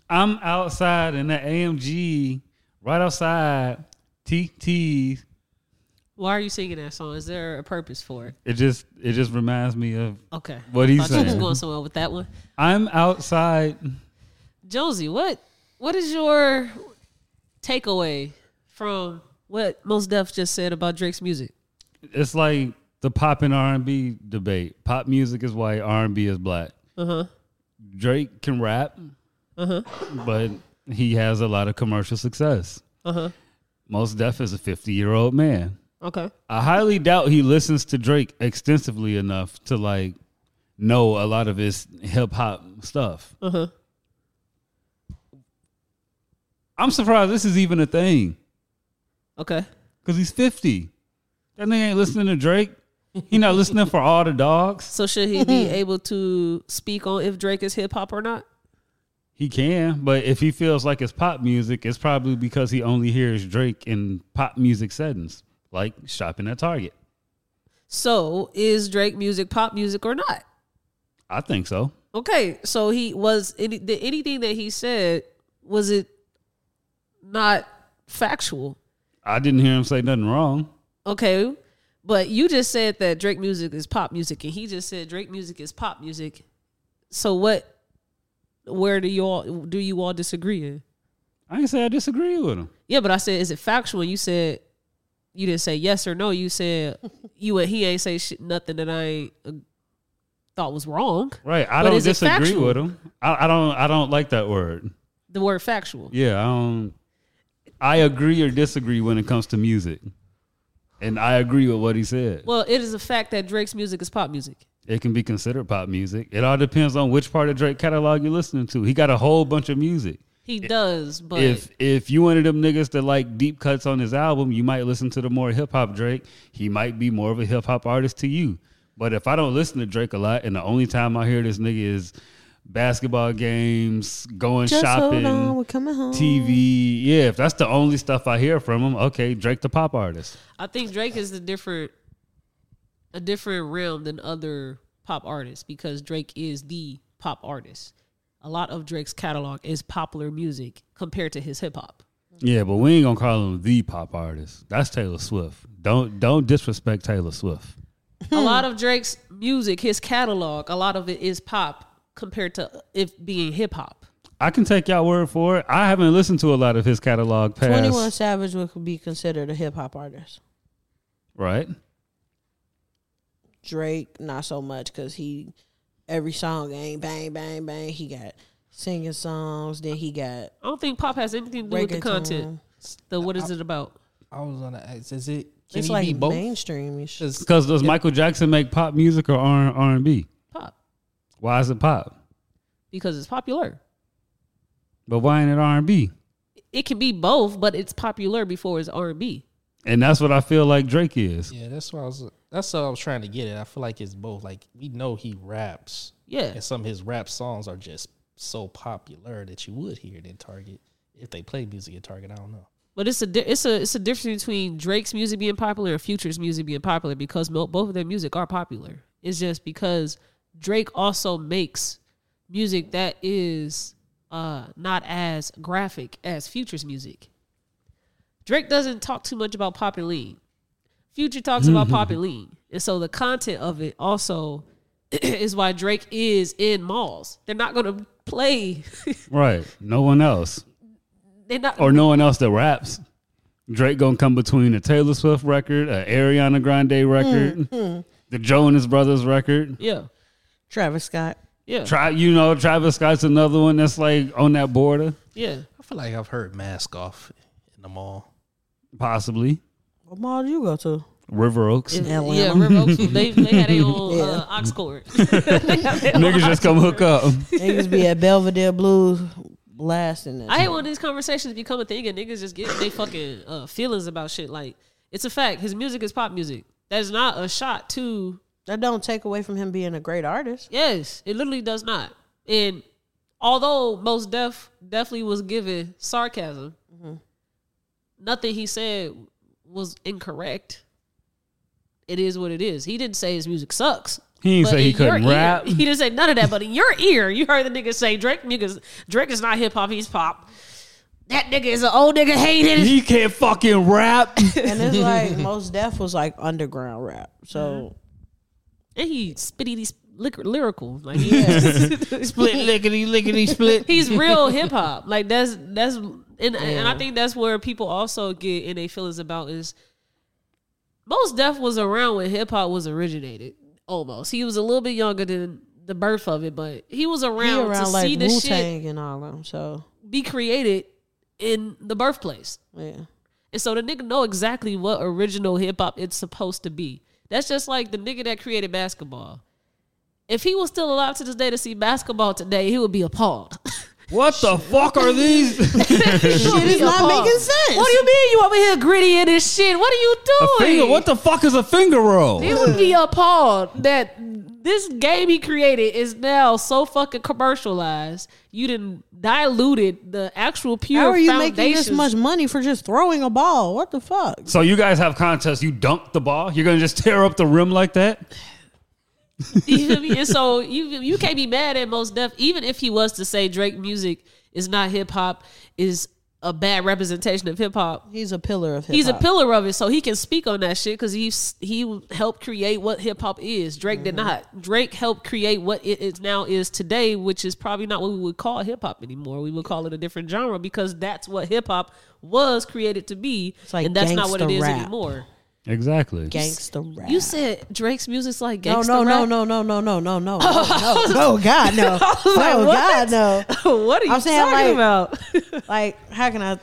Speaker 2: I'm outside in the AMG. Right outside. TT.
Speaker 1: Why are you singing that song? Is there a purpose for it?
Speaker 2: It just it just reminds me of
Speaker 1: Okay.
Speaker 2: What he
Speaker 1: Thought you was
Speaker 2: saying.
Speaker 1: going somewhere with that one.
Speaker 2: I'm outside.
Speaker 1: Josie, what what is your takeaway from what most Def just said about Drake's music?
Speaker 2: It's like the pop and R and B debate. Pop music is white. R and B is black.
Speaker 1: Uh huh.
Speaker 2: Drake can rap, but he has a lot of commercial success.
Speaker 1: Uh huh.
Speaker 2: Most Def is a 50 year old man.
Speaker 1: Okay.
Speaker 2: I highly doubt he listens to Drake extensively enough to like know a lot of his hip hop stuff.
Speaker 1: Uh huh.
Speaker 2: I'm surprised this is even a thing
Speaker 1: Okay.
Speaker 2: because he's 50. That nigga ain't listening to Drake. He not listening for all the dogs.
Speaker 1: So should he be able to speak on if Drake is hip hop or not?
Speaker 2: He can, but if he feels like it's pop music, it's probably because he only hears Drake in pop music settings, like shopping at Target.
Speaker 1: So is Drake music pop music or not?
Speaker 2: I think so.
Speaker 1: Okay. So he was any, the, anything that he said was it not factual?
Speaker 2: I didn't hear him say nothing wrong.
Speaker 1: Okay. But you just said that Drake music is pop music and he just said Drake music is pop music. So what where do you all do you all disagree in?
Speaker 2: I ain't say I disagree with him.
Speaker 1: Yeah, but I said is it factual? You said you didn't say yes or no. You said you and he ain't say shit, nothing that I ain't, uh, thought was wrong.
Speaker 2: Right. I
Speaker 1: But
Speaker 2: don't
Speaker 1: is it
Speaker 2: disagree
Speaker 1: factual?
Speaker 2: with him. I, I don't I don't like that word.
Speaker 1: The word factual.
Speaker 2: Yeah, I don't I agree or disagree when it comes to music. And I agree with what he said.
Speaker 1: Well, it is a fact that Drake's music is pop music.
Speaker 2: it can be considered pop music. It all depends on which part of Drake catalog you're listening to. He got a whole bunch of music.
Speaker 1: He does, but
Speaker 2: if if you one of them niggas that like deep cuts on his album, you might listen to the more hip hop Drake. He might be more of a hip hop artist to you. But if I don't listen to Drake a lot, and the only time I hear this nigga is basketball games, going
Speaker 4: Just hold on, we're
Speaker 2: shopping,
Speaker 4: coming home.
Speaker 2: TV. Yeah, if that's the only stuff I hear from him, okay, Drake the pop artist.
Speaker 1: I think Drake is the different a different realm than other pop artists because Drake is the pop artist. A lot of Drake's catalog is popular music compared to his hip hop.
Speaker 2: Yeah, but we ain't gonna call him the pop artist. That's Taylor Swift. Don't don't disrespect Taylor Swift.
Speaker 1: a lot of Drake's music, his catalog, a lot of it is pop compared to it being hip hop.
Speaker 2: I can take y'all word for it. I haven't listened to a lot of his catalog past.
Speaker 4: Twenty One Savage would be considered a hip hop artist.
Speaker 2: Right.
Speaker 4: Drake, not so much because he every song ain't bang bang bang. He got singing songs. Then he got
Speaker 1: I don't think pop has anything to do with the
Speaker 4: Reggaeton.
Speaker 1: content. The what is it about?
Speaker 3: I was gonna ask, is it can
Speaker 4: it's
Speaker 3: he
Speaker 4: like
Speaker 3: be both?
Speaker 4: mainstreamish.
Speaker 3: 'Cause
Speaker 2: Because does Michael Jackson make pop music or R R and B?
Speaker 1: Pop.
Speaker 2: Why is it pop?
Speaker 1: Because it's popular.
Speaker 2: But why ain't it R and B?
Speaker 1: It can be both, but it's popular before it's R and B.
Speaker 2: And that's what I feel like Drake is.
Speaker 3: Yeah, that's what I was. That's what I was trying to get at. I feel like it's both. Like we know he raps,
Speaker 1: Yeah.
Speaker 3: and some of his rap songs are just so popular that you would hear it in Target if they play music at Target. I don't know.
Speaker 1: But it's a di- it's a it's a difference between Drake's music being popular and Future's music being popular because mo- both of their music are popular. It's just because Drake also makes music that is uh not as graphic as Future's music. Drake doesn't talk too much about pop and lean. Future talks about
Speaker 2: Mm-hmm.
Speaker 1: pop and lean, and so the content of it also is why Drake is in malls. They're not going to play.
Speaker 2: Right. No one else.
Speaker 1: They're not
Speaker 2: Or no one else that raps. Drake gonna come between a Taylor Swift record, a Ariana Grande
Speaker 1: Mm,
Speaker 2: record, the Jonas Brothers record.
Speaker 1: yeah
Speaker 4: Travis Scott.
Speaker 1: yeah
Speaker 2: Try you know, Travis Scott's another one that's like on that border,
Speaker 1: yeah.
Speaker 3: I feel like I've heard "Mask Off" in the mall.
Speaker 2: possibly.
Speaker 4: What mall do you go to?
Speaker 2: River Oaks.
Speaker 1: If-
Speaker 4: Atlanta.
Speaker 1: Yeah, River Oaks, they, they had their own uh, ox cord.
Speaker 2: Niggas just come hook up.
Speaker 4: Niggas be at Belvedere Blues blasting it.
Speaker 1: I hate when these conversations become a thing and niggas just get they fucking uh, feelings about shit. Like, it's a fact. His music is pop music. That's not a shot to.
Speaker 4: that don't take away from him being a great artist.
Speaker 1: Yes, it literally does not. And although most Def definitely was given sarcasm, nothing he said was incorrect. It is what it is. He didn't say his music sucks.
Speaker 2: He didn't
Speaker 1: But
Speaker 2: say he
Speaker 1: in your
Speaker 2: couldn't
Speaker 1: ear-
Speaker 2: rap.
Speaker 1: he didn't say none of that. But in your ear, you heard the nigga say Drake niggas Drake is not hip hop, he's pop. That nigga is an old nigga hated.
Speaker 2: He can't fucking rap.
Speaker 4: And it's like most Def was like underground rap. So
Speaker 1: And he spitty these lyric, lyrical. Like he-
Speaker 3: Split lickety lickety split.
Speaker 1: he's real hip hop. Like that's that's and and I think that's where people also get in their feelings about is most Def was around when hip hop was originated. Almost, he was a little bit younger than the birth of it, but he was
Speaker 4: he
Speaker 1: around to
Speaker 4: around like
Speaker 1: see the
Speaker 4: Wu
Speaker 1: shit
Speaker 4: Tang and all of them. So
Speaker 1: be created in the birthplace.
Speaker 4: yeah.
Speaker 1: And so the nigga know exactly what original hip hop it's supposed to be. That's just like the nigga that created basketball. If he was still alive to this day to see basketball today, he would be appalled.
Speaker 2: What the fuck are these?
Speaker 4: Shit is not making sense.
Speaker 1: What do you mean you over here gritty in this shit? What are you doing?
Speaker 2: Finger, what the fuck is a finger roll?
Speaker 1: he would be appalled that this game he created is now so fucking commercialized. You didn't diluted the actual pure
Speaker 4: How are you making
Speaker 1: foundations.
Speaker 4: this much money for just throwing a ball? What the fuck?
Speaker 2: So you guys have contests. You dunk the ball. You're gonna just tear up the rim like that.
Speaker 1: You feel me? And so you you can't be mad at most Def, even if he was to say Drake music is not hip hop, is a bad representation of hip hop.
Speaker 4: He's a pillar of hip
Speaker 1: He's a pillar of it, so he can speak on that shit because he he helped create what hip hop is. Drake did
Speaker 4: Mm-hmm.
Speaker 1: not. Drake helped create what it is now is today, which is probably not what we would call hip hop anymore. We would call it a different genre because that's what hip hop was created to be,
Speaker 4: like
Speaker 1: and that's not what it
Speaker 4: gangsta
Speaker 1: is
Speaker 4: rap.
Speaker 1: anymore.
Speaker 2: Exactly.
Speaker 4: gangster rap.
Speaker 1: You said Drake's music's like
Speaker 4: no,
Speaker 1: gangsta
Speaker 4: no, no,
Speaker 1: rap?
Speaker 4: no, no, no, no, no, no, no, no, no, God, no,
Speaker 1: was like,
Speaker 4: no,
Speaker 1: what?
Speaker 4: God, no.
Speaker 1: what are you
Speaker 4: I'm saying,
Speaker 1: talking
Speaker 4: like-
Speaker 1: about?
Speaker 4: Like, how can I?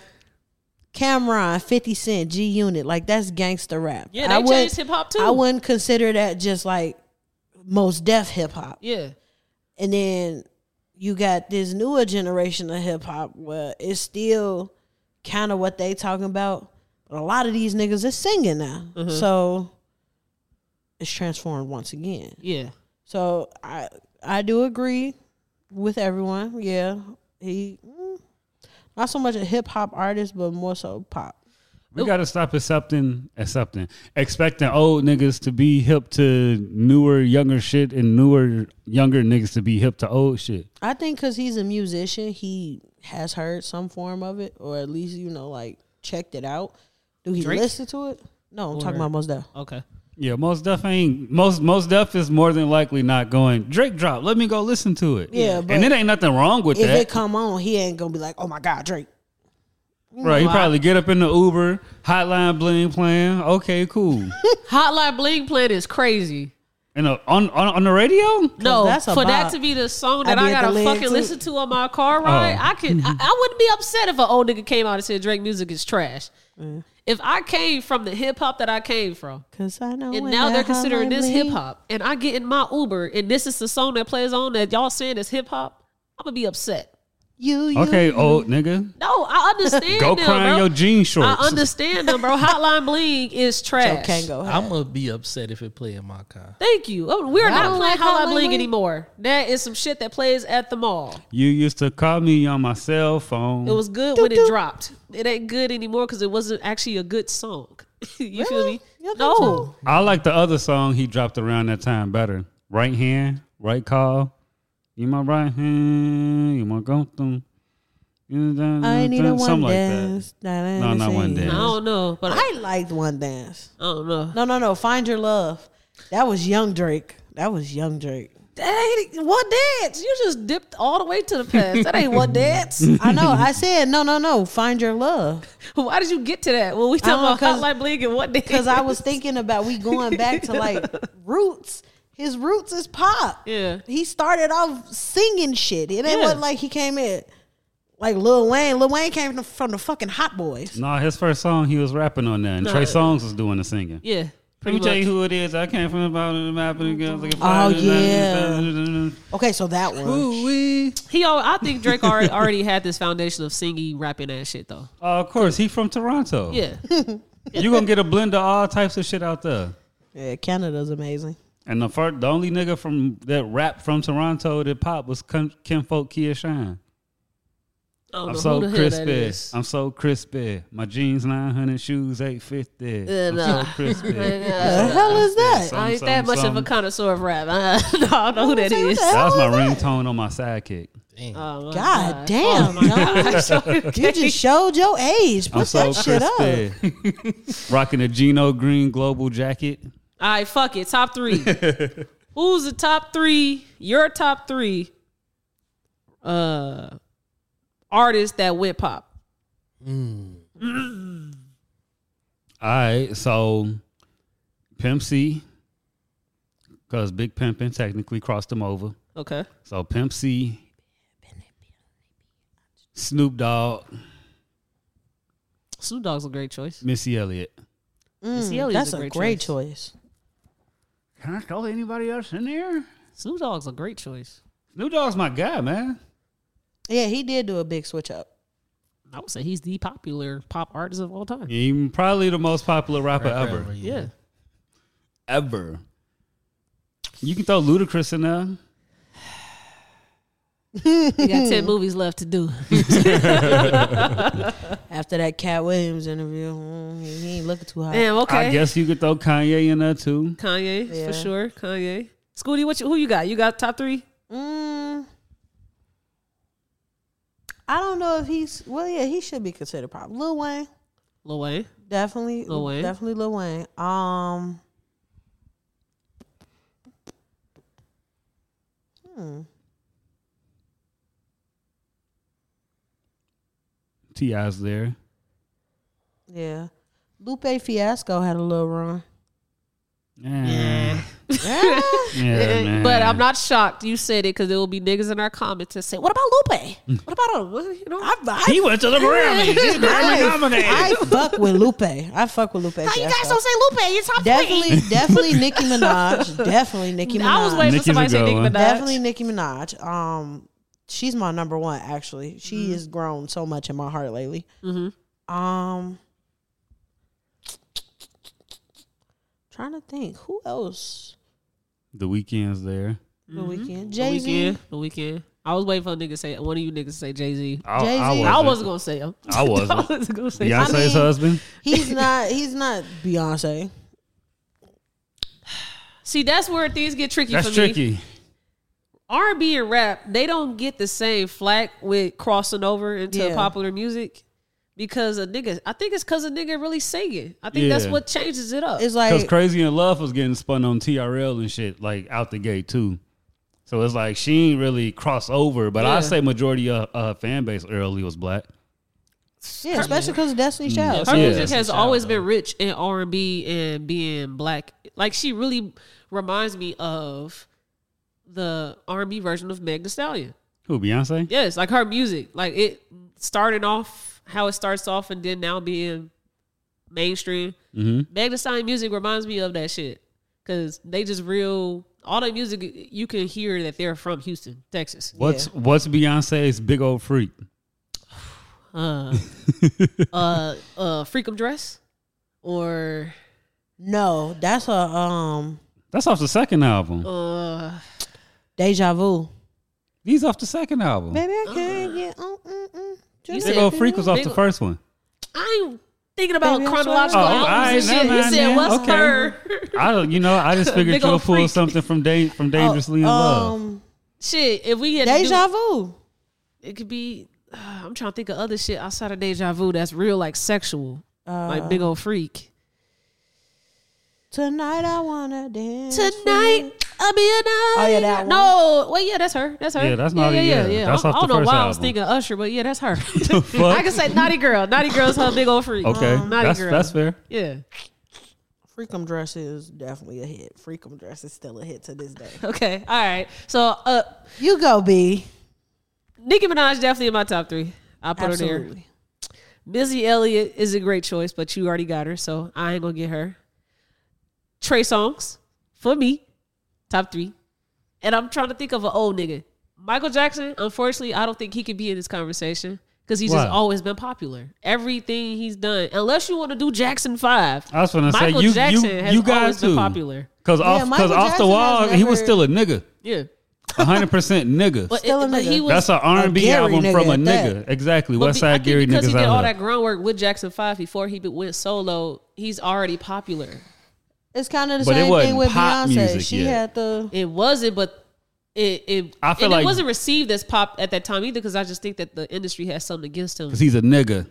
Speaker 4: Cameron, Fifty Cent, G Unit, like that's gangster rap.
Speaker 1: Yeah, they
Speaker 4: I wouldn't-
Speaker 1: changed hip-hop, too.
Speaker 4: I wouldn't consider that just like most deaf hip hop.
Speaker 1: yeah.
Speaker 4: And then you got this newer generation of hip hop where it's still kind of what they talking about, but a lot of these niggas is singing now,
Speaker 1: Mm-hmm.
Speaker 4: so it's transformed once again.
Speaker 1: Yeah.
Speaker 4: So I I do agree with everyone. Yeah, he mm, not so much a hip hop artist, but more so pop.
Speaker 2: We gotta stop accepting, accepting, expecting old niggas to be hip to newer, younger shit, and newer, younger niggas to be hip to old shit.
Speaker 4: I think because he's a musician, he has heard some form of it, or at least you know, like checked it out. Do he
Speaker 1: Drake?
Speaker 4: listen to it? No, I'm talking
Speaker 1: Or-
Speaker 4: about Mos Def.
Speaker 1: Okay.
Speaker 2: Yeah, most Def ain't most most Def is more than likely not going Drake drop. Let me go listen to it.
Speaker 4: Yeah, but
Speaker 2: and it ain't nothing wrong with
Speaker 4: If
Speaker 2: that.
Speaker 4: it come on, he ain't gonna be like, "Oh my God, Drake."
Speaker 2: right, you probably get up in the Uber, Hotline Bling playing. Okay, cool.
Speaker 1: Hotline Bling plan is crazy.
Speaker 2: and uh, on, on on the radio,
Speaker 1: No,
Speaker 4: that's a
Speaker 1: for that
Speaker 4: bop.
Speaker 1: to be the song
Speaker 4: I
Speaker 1: that I,
Speaker 4: be at the
Speaker 1: gotta
Speaker 4: lid
Speaker 1: fucking
Speaker 4: too.
Speaker 1: listen to on my car ride,
Speaker 2: Oh.
Speaker 1: I could. I, I wouldn't be upset if an old nigga came out and said Drake music is trash. If I came from the hip hop that I came from,
Speaker 4: Cause I know.
Speaker 1: and
Speaker 4: when
Speaker 1: now
Speaker 4: that
Speaker 1: they're considering this
Speaker 4: hotline bling-
Speaker 1: hip hop, and I get in my Uber, and this is the song that plays on that y'all saying is hip hop, I'm gonna be upset.
Speaker 4: You, you.
Speaker 2: okay, old nigga,
Speaker 1: No, I understand.
Speaker 2: go
Speaker 1: them,
Speaker 2: cry in
Speaker 1: bro.
Speaker 2: your jean shorts.
Speaker 1: I understand them, bro. Hotline Bling is
Speaker 4: Joe
Speaker 1: trash.
Speaker 4: Kango.
Speaker 3: I'm gonna be upset if it play in my car.
Speaker 1: Thank you. Oh, We're
Speaker 4: I
Speaker 1: not
Speaker 4: don't
Speaker 1: playing
Speaker 4: like
Speaker 1: Hotline
Speaker 4: Hotline
Speaker 1: Bling
Speaker 4: Bling.
Speaker 1: anymore. That is some shit that plays at the mall.
Speaker 2: You used to call me on my cell phone.
Speaker 1: It was good when it dropped. It ain't good anymore because it wasn't actually a good song. you feel me?
Speaker 4: You think
Speaker 1: no.
Speaker 4: so?
Speaker 2: I like the other song he dropped around that time better. Right hand, right call. You my right hand, you my go through.
Speaker 4: I need a one
Speaker 2: Something like that.
Speaker 4: dance.
Speaker 2: No, not one
Speaker 1: I
Speaker 2: dance.
Speaker 1: don't know, but I,
Speaker 4: I liked one dance.
Speaker 1: I don't know.
Speaker 4: No, no, no. Find your love. That was young Drake. That was young Drake.
Speaker 1: That ain't one dance. You just dipped all the way to the past. That ain't one dance.
Speaker 4: I know. I said no, no, no. Find your love.
Speaker 1: Why did you get to that? When we
Speaker 4: I
Speaker 1: talking
Speaker 4: don't know,
Speaker 1: about
Speaker 4: 'cause-
Speaker 1: Hotline Bling and one dance?
Speaker 4: Because I was thinking about we going back to like roots. His roots is pop.
Speaker 1: Yeah.
Speaker 4: He started off singing shit. It ain't
Speaker 1: Yeah.
Speaker 4: wasn't like he came in like Lil Wayne. Lil Wayne came from, from the fucking Hot Boys.
Speaker 2: No, his first song he was rapping on that, and Trey Songz was doing the singing.
Speaker 1: yeah.
Speaker 2: Let
Speaker 1: Pretty
Speaker 2: me
Speaker 1: much.
Speaker 2: tell you who it is. I came from the bottom of the map and the girls like
Speaker 4: Oh, yeah. Okay, so that one.
Speaker 2: Ooh-wee.
Speaker 1: He, al- I think Drake already, already had this foundation of singing, rapping, and shit though.
Speaker 2: Oh, of course, he from Toronto.
Speaker 1: Yeah,
Speaker 2: you gonna get a blend of all types of shit out there.
Speaker 4: Yeah, Canada's amazing.
Speaker 2: And the first, the only nigga from that rap from Toronto that pop was Ken, Folk Kia Shine.
Speaker 1: I don't
Speaker 2: I'm
Speaker 1: know
Speaker 2: so
Speaker 1: who Oh, the hell that
Speaker 2: crispy.
Speaker 1: is.
Speaker 2: I'm so crispy. My jeans 900, shoes 850. I'm
Speaker 1: nah.
Speaker 2: so crispy.
Speaker 4: The hell is that?
Speaker 2: Some-
Speaker 1: I ain't Oh, that
Speaker 2: some-
Speaker 1: much of a
Speaker 2: some.
Speaker 1: connoisseur of rap. I, no, I don't know who that is.
Speaker 2: That was my ringtone on my sidekick.
Speaker 3: Damn.
Speaker 1: Oh, my
Speaker 4: God damn, no. You just showed your age. Put
Speaker 2: I'm so
Speaker 4: that shit up.
Speaker 2: crispy. Rocking a Gino Green global jacket.
Speaker 1: All right, fuck it. Top three. Who's the top three? Your top three uh artists that went pop.
Speaker 2: All right, so Pimp C, because Big Pimpin' technically crossed him over.
Speaker 1: Okay.
Speaker 2: So Pimp C, Snoop Dogg,
Speaker 1: Snoop Dogg's a great choice.
Speaker 2: Missy Elliott.
Speaker 1: Missy Elliott's
Speaker 4: Mm, That's a great, choice.
Speaker 2: Can I throw anybody else in there?
Speaker 1: Snoop Dogg's a great choice.
Speaker 2: Snoop Dogg's my guy, man.
Speaker 4: Yeah, he did do a big switch up.
Speaker 1: I would say he's the popular pop artist of all time.
Speaker 2: He's probably the most popular rapper ever.
Speaker 1: Yeah.
Speaker 2: Ever. You can throw Ludacris in there.
Speaker 1: He got 10 movies left to do.
Speaker 4: After that Cat Williams interview, mm, he ain't looking too hot.
Speaker 1: Damn, okay.
Speaker 2: I guess you could throw Kanye in there too.
Speaker 1: Kanye,
Speaker 4: Yeah.
Speaker 1: for sure. Kanye. Scooty, what you, who you got? You got top three?
Speaker 4: Mm, I don't know if he's well. Yeah, he should be considered pop. Lil Wayne,
Speaker 1: Lil Wayne.
Speaker 4: definitely.
Speaker 1: Lil Wayne?
Speaker 4: definitely Lil Wayne. Um,
Speaker 2: T.I.'s there.
Speaker 4: yeah, Lupe Fiasco had a little run.
Speaker 2: Yeah.
Speaker 4: Yeah.
Speaker 2: Yeah, man.
Speaker 1: But I'm not shocked you said it because there will be niggas in our comments that say, "What about Lupe? What about him? What- You know,
Speaker 4: I, I,
Speaker 2: Mm. He went to the Grammys. He's Grammy nominated.
Speaker 4: I fuck with Lupe. I fuck with Lupe. How
Speaker 1: you guys don't say Lupe. You're top
Speaker 4: definitely, definitely Nicki Minaj. Definitely Nicki
Speaker 1: three.
Speaker 4: Minaj.
Speaker 1: I was waiting
Speaker 2: Nicki's
Speaker 1: for somebody to say
Speaker 2: a good
Speaker 1: Nicki
Speaker 2: one.
Speaker 1: Minaj.
Speaker 4: Definitely Nicki Minaj. Um, she's my number one. Actually, she has grown so much in my heart lately. Um, trying to think who else
Speaker 2: the weekend's there.
Speaker 4: Mm-hmm. the weekend.
Speaker 1: The
Speaker 4: Jay Z.
Speaker 1: weekend. The weekend. I was waiting for a nigga to say one of you niggas to say Jay Z.
Speaker 2: I,
Speaker 4: Jay-Z. I
Speaker 1: I wasn't gonna say him.
Speaker 2: I wasn't.
Speaker 1: I wasn't gonna say.
Speaker 2: Beyonce's
Speaker 4: I mean-
Speaker 2: husband.
Speaker 4: He's not. He's not Beyonce.
Speaker 1: See, that's where things get tricky
Speaker 2: That's
Speaker 1: for me.
Speaker 2: tricky.
Speaker 1: R and B and rap, they don't get the same flack with crossing over into
Speaker 4: Yeah.
Speaker 1: popular music because a nigga. I think it's because a nigga really singing. I think that's
Speaker 2: Yeah.
Speaker 1: what changes it up.
Speaker 4: It's
Speaker 2: Because
Speaker 4: like
Speaker 2: Crazy in Love was getting spun on TRL and shit like out the gate too. So it's like she ain't really cross over, but
Speaker 1: Yeah.
Speaker 2: I say majority of uh, her fan base early was black.
Speaker 4: yeah, especially because of
Speaker 2: Mm.
Speaker 4: Destiny's Child.
Speaker 1: Her
Speaker 2: Yeah.
Speaker 1: music
Speaker 3: Destiny's
Speaker 1: has
Speaker 3: Child,
Speaker 1: always
Speaker 3: though.
Speaker 1: been rich in R and B and being black. Like she really reminds me of the R and B version of Meg Thee Stallion.
Speaker 2: Who Beyonce?
Speaker 1: Yes, like her music, like it started off how it starts off, and then now being mainstream. Mm-hmm. Meg Thee Stallion music reminds me of that shit because they just real all the music you can hear that they're from Houston, Texas.
Speaker 2: What's What's Beyonce's big old freak?
Speaker 1: Uh, uh, uh, Freakum Dress or
Speaker 4: No, that's a um
Speaker 2: That's off the second album.
Speaker 1: uh.
Speaker 4: deja vu. Uh.
Speaker 2: These off the second album.
Speaker 4: Baby, I can't get on. Mm, mm,
Speaker 1: You
Speaker 4: just
Speaker 1: said
Speaker 2: Big old freak was off
Speaker 1: Big
Speaker 2: the
Speaker 1: Ol-
Speaker 2: first one.
Speaker 1: I ain't thinking about
Speaker 4: Baby, I'm
Speaker 1: chronological
Speaker 2: sorry.
Speaker 1: albums
Speaker 2: Oh, all
Speaker 1: and
Speaker 2: right,
Speaker 1: shit.
Speaker 2: never
Speaker 1: you
Speaker 2: mind
Speaker 1: said
Speaker 2: then.
Speaker 1: what's
Speaker 2: Okay.
Speaker 1: her
Speaker 2: I don't, you know, I just figured
Speaker 1: Big
Speaker 2: you'll
Speaker 1: ol'
Speaker 2: pull
Speaker 1: freak. Oh,
Speaker 2: something from da- from Dangerously in Love.
Speaker 4: um,
Speaker 1: shit. If we had to
Speaker 4: deja
Speaker 1: do-
Speaker 4: vu.
Speaker 1: it could be. Uh, I'm trying to think of other shit outside of deja vu that's real, like sexual, like big old freak.
Speaker 4: Tonight I wanna dance
Speaker 1: Tonight I'll be a night.
Speaker 4: Oh, yeah, that one.
Speaker 1: No, well, yeah, that's her. That's her.
Speaker 2: Yeah, that's Naughty- yeah, that's
Speaker 1: I,
Speaker 2: off
Speaker 1: I
Speaker 2: the
Speaker 1: don't know
Speaker 2: first
Speaker 1: why I was
Speaker 2: album.
Speaker 1: thinking Usher, but yeah, that's her.
Speaker 2: fuck?
Speaker 1: um, I can say naughty girl. Naughty girl's her big old freak.
Speaker 2: Okay,
Speaker 1: Um, naughty
Speaker 2: that's
Speaker 1: girl.
Speaker 2: that's fair.
Speaker 1: yeah.
Speaker 4: Freakum dress is definitely a hit. Freakum dress is still a hit to this day.
Speaker 1: Okay. All right. So, uh,
Speaker 4: You go, B.
Speaker 1: Nicki Minaj definitely in my top three. I put her there.
Speaker 4: Absolutely.
Speaker 1: Missy Elliott is a great choice, but you already got her, so I ain't gonna get her. Trey Songs for me, top three, and I'm trying to think of an old nigga. Michael Jackson, unfortunately, I don't think he could be in this conversation because he's
Speaker 2: Why?
Speaker 1: just always been popular. Everything he's done, unless you want to do Jackson Five,
Speaker 2: I was gonna say
Speaker 1: Michael
Speaker 2: you
Speaker 1: Jackson
Speaker 2: you
Speaker 1: has
Speaker 2: you guys
Speaker 1: always
Speaker 2: too.
Speaker 1: been popular.
Speaker 2: Cause off
Speaker 4: Michael
Speaker 2: cause off the
Speaker 4: Jackson has
Speaker 2: wall, he was
Speaker 4: never-
Speaker 2: still a nigga,
Speaker 1: Yeah,
Speaker 2: hundred percent nigga.
Speaker 1: but,
Speaker 4: Still
Speaker 1: it-
Speaker 4: a
Speaker 1: but he
Speaker 4: nigga.
Speaker 1: was
Speaker 2: That's an R and B
Speaker 4: Gary
Speaker 2: album
Speaker 4: nigga
Speaker 2: from a
Speaker 4: at
Speaker 2: nigga.
Speaker 4: that.
Speaker 2: Exactly,
Speaker 1: But
Speaker 2: West
Speaker 1: be- I think
Speaker 2: Side Gary
Speaker 1: because
Speaker 2: niggas
Speaker 1: he did
Speaker 2: out
Speaker 1: all
Speaker 2: here.
Speaker 1: that groundwork with Jackson Five before he be- went solo. He's already popular.
Speaker 4: It's kind of the
Speaker 2: But it
Speaker 4: same
Speaker 2: wasn't
Speaker 4: thing with
Speaker 2: pop
Speaker 4: Beyonce.
Speaker 2: music
Speaker 4: She
Speaker 2: yet.
Speaker 4: had the
Speaker 1: It wasn't, but it it
Speaker 2: I feel
Speaker 1: and
Speaker 2: like-
Speaker 1: it wasn't received as pop at that time either because I just think that the industry had something against him.
Speaker 2: Cause he's a nigga.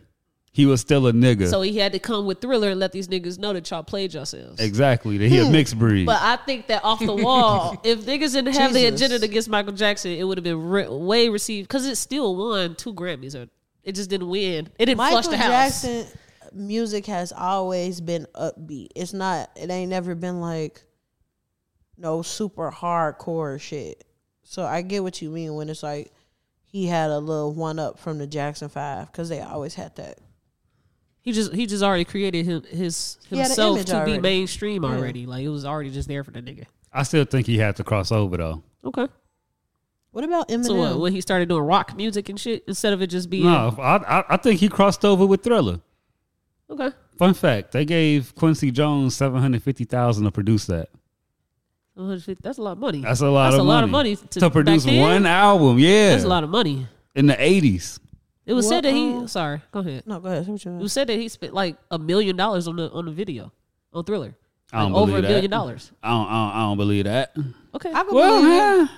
Speaker 2: He was still a nigga.
Speaker 1: So he had to come with Thriller and let these niggas know that y'all played yourselves.
Speaker 2: exactly, that he a mixed breed.
Speaker 1: Hmm. But I think that off the wall, if niggas didn't have the
Speaker 4: Jesus.
Speaker 1: agenda against Michael Jackson, it would have been re- way received because it still won two Grammys or it just didn't win. It didn't
Speaker 4: Michael
Speaker 1: flush the house.
Speaker 4: Jackson music has always been upbeat. It's not. It ain't never been like no super hardcore shit. So I get what you mean when it's like he had a little one up from the Jackson Five because they always had that.
Speaker 1: He just he just already created him his
Speaker 4: had an
Speaker 1: himself
Speaker 4: image
Speaker 1: to
Speaker 4: already.
Speaker 1: be mainstream already. Like it was already just there for the nigga.
Speaker 2: I still think he had to cross over though.
Speaker 1: Okay.
Speaker 4: What about Eminem?
Speaker 1: So what, when he started doing rock music and shit instead of it just being
Speaker 2: No, I, I I think he crossed over with Thriller.
Speaker 1: okay.
Speaker 2: Fun fact: They gave Quincy Jones seven hundred fifty thousand to produce that.
Speaker 1: 150 That's a lot of money.
Speaker 2: That's a lot
Speaker 1: That's
Speaker 2: of
Speaker 1: a
Speaker 2: money.
Speaker 1: lot of money to,
Speaker 2: to, produce
Speaker 1: back then.
Speaker 2: one album. Yeah,
Speaker 1: That's a lot of money.
Speaker 2: in the eighties.
Speaker 1: It was said
Speaker 4: Well,
Speaker 1: that he.
Speaker 4: um,
Speaker 1: Sorry, go ahead.
Speaker 4: no, go ahead. Say what you
Speaker 1: It
Speaker 4: mean.
Speaker 1: was said that he spent like a million dollars on the on the video on Thriller.
Speaker 2: I don't
Speaker 1: Like, over
Speaker 2: believe
Speaker 1: a
Speaker 2: that.
Speaker 1: billion dollars.
Speaker 2: I don't, I don't, I don't believe that.
Speaker 1: Okay.
Speaker 4: I could
Speaker 2: Well,
Speaker 4: believe
Speaker 2: yeah.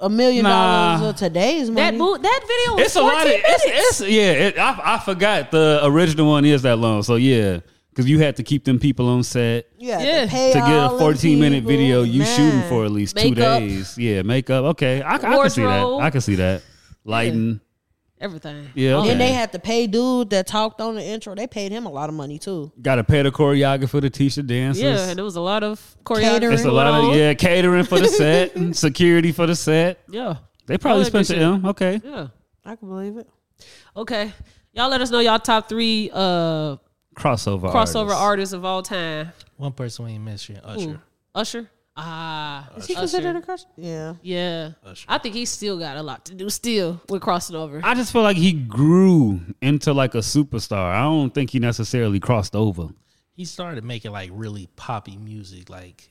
Speaker 4: a million
Speaker 2: Nah.
Speaker 4: dollars of today's money.
Speaker 1: that mo- that video was
Speaker 2: it's a lot of
Speaker 1: 14
Speaker 2: it's,
Speaker 1: minutes.
Speaker 2: it's yeah. It, I I forgot the original one is that long. So yeah, because you had to keep them people on set
Speaker 4: yeah,
Speaker 1: yeah.
Speaker 4: pay
Speaker 2: to get
Speaker 4: all
Speaker 2: a
Speaker 4: them
Speaker 2: 14 minute
Speaker 4: people.
Speaker 2: video. You
Speaker 4: Man.
Speaker 2: shooting for at least two
Speaker 1: Makeup.
Speaker 2: days. Yeah, makeup. Okay, I, I can see that.
Speaker 1: Wardrobe.
Speaker 2: I can see that. Lighting.
Speaker 1: everything.
Speaker 2: Yeah. okay.
Speaker 4: Then they had to pay dude that talked on the intro. They paid him a lot of money too.
Speaker 2: Got to pay the choreographer to teach the dancers.
Speaker 1: Yeah, and it was a lot of
Speaker 4: Catering.
Speaker 1: choreography.
Speaker 2: it's a lot
Speaker 1: going
Speaker 2: of
Speaker 1: on.
Speaker 2: yeah catering for the set, and security for the set.
Speaker 1: yeah,
Speaker 2: They probably
Speaker 1: All that good
Speaker 2: spent the M. Okay.
Speaker 1: yeah.
Speaker 4: I can believe it.
Speaker 1: Okay, y'all let us know y'all top three uh
Speaker 2: Crossover.
Speaker 1: crossover
Speaker 2: artists.
Speaker 1: artists of all time.
Speaker 3: One person we ain't mentioned, Usher.
Speaker 1: Ooh. Usher. Ah,
Speaker 2: Uh,
Speaker 4: Is he considered a crush? Yeah.
Speaker 1: Yeah,
Speaker 3: Usher.
Speaker 1: I think he still got a lot to do. Still, with crossing over.
Speaker 2: I just feel like he grew into like a superstar. I don't think he necessarily crossed over.
Speaker 3: He started making like really poppy music. Like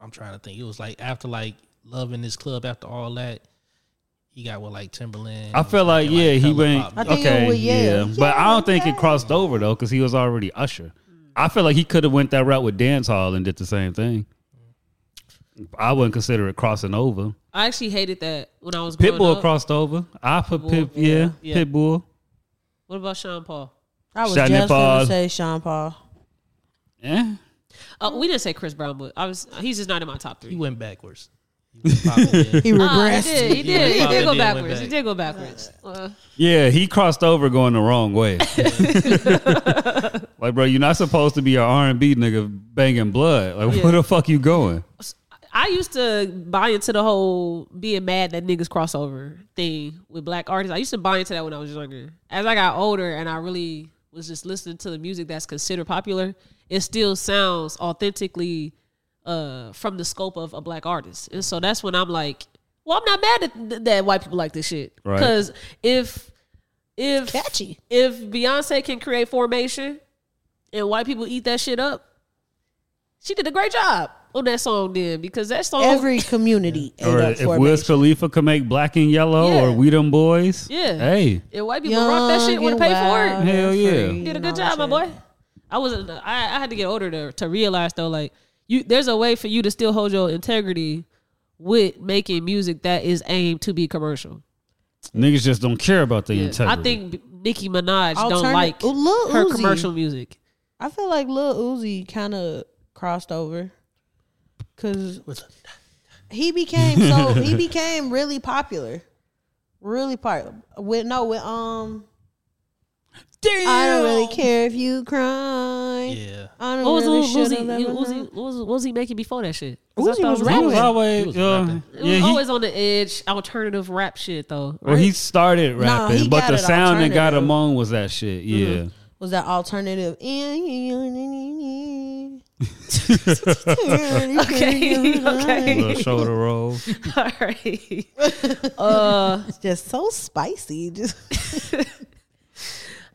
Speaker 3: I'm trying to think, it was like after like loving this club, after all that, he got with like Timberland.
Speaker 2: I feel like yeah, he
Speaker 3: Fella
Speaker 2: went
Speaker 3: Pop.
Speaker 4: I think it
Speaker 2: okay,
Speaker 4: was-
Speaker 2: yeah.
Speaker 4: yeah.
Speaker 2: but I don't think it crossed over though because he was already Usher. I feel like he could have went that route with dance hall and did the same thing. I wouldn't consider it crossing over.
Speaker 1: I actually hated that when I was growing
Speaker 2: Pitbull
Speaker 1: up.
Speaker 2: crossed over. I put
Speaker 1: Pitbull,
Speaker 2: Pit, yeah,
Speaker 1: yeah.
Speaker 2: Pitbull.
Speaker 1: What about Sean Paul?
Speaker 4: I was
Speaker 2: Shot
Speaker 4: just
Speaker 2: Paul.
Speaker 4: gonna say Sean Paul.
Speaker 2: Yeah,
Speaker 1: Uh, we didn't say Chris Brown, but I was he's just not in my top three.
Speaker 3: He went backwards. He went pop again.
Speaker 4: He
Speaker 1: Uh, he
Speaker 4: regressed.
Speaker 1: did. He did. He
Speaker 3: Yeah,
Speaker 1: did go
Speaker 3: probably did went
Speaker 1: backwards. He
Speaker 3: back.
Speaker 1: did go backwards. Uh,
Speaker 2: yeah, he crossed over going the wrong way. like, bro, you're not supposed to be an R and B nigga banging blood. Like, where the fuck you going?
Speaker 1: I used to buy into the whole being mad that niggas crossover thing with black artists. I used to buy into that when I was younger. As I got older and I really was just listening to the music that's considered popular, it still sounds authentically uh, from the scope of a black artist. And so that's when I'm like, well, I'm not mad at th- that white people like this shit.
Speaker 2: Right.
Speaker 1: Because if if
Speaker 4: catchy.
Speaker 1: if Beyonce can create formation and white people eat that shit up, she did a great job on that song then because that song
Speaker 4: Every community ate
Speaker 2: Or
Speaker 4: up
Speaker 2: if
Speaker 4: for
Speaker 2: Wiz Khalifa could make Black and Yellow
Speaker 1: Yeah.
Speaker 2: or We Them Boys,
Speaker 1: Yeah.
Speaker 2: hey,
Speaker 1: and white people rock that shit would have paid for it.
Speaker 2: Hell yeah.
Speaker 1: Did a good job, my boy. I wasn't. I, I had to get older to to realize though, like you, there's a way for you to still hold your integrity with making music that is aimed to be commercial.
Speaker 2: niggas just don't care about the integrity.
Speaker 1: I think Nicki Minaj don't
Speaker 4: Alternative-
Speaker 1: like
Speaker 4: Ooh, Lil
Speaker 1: her
Speaker 4: Uzi.
Speaker 1: commercial music.
Speaker 4: I feel like Lil Uzi kind of crossed over because
Speaker 3: What's up?
Speaker 4: he became so he became really popular, really popular. With no, with um, I don't really care if you cry.
Speaker 3: Yeah.
Speaker 4: I don't
Speaker 1: What was
Speaker 4: really
Speaker 1: Lil
Speaker 4: should
Speaker 1: Uzi?
Speaker 4: have
Speaker 1: he-
Speaker 4: ever known.
Speaker 1: Uzi, what was, what was he making before that shit? 'Cause I
Speaker 4: Uzi
Speaker 1: thought
Speaker 4: was
Speaker 1: it
Speaker 2: He was
Speaker 4: rapping.
Speaker 2: always,
Speaker 3: He was
Speaker 2: uh,
Speaker 3: rapping.
Speaker 1: It was
Speaker 2: yeah, he,
Speaker 1: always on the edge, alternative rap shit though.
Speaker 2: well, he started
Speaker 4: Nah,
Speaker 2: rapping,
Speaker 4: he
Speaker 2: but
Speaker 4: got
Speaker 2: the
Speaker 4: it
Speaker 2: sound that got
Speaker 4: alternative. Mm-hmm.
Speaker 2: him on was that shit. Yeah,
Speaker 4: was that alternative. okay,
Speaker 1: Okay, okay.
Speaker 2: Little shoulder roll.
Speaker 1: All right.
Speaker 4: It's just so spicy. Just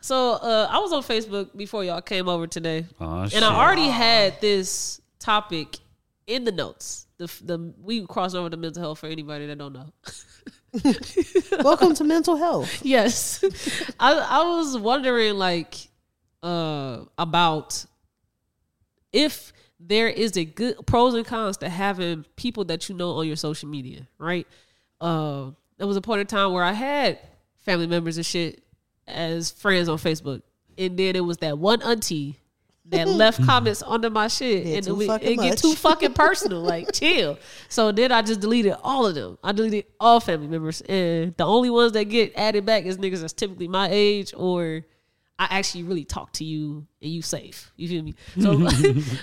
Speaker 1: So uh, I was on Facebook before y'all came over today,
Speaker 2: Aw,
Speaker 1: and
Speaker 2: Oh, shit.
Speaker 1: I already had this topic in the notes. The the we crossed over to mental health for anybody that don't know.
Speaker 4: welcome to mental health.
Speaker 1: yes, I I was wondering like uh, about if there is a good pros and cons to having people that you know on your social media, right? Uh, there was a point in time where I had family members and shit as friends on Facebook, and then it was that one auntie that left comments under my shit,
Speaker 4: Yeah,
Speaker 1: and
Speaker 4: too
Speaker 1: it, would-
Speaker 4: fucking
Speaker 1: it get
Speaker 4: much.
Speaker 1: too fucking personal. like chill. So then I just deleted all of them. I deleted all family members, and the only ones that get added back is niggas that's typically my age or I actually really talk to you and you safe. You feel me? So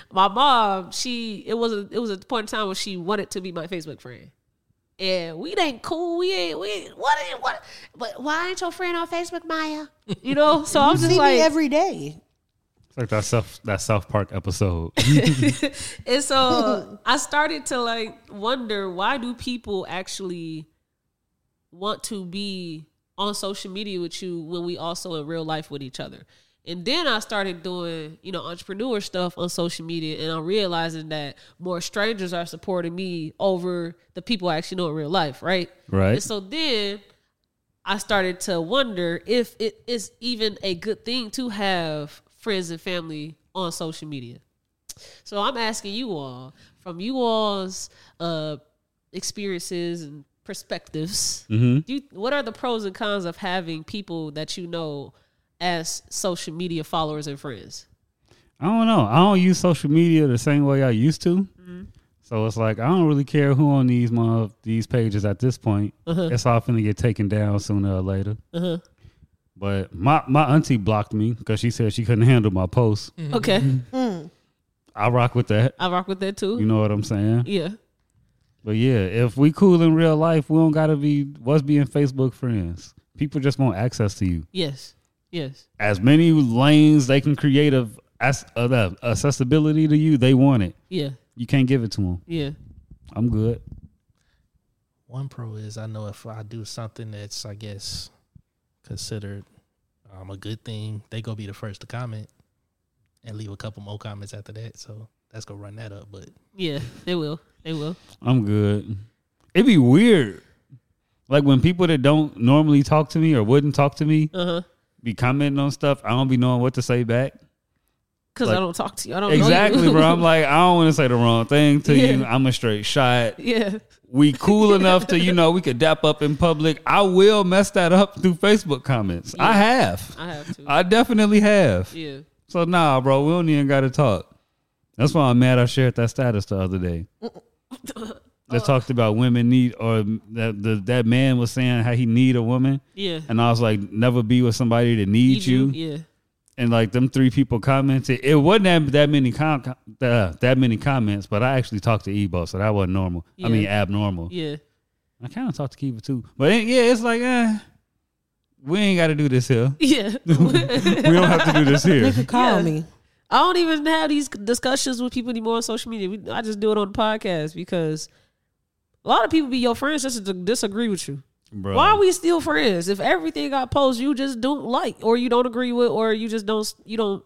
Speaker 1: my mom, she it was a it was a point in time where she wanted to be my Facebook friend. And we ain't cool. We ain't we ain't, what ain't what but why ain't your friend on Facebook, Maya? You know? So I'm just
Speaker 4: See
Speaker 1: like
Speaker 4: me every day.
Speaker 2: It's like that South that South Park episode.
Speaker 1: And so I started to like wonder why do people actually want to be on social media with you when we also in real life with each other. And then I started doing, you know, entrepreneur stuff on social media and I'm realizing that more strangers are supporting me over the people I actually know in real life, right?
Speaker 2: Right.
Speaker 1: And so then I started to wonder if it is even a good thing to have friends and family on social media. So I'm asking you all, from you all's uh, experiences and perspectives,
Speaker 2: Mm-hmm.
Speaker 1: do you, what are the pros and cons of having people that you know as social media followers and friends?
Speaker 2: I don't know. I don't use social media the same way I used to.
Speaker 4: Mm-hmm.
Speaker 2: So it's like I don't really care who on these my, these pages at this point.
Speaker 4: Uh-huh.
Speaker 2: It's all finna get taken down sooner or later. But my my auntie blocked me because she said she couldn't handle my posts.
Speaker 4: Mm.
Speaker 1: Okay,
Speaker 2: I rock with that.
Speaker 1: I rock with that too.
Speaker 2: Mm-hmm. You know what I'm saying?
Speaker 1: yeah,
Speaker 2: But yeah, if we cool in real life, we don't gotta be what's being Facebook friends. People just want access to you.
Speaker 1: yes, yes,
Speaker 2: As many lanes they can create of as- of that accessibility to you, they want it.
Speaker 1: yeah,
Speaker 2: You can't give it to them.
Speaker 1: yeah.
Speaker 2: I'm good.
Speaker 3: One pro is I know if I do something that's I guess considered um, a good thing, they go be the first to comment and leave a couple more comments after that. So that's gonna run that up. But
Speaker 1: Yeah, they will. They will.
Speaker 2: I'm good. It'd be weird Like when people that don't normally talk to me or wouldn't talk to me
Speaker 1: Uh-huh.
Speaker 2: be commenting on stuff, I don't be knowing what to say back.
Speaker 1: because
Speaker 2: Like-
Speaker 1: I don't talk to Oh, you. I don't know
Speaker 2: Exactly,
Speaker 1: you.
Speaker 2: bro. I'm like, I don't want to say the wrong thing to you.
Speaker 1: Yeah.
Speaker 2: I'm a straight shot.
Speaker 1: yeah,
Speaker 2: We cool enough to, you know, we could dap up in public. I will mess that up through Facebook comments. I have.
Speaker 1: I have to.
Speaker 2: I definitely have.
Speaker 1: yeah,
Speaker 2: So nah, bro, we don't even gotta talk. That's why I'm mad. I shared that status the other day. That talked about women need, or that the, that man was saying how he need a woman,
Speaker 1: yeah.
Speaker 2: and I was like, never be with somebody that needs you.
Speaker 1: Yeah,
Speaker 2: And like them three people commented, it wasn't that, that many com- uh, that many comments, but I actually talked to Ebo, so that wasn't normal. I
Speaker 1: Yeah.
Speaker 2: mean abnormal.
Speaker 1: yeah.
Speaker 2: I kind of talked to Kiva too, but it, yeah, it's like, eh, we ain't got to do this here.
Speaker 1: Yeah.
Speaker 2: we don't have to do this here.
Speaker 4: Nigga, call
Speaker 1: Yeah.
Speaker 4: me.
Speaker 1: I don't even have these discussions with people anymore on social media. We, I just do it on the podcast because a lot of people be your friends just to disagree with you.
Speaker 2: Bro.
Speaker 1: Why are we still friends? If everything I post, you just don't like, or you don't agree with, or you just don't, you don't.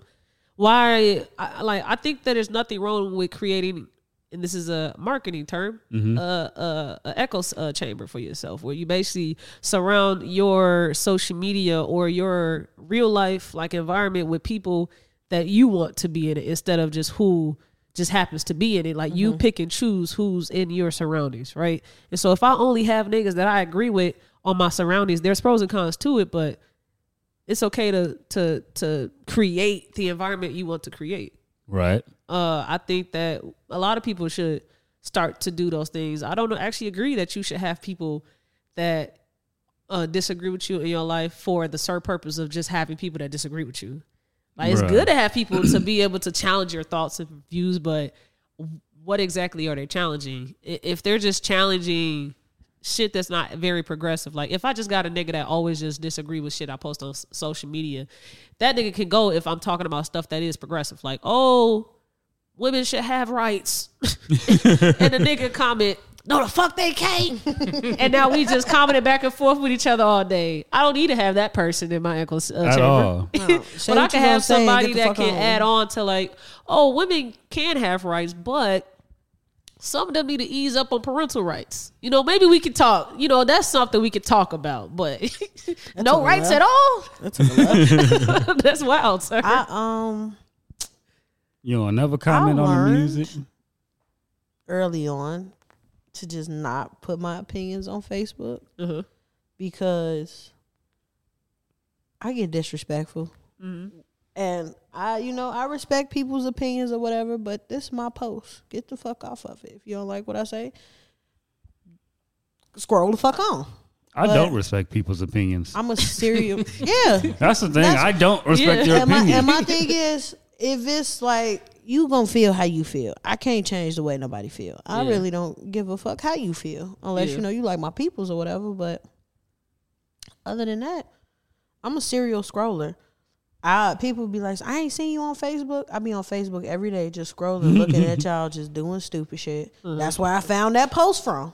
Speaker 1: Why? I, like, I think that there's nothing wrong with creating, and this is a marketing term, uh, uh, a echo uh, chamber for yourself, where you basically surround your social media or your real life like environment with people that you want to be in it, instead of just who just happens to be in it. Like you pick and choose who's in your surroundings, right? And so if I only have niggas that I agree with on my surroundings, there's pros and cons to it, but it's okay to to to create the environment you want to create.
Speaker 2: Right.
Speaker 1: Uh, I think that a lot of people should start to do those things. I don't know, actually agree that you should have people that uh, disagree with you in your life for the sole purpose of just having people that disagree with you. Like it's
Speaker 2: Right.
Speaker 1: good to have people to be able to challenge your thoughts and views, but what exactly are they challenging? I- If they're just challenging shit that's not very progressive, like if I just got a nigga that always just disagree with shit I post on s- social media, that nigga can go if I'm talking about stuff that is progressive, like oh, women should have rights, and the nigga comment. No, the fuck they can't. and now we just commented back and forth with each other all day. I don't need to have that person in my uncle's uh,
Speaker 2: At
Speaker 1: chamber.
Speaker 2: all.
Speaker 4: say
Speaker 1: but I
Speaker 4: what
Speaker 1: can
Speaker 4: you gonna
Speaker 1: have
Speaker 4: say and
Speaker 1: somebody
Speaker 4: get the
Speaker 1: that
Speaker 4: fuck
Speaker 1: can
Speaker 4: on.
Speaker 1: add on to like, oh, women can have rights, but some of them need to ease up on parental rights. You know, maybe we could talk. You know, that's something we could talk about, but no rights at all.
Speaker 4: That's a left.
Speaker 1: that's wild, sir.
Speaker 4: I um
Speaker 2: You don't never comment on the
Speaker 4: learned.
Speaker 2: music.
Speaker 4: early on to just not put my opinions on Facebook
Speaker 1: Uh-huh.
Speaker 4: because I get disrespectful. And I, you know, I respect people's opinions or whatever, but this is my post. Get the fuck off of it. If you don't like what I say, scroll the fuck on.
Speaker 2: I
Speaker 4: But-
Speaker 2: don't respect people's opinions.
Speaker 4: I'm a serial. yeah.
Speaker 2: that's the thing.
Speaker 4: that's-
Speaker 2: I don't respect
Speaker 1: Yeah.
Speaker 2: your
Speaker 4: and my,
Speaker 2: opinion.
Speaker 4: and my thing is, if it's like you gonna feel how you feel, I can't change the way nobody feel. I
Speaker 1: Yeah.
Speaker 4: really don't give a fuck how you feel, unless
Speaker 1: Yeah.
Speaker 4: you know you like my peoples or whatever. But other than that, I'm a serial scroller. I people be like, I ain't seen you on Facebook. I be on Facebook every day, just scrolling, looking at y'all, just doing stupid shit. That's where I found that post from.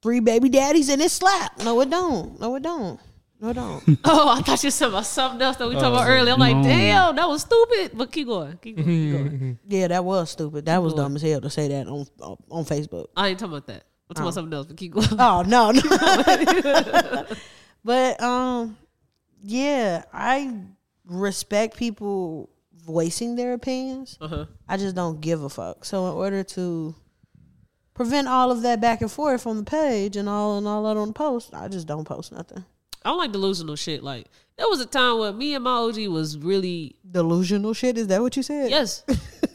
Speaker 4: Three baby daddies and it slap. No, it don't. No, it don't. No, it don't.
Speaker 1: Oh, I thought you said about something else that we talked about earlier. I'm like,
Speaker 2: no.
Speaker 1: damn, that was stupid. But keep going. Keep going. Keep going.
Speaker 4: Yeah, that was stupid. That was
Speaker 1: Lord.
Speaker 4: dumb as hell to say that on on, on Facebook.
Speaker 1: I ain't talking about that. I'm talking about something else. But keep going.
Speaker 4: Oh no, no. but um, yeah, I respect people voicing their opinions.
Speaker 1: Uh-huh.
Speaker 4: I just don't give a fuck. So in order to prevent all of that back and forth on the page and all and all that on the post, I just don't post nothing.
Speaker 1: I don't like delusional shit. Like there was a time where me and my OG was really
Speaker 4: Delusional shit. Is that what you said?
Speaker 1: yes.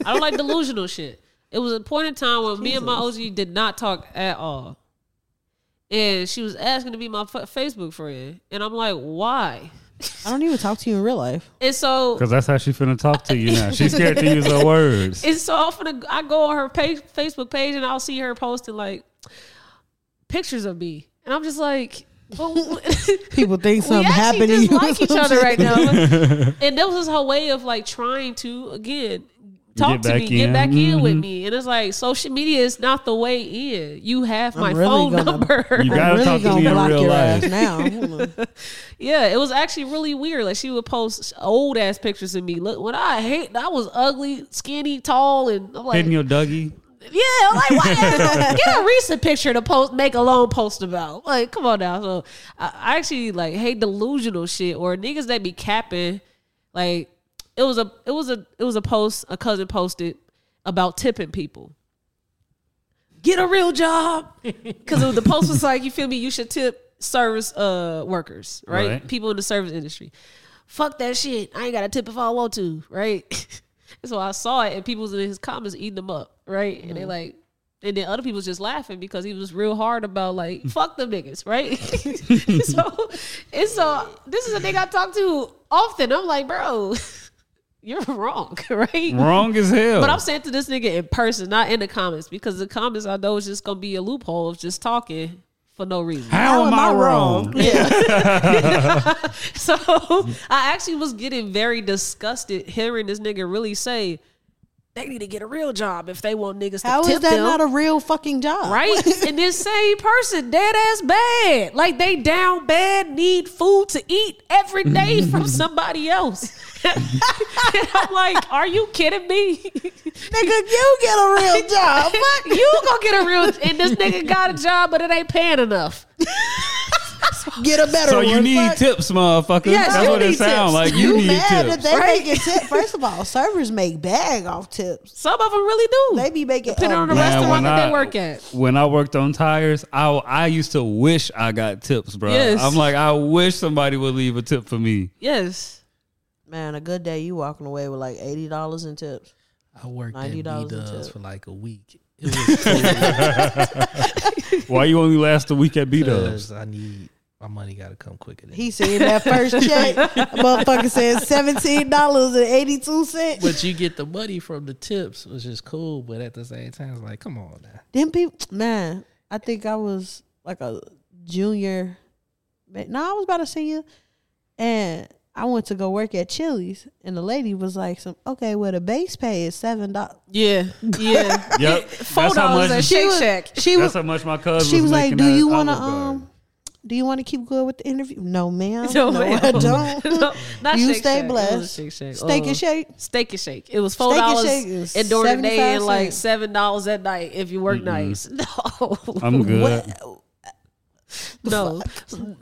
Speaker 1: I don't like delusional shit. It was a point in time when me and my OG did not talk at all, and she was asking to be my fa- Facebook friend, and I'm like, why?
Speaker 4: I don't even talk to you in real life.
Speaker 1: And so
Speaker 2: Because that's how she's finna talk to you now. She's scared to use her words.
Speaker 1: And so often I go on her page, Facebook page and I'll see her posting like pictures of me, and I'm just like, well,
Speaker 4: People think
Speaker 1: we
Speaker 4: something
Speaker 1: actually
Speaker 4: happened to you.
Speaker 1: just like each other right now. and that was her way of like trying to again talk
Speaker 2: Get
Speaker 1: to me,
Speaker 2: back
Speaker 1: get
Speaker 2: in.
Speaker 1: back in with
Speaker 2: Mhm.
Speaker 1: me, and it's like social media is not the way in. You have my
Speaker 4: really
Speaker 1: phone
Speaker 4: gonna-
Speaker 1: number.
Speaker 2: You gotta
Speaker 4: really
Speaker 2: talk to
Speaker 4: gonna
Speaker 2: me in
Speaker 4: block
Speaker 2: real
Speaker 4: your
Speaker 2: life.
Speaker 4: ass now. Hold on.
Speaker 1: Yeah, it was actually really weird. Like she would post old ass pictures of me. Look, when I hate, I was ugly, skinny, tall, and I'm like,
Speaker 2: Hitting your Dougie.
Speaker 1: Yeah, I'm like what? get a recent picture to post, make a long post about. Like, come on now. So I, I actually like hate delusional shit or niggas that be capping. Like, it was a it was a it was a post a cousin posted about tipping people. Get a real job because the post was like, you feel me? You should tip service uh workers, right?
Speaker 2: Right.
Speaker 1: People in the service industry. Fuck that shit. I ain't got to tip if I want to, right? And so I saw it, and people was in his comments eating them up, right? And they like, and then other people was just laughing because he was real hard about like, fuck them niggas, right? so, and so this is a nigga I talk to often. I'm like, bro, you're wrong, right?
Speaker 2: Wrong as hell.
Speaker 1: But I'm saying to this nigga in person, not in the comments, because the comments I know is just gonna be a loophole of just talking for no reason.
Speaker 4: Oh,
Speaker 2: how, am I wrong?
Speaker 1: So I actually was getting very disgusted hearing this nigga really say they need to get a real job if they want niggas
Speaker 4: How
Speaker 1: to tip
Speaker 4: is that
Speaker 1: them.
Speaker 4: not a real fucking job?
Speaker 1: right? and this same person, dead ass bad. Like they down bad, need food to eat every day from somebody else. and I'm like, are you kidding me?
Speaker 4: Nigga, you get a real job. Fuck
Speaker 1: you gonna get a real and this nigga got a job but it ain't paying enough
Speaker 4: Get a better
Speaker 2: So
Speaker 4: one.
Speaker 2: you need
Speaker 4: Fuck.
Speaker 2: tips, motherfucker.
Speaker 1: Yes,
Speaker 2: That's
Speaker 1: you
Speaker 2: what it
Speaker 1: need tips.
Speaker 2: sounds like. You,
Speaker 4: You
Speaker 2: need
Speaker 4: mad
Speaker 2: tips.
Speaker 4: that they
Speaker 1: right?
Speaker 4: making tips? First of all, servers make bag off tips.
Speaker 1: some of them really do
Speaker 4: They be making
Speaker 1: depending
Speaker 4: a
Speaker 1: on the
Speaker 4: bag.
Speaker 2: Man,
Speaker 1: restaurant
Speaker 2: when
Speaker 1: that
Speaker 2: I-
Speaker 1: they work at
Speaker 2: When I worked on tires, I I used to wish I got tips, bro.
Speaker 1: Yes.
Speaker 2: I'm like, I wish somebody would leave a tip for me.
Speaker 1: yes
Speaker 4: Man, a good day you walking away with like eighty dollars in tips.
Speaker 3: I worked at B
Speaker 4: $90 a
Speaker 3: Dubs
Speaker 4: tip.
Speaker 3: for like a week. It was
Speaker 2: Why you only last a week at B Dubs?
Speaker 3: because I need my money got to come quicker. Than
Speaker 4: He seen that first check. motherfucker said seventeen dollars and eighty two cents.
Speaker 3: but you get the money from the tips, which is cool. But at the same time, it's like, come on now.
Speaker 4: Them people, man. I think I was like a junior. ma- No, I was about a senior, and I went to go work at Chili's, and the lady was like, "Some okay, well the base pay is seven dollars."
Speaker 1: yeah yeah
Speaker 2: Yep.
Speaker 1: four
Speaker 2: That's how
Speaker 1: dollars at
Speaker 2: much.
Speaker 1: shake
Speaker 4: was,
Speaker 1: shack
Speaker 4: She
Speaker 2: That's
Speaker 4: was,
Speaker 2: how much my cousin.
Speaker 4: she was like,
Speaker 2: making
Speaker 4: "Do
Speaker 2: at
Speaker 4: you want to
Speaker 2: Olive Garden."
Speaker 4: um, do you want to keep good with the interview?" No, ma'am.
Speaker 1: No,
Speaker 4: No,
Speaker 1: ma'am.
Speaker 4: I don't.
Speaker 1: No, not
Speaker 4: You
Speaker 1: Shake
Speaker 4: stay
Speaker 1: Shack. It was
Speaker 4: blessed.
Speaker 1: Shake Shack.
Speaker 4: Steak
Speaker 1: Uh,
Speaker 4: and shake.
Speaker 1: Steak and Shake. It was four
Speaker 4: Steak and
Speaker 1: dollars
Speaker 4: Shake is
Speaker 1: and during the day and
Speaker 4: 75
Speaker 1: like
Speaker 4: cents.
Speaker 1: seven dollars at night if you work nights. No,
Speaker 2: I'm good.
Speaker 1: no,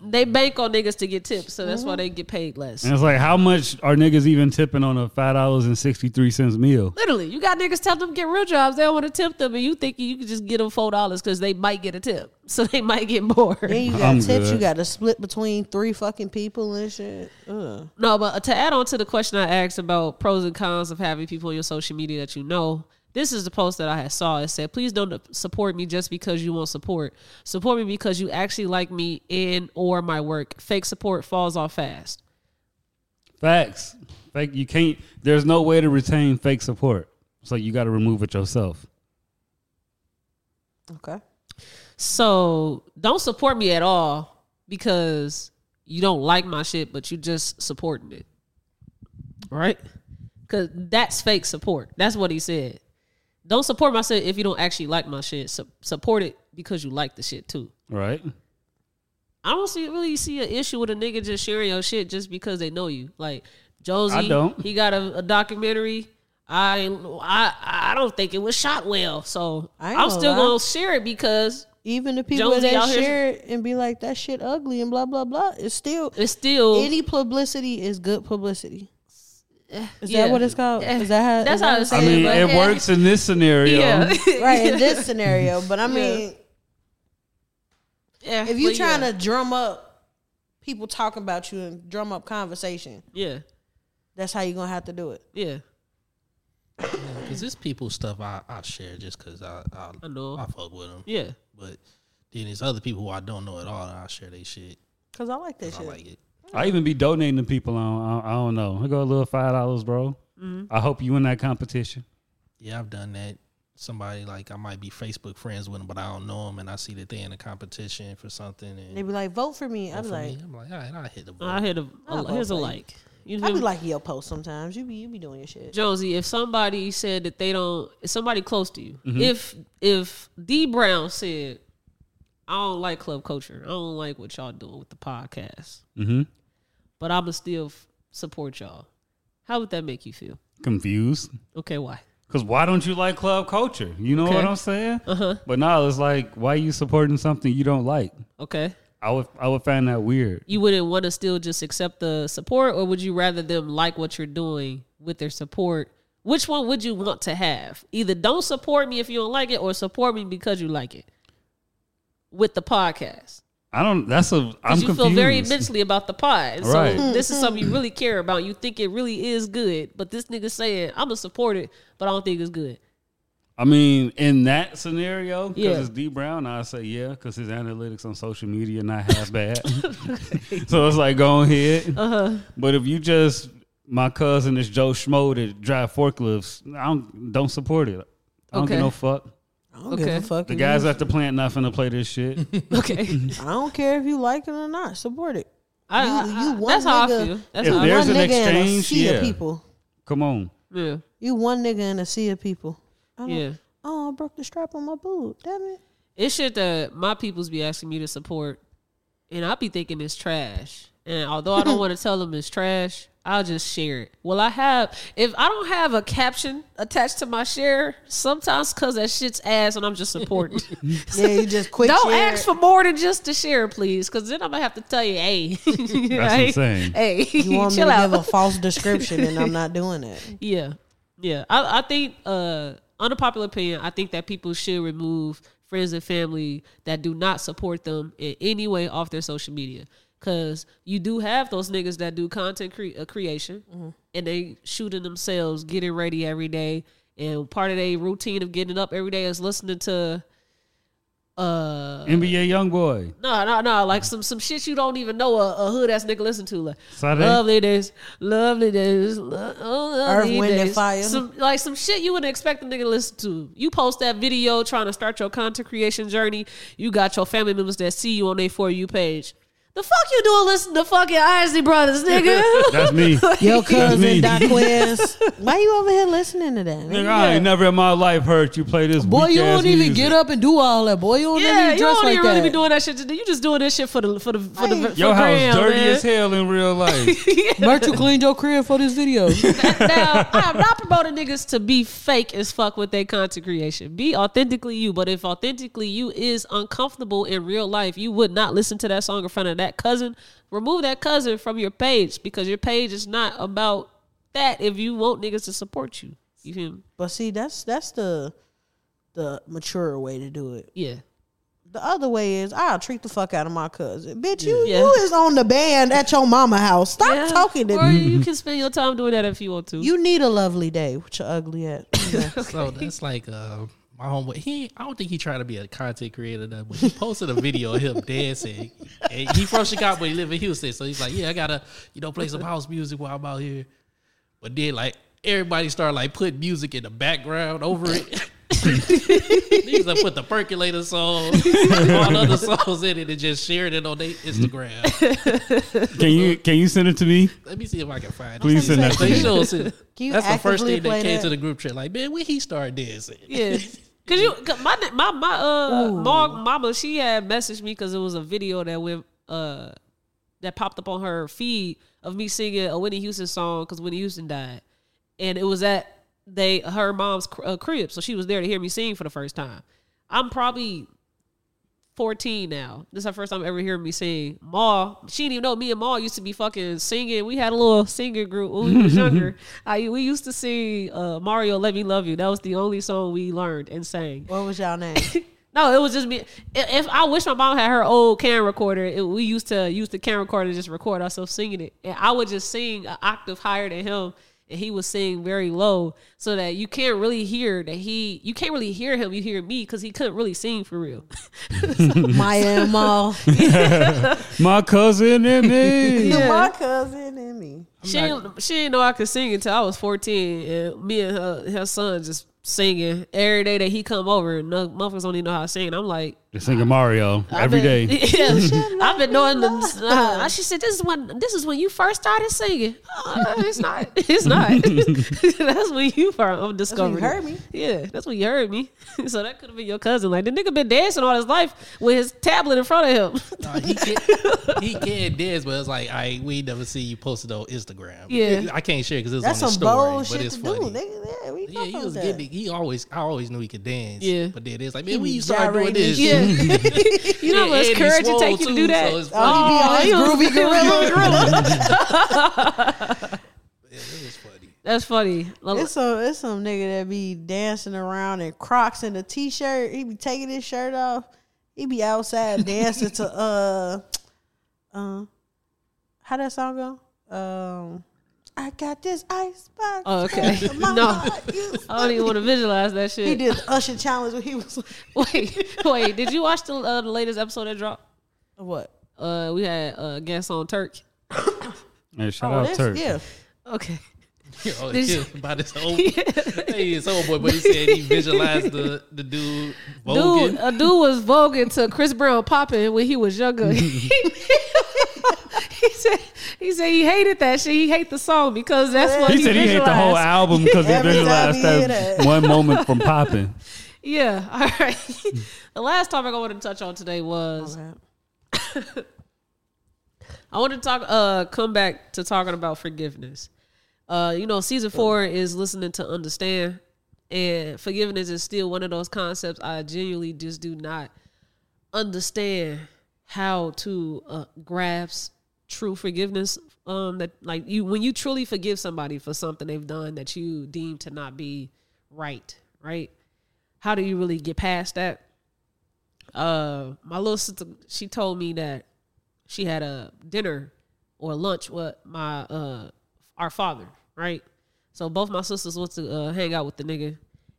Speaker 1: they bank on niggas to get tips, so
Speaker 4: Mm-hmm.
Speaker 1: that's why they get paid less.
Speaker 2: And it's like, how much are niggas even tipping on a five dollars and sixty three cents meal?
Speaker 1: Literally, you got niggas telling them to get real jobs. They don't want to tip them, and you think you can just get them four dollars because they might get a tip, so they might get more.
Speaker 4: Then you got
Speaker 2: I'm
Speaker 4: tips. You
Speaker 2: good.
Speaker 4: got to split between three fucking people and shit. Ugh.
Speaker 1: No, but to add on to the question I asked about pros and cons of having people on your social media that you know, this is the post that I had saw. It said, "Please don't support me just because you want support. Support me because you actually like me and or my work. Fake support falls off fast.
Speaker 2: Facts. Fake. You can't. There's no way to retain fake support. So you got to remove it yourself.
Speaker 4: Okay.
Speaker 1: So don't support me at all because you don't like my shit, but you just supporting it, right? Because that's fake support. That's what he said. Don't support my shit if you don't actually like my shit. Su- support it because you like the shit too.
Speaker 2: Right.
Speaker 1: I don't see really see an issue with a nigga just sharing your shit just because they know you. Like Josie,
Speaker 2: I don't.
Speaker 1: he got a, a documentary. I I I don't think it was shot well, so
Speaker 4: I
Speaker 1: I'm
Speaker 4: ain't gonna
Speaker 1: still
Speaker 4: lie.
Speaker 1: gonna share it because
Speaker 4: Even the people
Speaker 1: Jonesy out
Speaker 4: that
Speaker 1: here-
Speaker 4: share it and be like, "That shit ugly" and blah blah blah. It's still
Speaker 1: it's still
Speaker 4: any publicity is good publicity. Is
Speaker 1: Eh, yeah. Eh,
Speaker 4: that what it's called? Is that how?
Speaker 1: That's
Speaker 4: is that
Speaker 1: how
Speaker 4: what
Speaker 1: it's
Speaker 2: I
Speaker 1: Yeah,
Speaker 2: mean,
Speaker 1: but-
Speaker 2: it works in this scenario.
Speaker 1: yeah.
Speaker 4: right in this scenario. But I mean,
Speaker 1: Yeah,
Speaker 4: if you
Speaker 1: but
Speaker 4: trying
Speaker 1: yeah.
Speaker 4: to drum up people talking about you and drum up conversation,
Speaker 1: yeah
Speaker 4: that's how you gonna have to do it.
Speaker 1: yeah
Speaker 3: Because this people stuff I, I share just because I, I,
Speaker 1: I know.
Speaker 3: I fuck with them.
Speaker 1: yeah
Speaker 3: But then there's other people who I don't know at all, and I share their shit.
Speaker 4: Cause I like that
Speaker 3: I
Speaker 4: shit.
Speaker 3: like it.
Speaker 2: I even be donating to people. On, I, I don't know. I go a little five dollars, bro.
Speaker 1: Mm-hmm.
Speaker 2: I hope you in that competition.
Speaker 3: Yeah, I've done that. Somebody like I might be Facebook friends with them, but I don't know them, and I see that they in a competition for something, and
Speaker 4: They be like, vote for me. I be
Speaker 3: for
Speaker 4: like,
Speaker 3: me, I'm like, all right, I hit the ball.
Speaker 1: I hit a,
Speaker 4: I
Speaker 1: a here's a
Speaker 4: love
Speaker 1: like you
Speaker 4: I
Speaker 1: feel
Speaker 4: be
Speaker 1: me?
Speaker 4: liking your post sometimes. You be you be doing your shit.
Speaker 1: Josie if somebody said that they don't if somebody close to you if if D Brown said I don't like club culture I don't like what y'all doing with the podcast
Speaker 2: Mm-hmm.
Speaker 1: but I'ma still f- support y'all how would that make you feel
Speaker 2: Confused.
Speaker 1: okay why
Speaker 2: Cause why don't you like club culture? You know what
Speaker 1: Okay.
Speaker 2: I'm saying? Uh-huh. But now it's like, why you supporting something you don't like?
Speaker 1: Okay.
Speaker 2: I would I would find that weird.
Speaker 1: You wouldn't want to still just accept the support, or would you rather them like what you're doing with their support? Which one would you want to have? Either don't support me if you don't like it, or support me because you like it with the podcast.
Speaker 2: I don't. That's a. I'm
Speaker 1: Because you
Speaker 2: confused.
Speaker 1: feel very immensely about the pod. And
Speaker 2: Right.
Speaker 1: So this is something you really care about. You think it really is good, but this nigga saying I'm gonna support it, but I don't think it's good.
Speaker 2: I mean, in that scenario, because
Speaker 1: Yeah.
Speaker 2: it's D Brown, I say yeah, because his analytics on social media not half bad. so it's like go ahead. Uh-huh. But if you just my cousin is Joe Schmo that drive forklifts, I don't don't support it. I don't
Speaker 1: Okay.
Speaker 2: give no fuck.
Speaker 4: I don't give
Speaker 1: Okay.
Speaker 4: a fuck.
Speaker 2: The
Speaker 4: if
Speaker 2: guys
Speaker 4: you-
Speaker 2: at the plant not finna play this shit.
Speaker 1: Okay.
Speaker 4: I don't care if you like it or not. Support it.
Speaker 1: I,
Speaker 4: You-
Speaker 1: I-
Speaker 4: you
Speaker 1: I-
Speaker 4: one
Speaker 1: Uh, that's how I
Speaker 4: nigga-
Speaker 1: feel. That's
Speaker 2: If
Speaker 1: how I
Speaker 2: there's
Speaker 1: feel.
Speaker 2: an
Speaker 4: one nigga in a
Speaker 2: exchange,
Speaker 4: sea
Speaker 2: yeah.
Speaker 4: of people.
Speaker 2: Come on.
Speaker 1: Yeah.
Speaker 4: You one nigga in a sea of people. I don't-
Speaker 1: Yeah.
Speaker 4: Oh, I broke the strap on my boot. Damn it.
Speaker 1: It's shit that my peoples be asking me to support, and I be thinking it's trash. And although I don't want to tell them it's trash, I'll just share it. Well, I have if I don't have a caption attached to my share, sometimes cause that shit's ass, and I'm just supporting.
Speaker 4: Yeah, you just quick.
Speaker 1: Don't
Speaker 4: share
Speaker 1: ask
Speaker 4: it.
Speaker 1: for more than just the share, please, because then I'm gonna have to tell you, hey,
Speaker 2: That's
Speaker 1: hey,
Speaker 2: insane.
Speaker 1: Hey,
Speaker 4: You want me
Speaker 1: chill
Speaker 4: to
Speaker 1: out.
Speaker 4: give a false description, and I'm not doing that.
Speaker 1: yeah, yeah. I, I think, uh, unpopular opinion. I think that people should remove friends and family that do not support them in any way off their social media, because you do have those niggas that do content cre- uh, creation, and they shooting themselves, getting ready every day, and part of their routine of getting up every day is listening to. Uh,
Speaker 2: NBA YoungBoy.
Speaker 1: No, no, no. Like some some shit you don't even know a, a hood ass nigga listen to. Like
Speaker 2: Saturday.
Speaker 1: lovely days, lovely days, lo- oh, lovely
Speaker 4: Earth, Wind, and
Speaker 1: days.
Speaker 4: Fire.
Speaker 1: Some like some shit you wouldn't expect a nigga to listen to. You post that video trying to start your content creation journey. You got your family members that see you on their for you page. The fuck you doing listening to fucking Isley Brothers, nigga?
Speaker 2: That's me.
Speaker 4: Your
Speaker 2: me.
Speaker 4: cousin Daquez. Why you over here listening to that?
Speaker 2: Nigga, I ain't never in my life heard you play this.
Speaker 4: Boy,
Speaker 2: weak
Speaker 4: you
Speaker 2: ass
Speaker 4: don't even
Speaker 2: music.
Speaker 4: get up and do all that. Boy, you don't
Speaker 1: yeah, you
Speaker 4: even dress
Speaker 1: don't
Speaker 4: like
Speaker 1: even really
Speaker 4: that.
Speaker 1: be doing that shit. Today. You just doing this shit for the for the for the
Speaker 4: Right.
Speaker 1: for
Speaker 2: Your house
Speaker 1: gram,
Speaker 2: dirty
Speaker 1: man.
Speaker 2: as hell in real life.
Speaker 4: Virtual cleaned your crib for this video.
Speaker 1: now, I'm not promoting niggas to be fake as fuck with their content creation. Be authentically you. But if authentically you is uncomfortable in real life, you would not listen to that song in front of that cousin. Remove that cousin from your page because your page is not about that if you want niggas to support you. You feel me?
Speaker 4: but see, that's that's the the mature way to do it.
Speaker 1: Yeah.
Speaker 4: The other way is I'll treat the fuck out of my cousin. Bitch, you
Speaker 1: Yeah.
Speaker 4: you is on the band at your mama house. Stop
Speaker 1: yeah.
Speaker 4: talking to
Speaker 1: Or
Speaker 4: me.
Speaker 1: you can spend your time doing that if you want to.
Speaker 4: You need a lovely day with your ugly ass.
Speaker 3: So that's like uh, my homeboy. He, I don't think he tried to be a content creator. Though, but he posted a video of him dancing. And he from Chicago, but he live in Houston. So he's like, yeah, I gotta, you know, play some house music while I'm out here. But then like everybody started like putting music in the background over it. Niggas like put the percolator song, all other songs in it, and just shared it on their Instagram.
Speaker 2: Can you can you send it to me?
Speaker 3: Let me see if I can find it.
Speaker 2: Please send that to
Speaker 3: They
Speaker 2: me.
Speaker 3: show us it.
Speaker 4: Can you
Speaker 3: That's the first
Speaker 4: actively
Speaker 3: thing that
Speaker 4: play
Speaker 3: came
Speaker 4: that?
Speaker 3: to the group chat. Like, man, when he started dancing,
Speaker 1: Yeah. Cause you, cause my my my uh Mark mama, she had messaged me because it was a video that went uh that popped up on her feed of me singing a Whitney Houston song because Whitney Houston died, and it was at they her mom's cr- uh, crib, so she was there to hear me sing for the first time. I'm probably 14 now. This is her first time ever hearing me sing. Ma, she didn't even know me and Ma used to be fucking singing. We had a little singing group when we was younger. I, we used to sing uh, Mario Let Me Love You. That was the only song we learned and sang.
Speaker 4: What was y'all name?
Speaker 1: No, it was just me. If, if I wish my mom had her old can recorder, it, we used to use the can recorder to just record ourselves singing it, and I would just sing an octave higher than him, and he would sing very low, so that you can't really hear that he. You can't really hear him. You hear me because he couldn't really sing for real.
Speaker 4: Maya and Ma.
Speaker 2: My cousin and me.
Speaker 4: My cousin and me.
Speaker 1: she didn't, she didn't know I could sing until I was fourteen, and me and her, her son just singing every day that he come over. And the motherfuckers don't even know how to sing. And I'm like,
Speaker 2: They're singing Mario every day.
Speaker 1: Yeah, I've been knowing them. Uh, she said, "This is when this is when you first started singing." Uh, it's not. It's not. that's when you first discovered.
Speaker 4: heard
Speaker 1: it.
Speaker 4: me.
Speaker 1: Yeah, that's when you heard me. so that could have been your cousin. Like the nigga been dancing all his life with his tablet in front of him.
Speaker 3: Nah, he can't, he can't dance, but it's like I we never see you posted on Instagram.
Speaker 1: Yeah.
Speaker 3: I can't share because it's
Speaker 4: That's
Speaker 3: on the
Speaker 4: some
Speaker 3: story,
Speaker 4: bold
Speaker 3: but
Speaker 4: shit
Speaker 3: it's
Speaker 4: to
Speaker 3: funny.
Speaker 4: do, nigga. Yeah, we
Speaker 3: Yeah,
Speaker 4: yeah,
Speaker 3: he was
Speaker 4: that.
Speaker 3: getting. He always, I always knew he could dance.
Speaker 1: Yeah.
Speaker 3: but then it's like, man,
Speaker 4: He
Speaker 3: we started doing
Speaker 4: gyrated.
Speaker 3: this.
Speaker 1: Yeah, you know
Speaker 3: Yeah,
Speaker 1: what's
Speaker 3: and he
Speaker 1: courage to
Speaker 3: swole
Speaker 1: take you to
Speaker 3: too,
Speaker 1: do that.
Speaker 3: so it's funny.
Speaker 1: oh,
Speaker 4: He be on his
Speaker 1: he was-
Speaker 4: groovy gorilla,
Speaker 3: Yeah, it was funny.
Speaker 1: That's funny.
Speaker 4: It's some it's some nigga that be dancing around in Crocs and a t shirt. He be taking his shirt off. He be outside dancing to uh uh how that song go? Um I got this ice box.
Speaker 3: Uh,
Speaker 1: Oh, okay.
Speaker 4: stuck in my
Speaker 1: No.
Speaker 4: heart. You
Speaker 1: I don't even want to visualize that shit.
Speaker 4: He did the Usher challenge when he was like,
Speaker 1: Wait, wait. Did you watch the, uh, the latest episode that dropped?
Speaker 4: what?
Speaker 1: Uh, we had uh, guest on Turk.
Speaker 2: Hey, shout
Speaker 4: Oh,
Speaker 2: out
Speaker 4: this,
Speaker 2: Turk.
Speaker 4: yeah.
Speaker 1: Okay.
Speaker 3: You know,
Speaker 1: Did you-
Speaker 3: it's about this old, hey, it's old boy, but he said he visualized the the dude
Speaker 1: Dude, uh,
Speaker 3: voguing.
Speaker 1: a dude was voguing to Chris Brown popping when he was younger. he said he said he hated that shit. He hate the song because that's what
Speaker 2: He
Speaker 1: he,
Speaker 2: said he hated the whole
Speaker 1: visualized.
Speaker 2: album because he
Speaker 4: Every time
Speaker 2: visualized
Speaker 4: he
Speaker 2: that,
Speaker 4: hear that.
Speaker 2: one moment from popping.
Speaker 1: Yeah. All right. the last topic I wanted to touch on today was I want to talk. Uh, come back to talking about forgiveness. Uh, you know, season four is listening to understand, and forgiveness is still one of those concepts I genuinely just do not understand how to uh, grasp true forgiveness. Um, that like you when you truly forgive somebody for something they've done that you deem to not be right, right? How do you really get past that? Uh, my little sister, she told me that she had a dinner or lunch with my uh our father, right? So both my sisters went to uh, hang out with the nigga,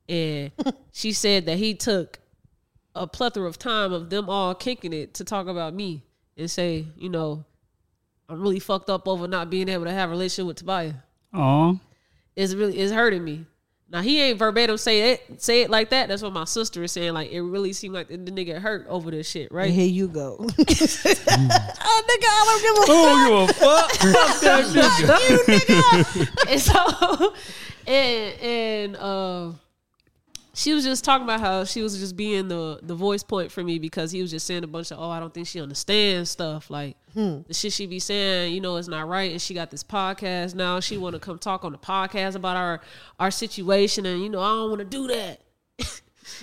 Speaker 1: and she said that he took a plethora of time of them all kicking it to talk about me and say, you know, I'm really fucked up over not being able to have a relationship with Tobiah
Speaker 2: Aw.
Speaker 1: it's really it's hurting me. Now he ain't verbatim say it say it like that. That's what my sister is saying. Like it really seemed like the, the nigga hurt over this shit, right?
Speaker 4: Here you go. oh nigga, I don't give a
Speaker 2: Oh, you a fuck? fuck that nigga.
Speaker 1: and so and and uh she was just talking about how she was just being the the voice point for me because he was just saying a bunch of oh I don't think she understands stuff like the shit she be saying you know it's not right and she got this podcast now she want to come talk on the podcast about our our situation and you know I don't want to do that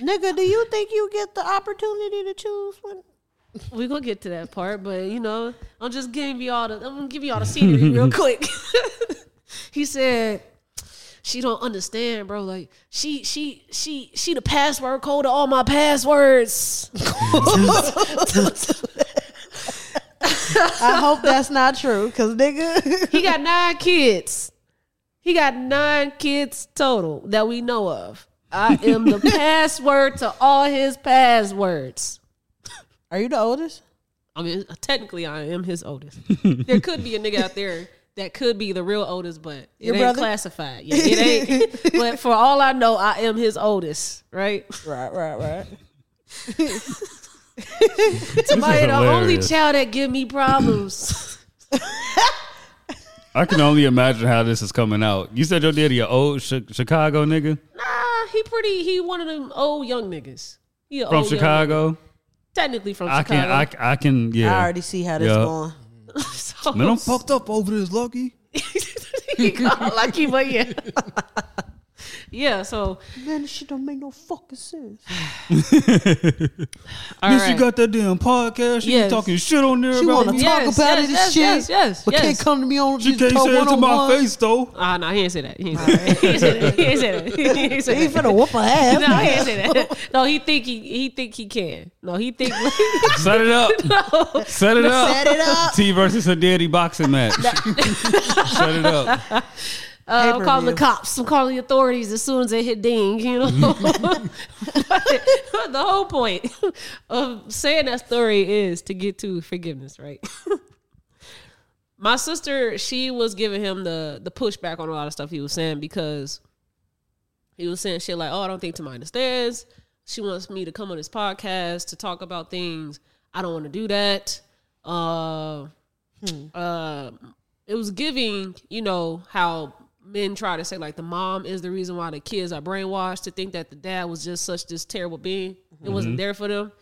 Speaker 4: Nigga, do you think you get the opportunity to choose when
Speaker 1: we gonna get to that part, but you know, I'm just giving you all the I'm gonna give you all the scenery real quick. he said she don't understand, bro. Like she she she she the password code to all my passwords.
Speaker 4: I hope that's not true, because nigga,
Speaker 1: He got nine kids. He got nine kids total that we know of. I am the password to all his passwords.
Speaker 4: are you the oldest?
Speaker 1: I mean, technically, I am his oldest. there could be a nigga out there that could be the real oldest, but it
Speaker 4: Your
Speaker 1: ain't
Speaker 4: brother?
Speaker 1: classified. Yeah, it ain't. but for all I know, I am his oldest. Right?
Speaker 4: Right, right, right.
Speaker 1: Somebody the only
Speaker 2: hilarious.
Speaker 1: child that give me problems.
Speaker 2: I can only imagine how this is coming out. You said your daddy an old chi- Chicago nigga
Speaker 4: Oh,
Speaker 1: nah, Ah, he pretty. He one of them old young niggas. He a
Speaker 2: from
Speaker 1: old young nigga.
Speaker 2: Chicago.
Speaker 1: technically from
Speaker 2: I can,
Speaker 1: Chicago.
Speaker 2: I, I can,
Speaker 4: I
Speaker 2: yeah.
Speaker 4: already see how this
Speaker 2: Yeah.
Speaker 4: going.
Speaker 1: So-
Speaker 2: Man, I'm fucked up over this, Lucky.
Speaker 1: he got lucky, but yeah, yeah. So
Speaker 4: Man, this shit don't make no fucking sense.
Speaker 1: all
Speaker 2: Then
Speaker 1: right.
Speaker 2: she got that damn podcast. She
Speaker 1: Yes.
Speaker 2: be talking shit on there
Speaker 4: She
Speaker 2: about
Speaker 4: wanna
Speaker 2: me.
Speaker 4: talk
Speaker 1: Yes,
Speaker 4: about
Speaker 1: yes,
Speaker 4: it and
Speaker 1: yes,
Speaker 4: shit,
Speaker 1: yes, yes,
Speaker 4: but
Speaker 1: yes.
Speaker 4: can't come to me on.
Speaker 2: She can't say it to my face, though.
Speaker 1: Ah, no, he ain't say that. He ain't say that. He ain't say that. He ain't say that. He ain't say
Speaker 4: He
Speaker 1: that.
Speaker 4: finna whoop her ass.
Speaker 1: No, he ain't say that. No, he think he he think he can. No, he think
Speaker 2: Set it up.
Speaker 1: no.
Speaker 2: Set it up.
Speaker 4: Set it up.
Speaker 2: T versus her daddy boxing match. Set it up.
Speaker 1: Uh, I'm calling the
Speaker 4: Pay-per-view.
Speaker 1: cops. I'm calling the authorities as soon as they hit ding. You know, But the whole point of saying that story is to get to forgiveness, right? My sister, she was giving him the the pushback on a lot of stuff he was saying because he was saying shit like, "Oh, I don't think Tamai understands." She wants me to come on this podcast to talk about things. I don't want to do that. Uh, uh, it was giving, you know, how men try to say like the mom is the reason why the kids are brainwashed to think that the dad was just such this terrible being. It wasn't there for them.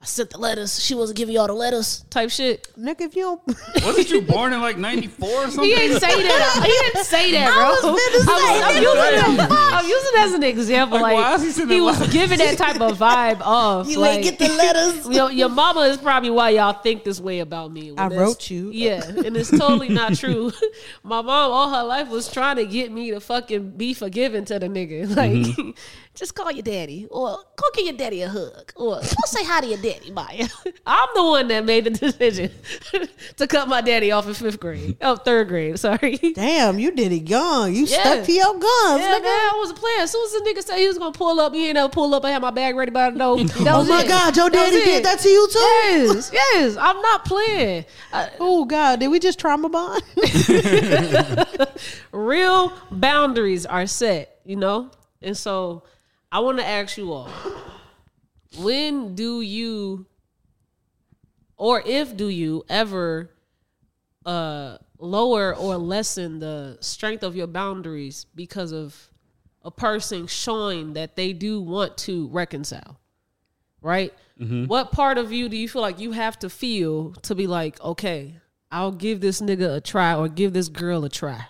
Speaker 1: I sent the letters. She wasn't giving y'all the letters. Type shit.
Speaker 4: Nigga, if you don't.
Speaker 2: Wasn't you born in like '94 or something?
Speaker 1: He didn't say that. He didn't say that, bro.
Speaker 4: I was finna say,
Speaker 1: I'm,
Speaker 4: nigga,
Speaker 1: using that, I'm using that as an example.
Speaker 2: Like,
Speaker 1: Like,
Speaker 2: why is he sending
Speaker 1: was
Speaker 2: letters?
Speaker 1: giving that type of vibe off.
Speaker 4: you
Speaker 1: like,
Speaker 4: ain't get the letters.
Speaker 1: your, your mama is probably why y'all think this way about me.
Speaker 4: I
Speaker 1: When
Speaker 4: wrote
Speaker 1: it's-
Speaker 4: you.
Speaker 1: Yeah, and it's totally not true. My mom all her life was trying to get me to fucking be forgiving to the nigga. Like, just call your daddy or go give your daddy a hug or go say hi to your daddy, Maya. I'm the one that made the decision to cut my daddy off in fifth grade. Oh, third grade, sorry.
Speaker 4: Damn, you did it young. You
Speaker 1: Yeah.
Speaker 4: stuck to your guns,
Speaker 1: Yeah,
Speaker 4: nigga.
Speaker 1: man, I was a player. As soon as the nigga said he was gonna pull up, he ain't never pull up. I had my bag ready by the door. That
Speaker 4: Oh
Speaker 1: was
Speaker 4: my
Speaker 1: it.
Speaker 4: God, your
Speaker 1: That was
Speaker 4: daddy
Speaker 1: it.
Speaker 4: did that to you too?
Speaker 1: Yes, yes. I'm not playing. Uh,
Speaker 4: Oh God, did we just trauma bond?
Speaker 1: real boundaries are set, you know? And so I want to ask you all when do you, or if do you ever uh, lower or lessen the strength of your boundaries because of a person showing that they do want to reconcile? right? What part of you do you feel like you have to feel to be like, okay, I'll give this nigga a try or give this girl a try?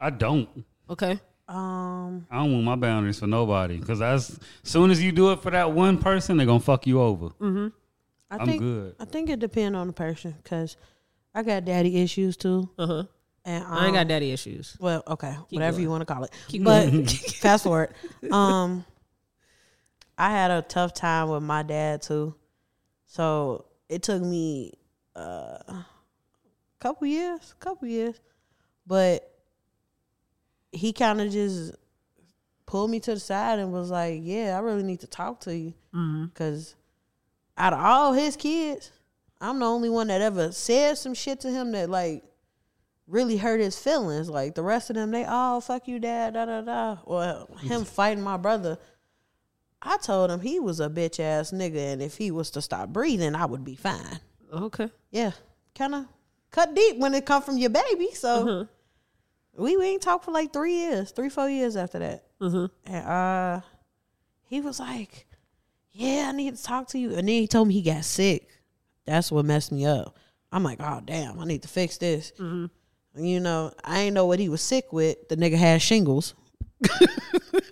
Speaker 2: I don't.
Speaker 1: Okay.
Speaker 4: um,
Speaker 2: I don't want my boundaries for nobody because as soon as you do it for that one person, they're gonna fuck you over.
Speaker 1: Mm.
Speaker 4: I
Speaker 2: I'm
Speaker 4: think
Speaker 2: good.
Speaker 4: I think it depends on the person because I got daddy issues too,
Speaker 1: Uh huh.
Speaker 4: and um,
Speaker 1: I ain't got daddy issues.
Speaker 4: Well, okay, whatever
Speaker 1: going.
Speaker 4: you want to call it. but fast forward, um, I had a tough time with my dad too, so it took me a couple years, couple years, but he kind of just pulled me to the side and was like, "Yeah, I really need to talk to you because out of all his kids, I'm the only one that ever said some shit to him that like." really hurt his feelings. Like the rest of them, they all fuck you, dad, da da da. Or him fighting my brother. I told him he was a bitch ass nigga, and if he was to stop breathing, I would be fine.
Speaker 1: Okay.
Speaker 4: Yeah, kind of cut deep when it come from your baby. So
Speaker 1: Mm-hmm.
Speaker 4: we, we ain't talked for like three years, three four years after that.
Speaker 1: Mm-hmm.
Speaker 4: And uh, he was like, "Yeah, I need to talk to you." And then he told me he got sick. That's what messed me up. I'm like, "Oh damn, I need to fix this."
Speaker 1: Mm-hmm.
Speaker 4: You know, I ain't know what he was sick with. The nigga had shingles.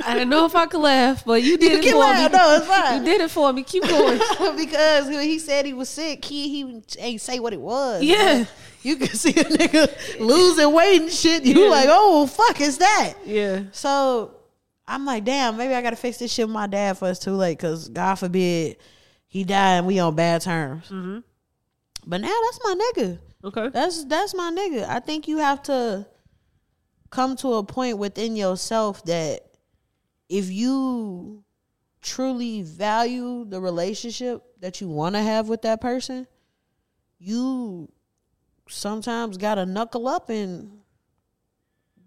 Speaker 1: I don't know if I could laugh, but you did
Speaker 4: You
Speaker 1: it
Speaker 4: can
Speaker 1: for
Speaker 4: laugh,
Speaker 1: me.
Speaker 4: no, it's fine.
Speaker 1: You did it for me. Keep going.
Speaker 4: because when he said he was sick, he he ain't say what it was.
Speaker 1: Yeah.
Speaker 4: You can see a nigga losing weight and shit. You
Speaker 1: Yeah.
Speaker 4: like, oh fuck, is that?
Speaker 1: yeah.
Speaker 4: So I'm like, damn, maybe I gotta fix this shit with my dad for it's too late. Cause God forbid he died and we on bad terms. But now that's my nigga.
Speaker 1: Okay.
Speaker 4: That's that's my nigga. I think you have to come to a point within yourself that if you truly value the relationship that you want to have with that person, you sometimes got to knuckle up and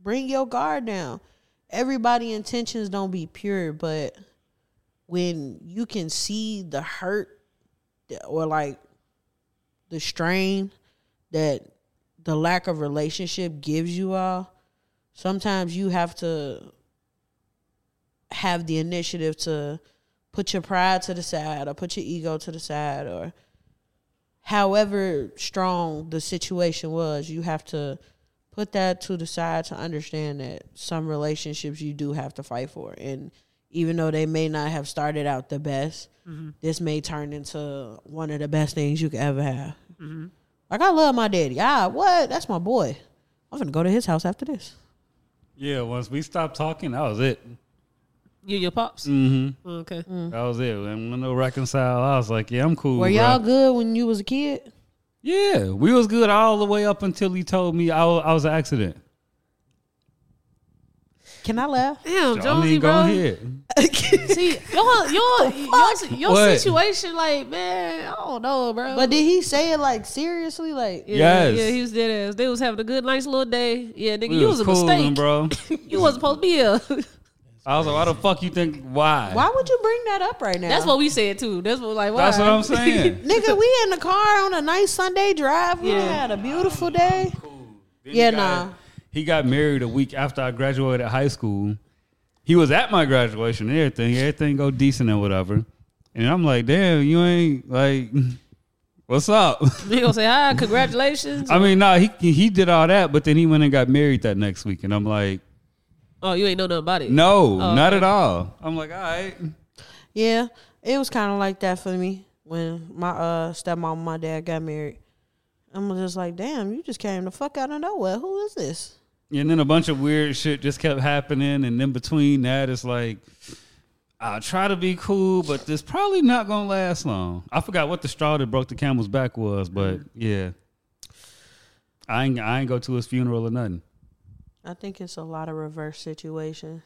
Speaker 4: bring your guard down. Everybody intentions don't be pure, but when you can see the hurt or like the strain that the lack of relationship gives you all, sometimes you have to have the initiative to put your pride to the side or put your ego to the side or however strong the situation was, you have to put that to the side to understand that some relationships you do have to fight for. And even though they may not have started out the best, this may turn into one of the best things you could ever have. Like I love my daddy. Ah, what? That's my boy. I'm gonna go to his house after this.
Speaker 2: Yeah, once we stopped talking, that was it.
Speaker 1: You your pops? Mm-hmm. Okay.
Speaker 2: That was it. And when they reconcile, I was like, yeah, I'm cool.
Speaker 4: Were
Speaker 2: bro.
Speaker 4: y'all good when you was a kid?
Speaker 2: Yeah, we was good all the way up until he told me I was, I was an accident.
Speaker 4: Can I laugh?
Speaker 1: Damn,
Speaker 2: So, I
Speaker 1: Jonesy,
Speaker 2: mean, go
Speaker 1: bro.
Speaker 2: ahead.
Speaker 1: See, your your your, your
Speaker 2: What?
Speaker 1: situation, like, man, I don't know, bro.
Speaker 4: But did he say it like seriously? Like
Speaker 1: yeah,
Speaker 2: Yes.
Speaker 1: yeah, he was dead ass. They was having a good, nice little day. Yeah, nigga,
Speaker 2: We
Speaker 1: you was, a
Speaker 2: coolin',
Speaker 1: mistake,
Speaker 2: bro.
Speaker 1: You wasn't supposed to be here.
Speaker 2: I was like, why the fuck you think why?
Speaker 4: Why would you bring that up right now?
Speaker 1: That's what we said too. That's what like why?
Speaker 2: That's what I'm saying.
Speaker 4: Nigga, we in the car on a nice Sunday drive. We
Speaker 1: Yeah.
Speaker 4: had a beautiful day.
Speaker 2: Then
Speaker 4: Yeah,
Speaker 2: he got-
Speaker 4: nah.
Speaker 2: He got married a week after I graduated high school. He was at my graduation and everything. Everything go decent and whatever. And I'm like, damn, you ain't like, what's up?
Speaker 1: They gonna say hi, congratulations.
Speaker 2: I mean, nah, he he did all that, but then he went and got married that next week, and I'm like,
Speaker 1: oh, you ain't know nothing about it.
Speaker 2: no,
Speaker 1: Oh,
Speaker 2: not
Speaker 1: okay.
Speaker 2: at all. I'm like, all right,
Speaker 4: Yeah, it was kind of like that for me when my uh stepmom and my dad got married. I'm just like, damn, you just came the fuck out of nowhere. Who is this?
Speaker 2: and then a bunch of weird shit just kept happening, and in between that, it's like. I'll try to be cool, but this probably not gonna last long. I forgot what the straw that broke the camel's back was, but
Speaker 1: Mm.
Speaker 2: yeah, I ain't I ain't go to his funeral or nothing.
Speaker 4: I think it's a lot of reverse situations.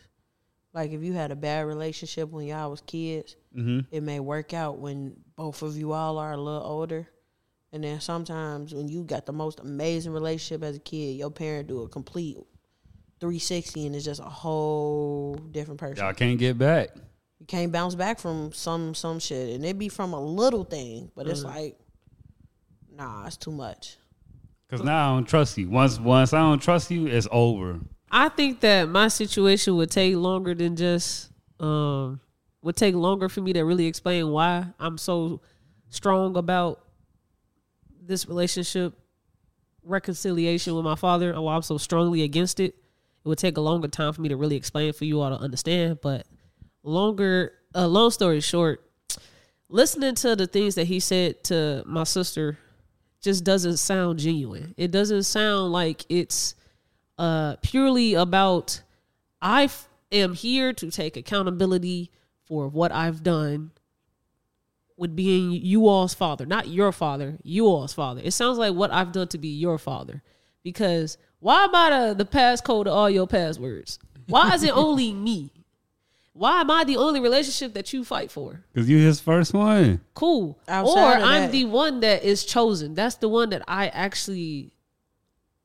Speaker 4: Like if you had a bad relationship when y'all was kids, it may work out when both of you all are a little older. And then sometimes when you got the most amazing relationship as a kid, your parent do a complete 360 and it's just a whole different person.
Speaker 2: Y'all can't get back.
Speaker 4: you can't bounce back from some some shit, and it be from a little thing, but it's like, nah, it's too much.
Speaker 2: Cause now I don't trust you. Once once I don't trust you, it's over.
Speaker 1: I think that my situation would take longer than just um would take longer for me to really explain why I'm so strong about this relationship reconciliation with my father and why I'm so strongly against it. It would take a longer time for me to really explain for you all to understand, but longer uh, long story short, listening to the things that he said to my sister just doesn't sound genuine. It doesn't sound like it's uh, purely about I f- am here to take accountability for what I've done with being you all's father, not your father, you all's father. It sounds like what I've done to be your father. Because why am I the, the passcode to all your passwords? Why is it only me? Why am I the only relationship that you fight for?
Speaker 2: Cause you his first one.
Speaker 1: cool.
Speaker 4: Outside
Speaker 1: or
Speaker 4: of
Speaker 1: I'm
Speaker 4: that-
Speaker 1: the one that is chosen. That's the one that I actually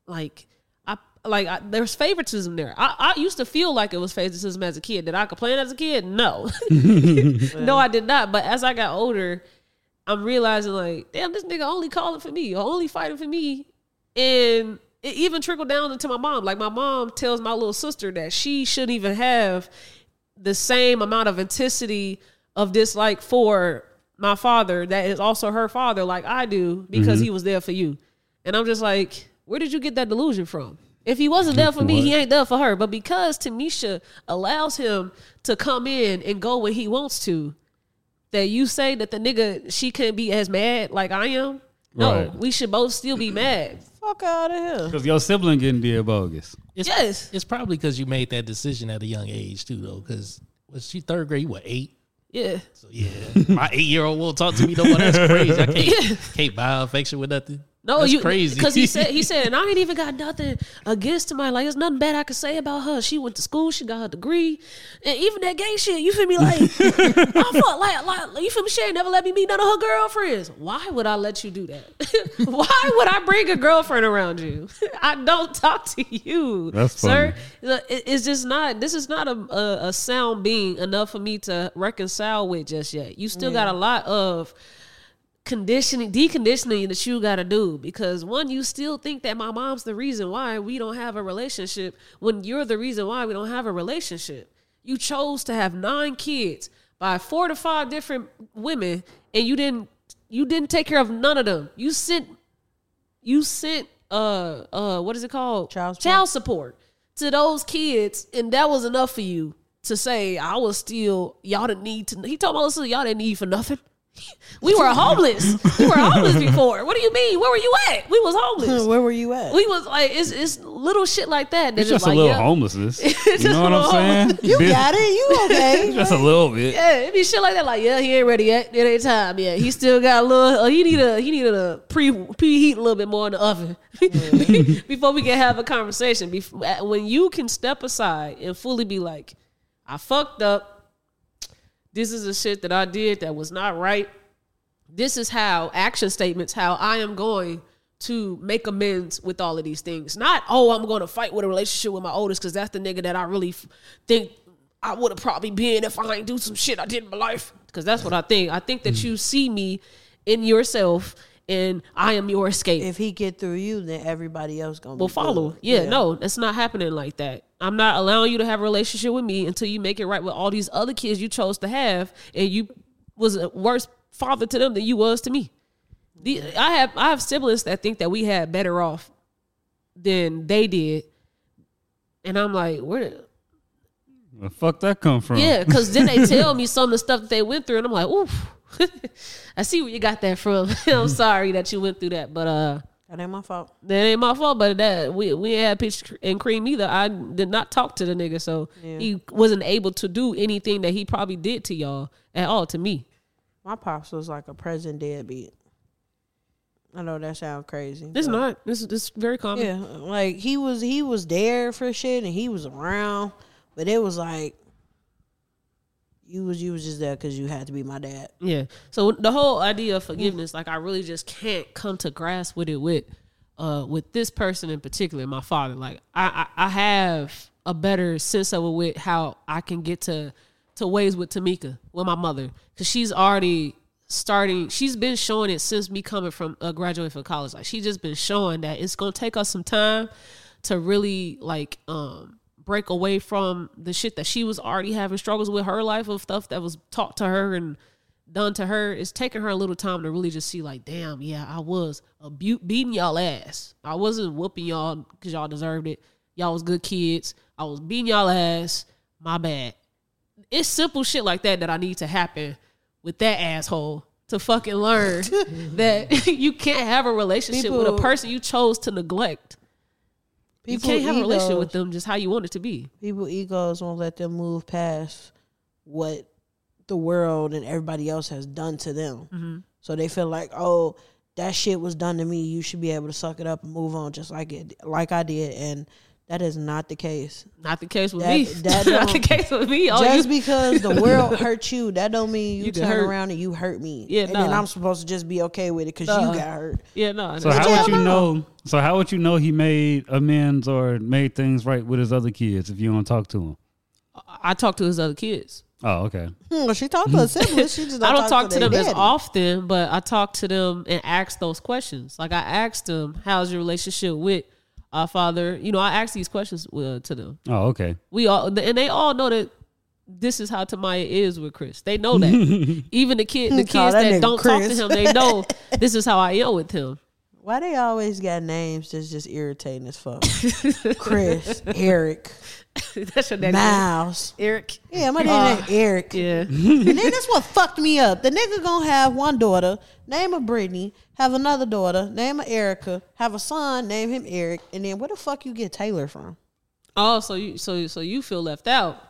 Speaker 1: like. I like. I, there's favoritism there. I, I used to feel like it was favoritism as a kid. Did I complain as a kid? No, no, I did not. But as I got older, I'm realizing like, damn, this nigga only calling for me, or only fighting for me, and it even trickled down into my mom. Like my mom tells my little sister that she shouldn't even have the same amount of intensity of dislike for my father that is also her father, like I do, because he was there for you. And I'm just like, where did you get that delusion from? If he wasn't there for me, he ain't there for her. But because Tamisha allows him to come in and go when he wants to, that you say that the nigga she can't be as mad like I am. No,
Speaker 2: Right.
Speaker 1: we should both still be mad.
Speaker 4: Fuck out of here.
Speaker 2: Cause your sibling getting did bogus.
Speaker 3: It's,
Speaker 1: Yes.
Speaker 3: It's probably because you made that decision at a young age too, though. Because was she third grade? You were eight.
Speaker 1: Yeah.
Speaker 3: So yeah, my eight year old won't talk to me no more. That's crazy. I can't can't buy affection with nothing.
Speaker 1: No,
Speaker 3: That's
Speaker 1: you
Speaker 3: crazy.
Speaker 1: because he said he said, and I ain't even got nothing against him. Like there's nothing bad I could say about her. She went to school, she got her degree, and even that gay shit. You feel me? Like I fuck like, like you feel me? She ain't never let me meet none of her girlfriends. Why would I let you do that? Why would I bring a girlfriend around you? I don't talk to you,
Speaker 2: That's
Speaker 1: sir.
Speaker 2: funny.
Speaker 1: Look, it- It's just not. This is not a, a a sound being enough for me to reconcile with just yet. You still got a lot of conditioning deconditioning that you gotta do because one you still think that my mom's the reason why we don't have a relationship when you're the reason why we don't have a relationship you chose to have nine kids by four to five different women and you didn't you didn't take care of none of them you sent you sent uh uh what is it called
Speaker 4: Child support.
Speaker 1: child support to those kids and that was enough for you to say i was still y'all didn't need to he told my little sister y'all didn't need for nothing we were homeless we were homeless before what do you mean where were you at we was homeless
Speaker 4: Where were you at?
Speaker 1: we was like it's it's little shit like that that
Speaker 2: It's just
Speaker 1: like,
Speaker 2: a little
Speaker 1: yeah.
Speaker 2: homelessness.
Speaker 1: just
Speaker 2: you know what
Speaker 1: a
Speaker 2: I'm
Speaker 1: little
Speaker 2: saying?
Speaker 4: you
Speaker 2: Bit-
Speaker 4: got it. You okay?
Speaker 2: Just a little bit.
Speaker 1: Yeah, it be shit like that. Like, yeah, he ain't ready yet. It ain't time yet. He still got a little. Uh, he need a he needed a pre preheat a little bit more in the oven before we can have a conversation. Bef- when you can step aside and fully be like, I fucked up. This is the shit that I did that was not right. This is how action statements. How I am going to make amends with all of these things. Not oh, I'm going to fight with a relationship with my oldest because that's the nigga that I really f- think I would have probably been if I ain't do some shit I did in my life. Because that's what I think. I think that you see me in yourself, and I am your escape.
Speaker 4: If he get through you, then everybody else gonna
Speaker 1: will
Speaker 4: be
Speaker 1: follow.
Speaker 4: good.
Speaker 1: Yeah, no, that's not happening like that. I'm not allowing you to have a relationship with me until you make it right with all these other kids you chose to have, and you was a worse father to them than you was to me. The, I have I have siblings that think that we had better off than they did, and I'm like, where?
Speaker 2: Where the fuck that come from?
Speaker 1: Yeah, because then they tell me some of the stuff that they went through, and I'm like, oof. I see where you got that from. I'm sorry that you went through that, but uh,
Speaker 4: That ain't my fault.
Speaker 1: that ain't my fault, but that we we ain't had peach cr- and cream either. I did not talk to the nigga, so he wasn't able to do anything that he probably did to y'all at all to me.
Speaker 4: My pops was like a present deadbeat. I know that sounds crazy.
Speaker 1: It's
Speaker 4: but-
Speaker 1: not. This this very common.
Speaker 4: Yeah, like he was he was there for shit and he was around, but it was like you was you was just there because you had to be my dad.
Speaker 1: Yeah. So the whole idea of forgiveness, like I really just can't come to grasp with it with uh with this person in particular, my father. Like I I, I have a better sense of it with how I can get to to ways with Tamika, with my mother. Cause she's already starting she's been showing it since me coming from uh, graduating from college. Like she's just been showing that it's gonna take us some time to really like um break away from the shit that she was already having struggles with her life of stuff that was taught to her and done to her it's taking her a little time to really just see like damn yeah i was abu- beating y'all ass i wasn't whooping y'all because y'all deserved it y'all was good kids i was beating y'all ass my bad it's simple shit like that that i need to happen with that asshole to fucking learn that you can't have a relationship with a
Speaker 4: People-
Speaker 1: person you chose to neglect you can't have a relationship with them just how you want it to be.
Speaker 4: People egos won't let them move past what the world and everybody else has done to them.
Speaker 1: Mm-hmm.
Speaker 4: So they feel like, oh, that shit was done to me. You should be able to suck it up and move on, just like it, like I did. And that is not the case.
Speaker 1: Not the case with
Speaker 4: That-
Speaker 1: me.
Speaker 4: that
Speaker 1: Not the
Speaker 4: don't-
Speaker 1: case with me. Oh,
Speaker 4: just
Speaker 1: you,
Speaker 4: because the world hurt you, that don't mean you,
Speaker 1: You get
Speaker 4: turn
Speaker 1: hurt.
Speaker 4: around and you hurt me.
Speaker 1: Yeah,
Speaker 4: and then
Speaker 1: nah.
Speaker 4: I'm supposed to just be okay with it because
Speaker 1: Nah.
Speaker 4: you got hurt.
Speaker 1: yeah, no.
Speaker 2: So
Speaker 1: no.
Speaker 2: how would you
Speaker 4: no.
Speaker 2: know? So how would you know he made amends or made things right with his other kids if you don't talk to him?
Speaker 1: I talk to his other kids.
Speaker 2: Oh, okay.
Speaker 4: Hmm, she talked to her siblings. She just don't
Speaker 1: I don't talk to
Speaker 4: their
Speaker 1: them as
Speaker 4: daddy.
Speaker 1: often, but I talk to them and ask those questions. Like I asked them, "How's your relationship with our father?" You know, I ask these questions uh, to them.
Speaker 2: Oh, okay.
Speaker 1: We all and they all know that this is how Tamaya is with Chris. They know that. Even the kid, the
Speaker 4: Call
Speaker 1: kids
Speaker 4: that
Speaker 1: that,
Speaker 4: nigga
Speaker 1: don't
Speaker 4: Chris.
Speaker 1: talk to him, they know this is how I am with him.
Speaker 4: Why they always got names that's just irritating as fuck? Chris, Eric,
Speaker 1: That's your daddy.
Speaker 4: Miles.
Speaker 1: Eric.
Speaker 4: Yeah, my daddy named Eric.
Speaker 1: Yeah.
Speaker 4: And then that's what fucked me up. The nigga gonna have one daughter, name her Brittany, have another daughter, name her Erica, have a son, name him Eric, and then where the fuck you get Taylor from?
Speaker 1: Oh, so you so so you feel left out.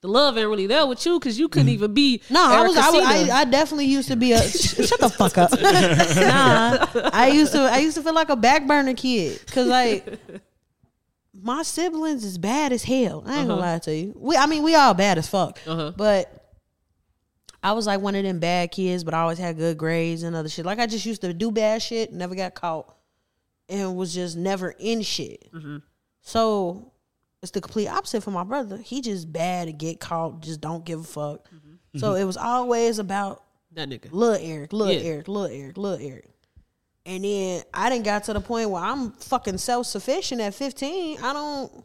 Speaker 1: The love ain't really there with you because you couldn't even be.
Speaker 4: Mm. No, I was, I, was
Speaker 1: Erica Cena.
Speaker 4: I, I definitely used to be a sh- shut the fuck up. nah, I used to I used to feel like a back burner kid because like my siblings is bad as hell. I ain't gonna lie to you. We I mean we all bad as fuck, but I was like one of them bad kids, but I always had good grades and other shit. Like I just used to do bad shit, never got caught, and was just never in shit. So it's the complete opposite for my brother. He just bad to get caught, just don't give a fuck. So it was always about
Speaker 1: that nigga.
Speaker 4: little Eric, little
Speaker 1: Mm-hmm. Yeah.
Speaker 4: Eric, little Eric, little Eric. And then I didn't got to the point where I'm fucking self sufficient at 15. I don't,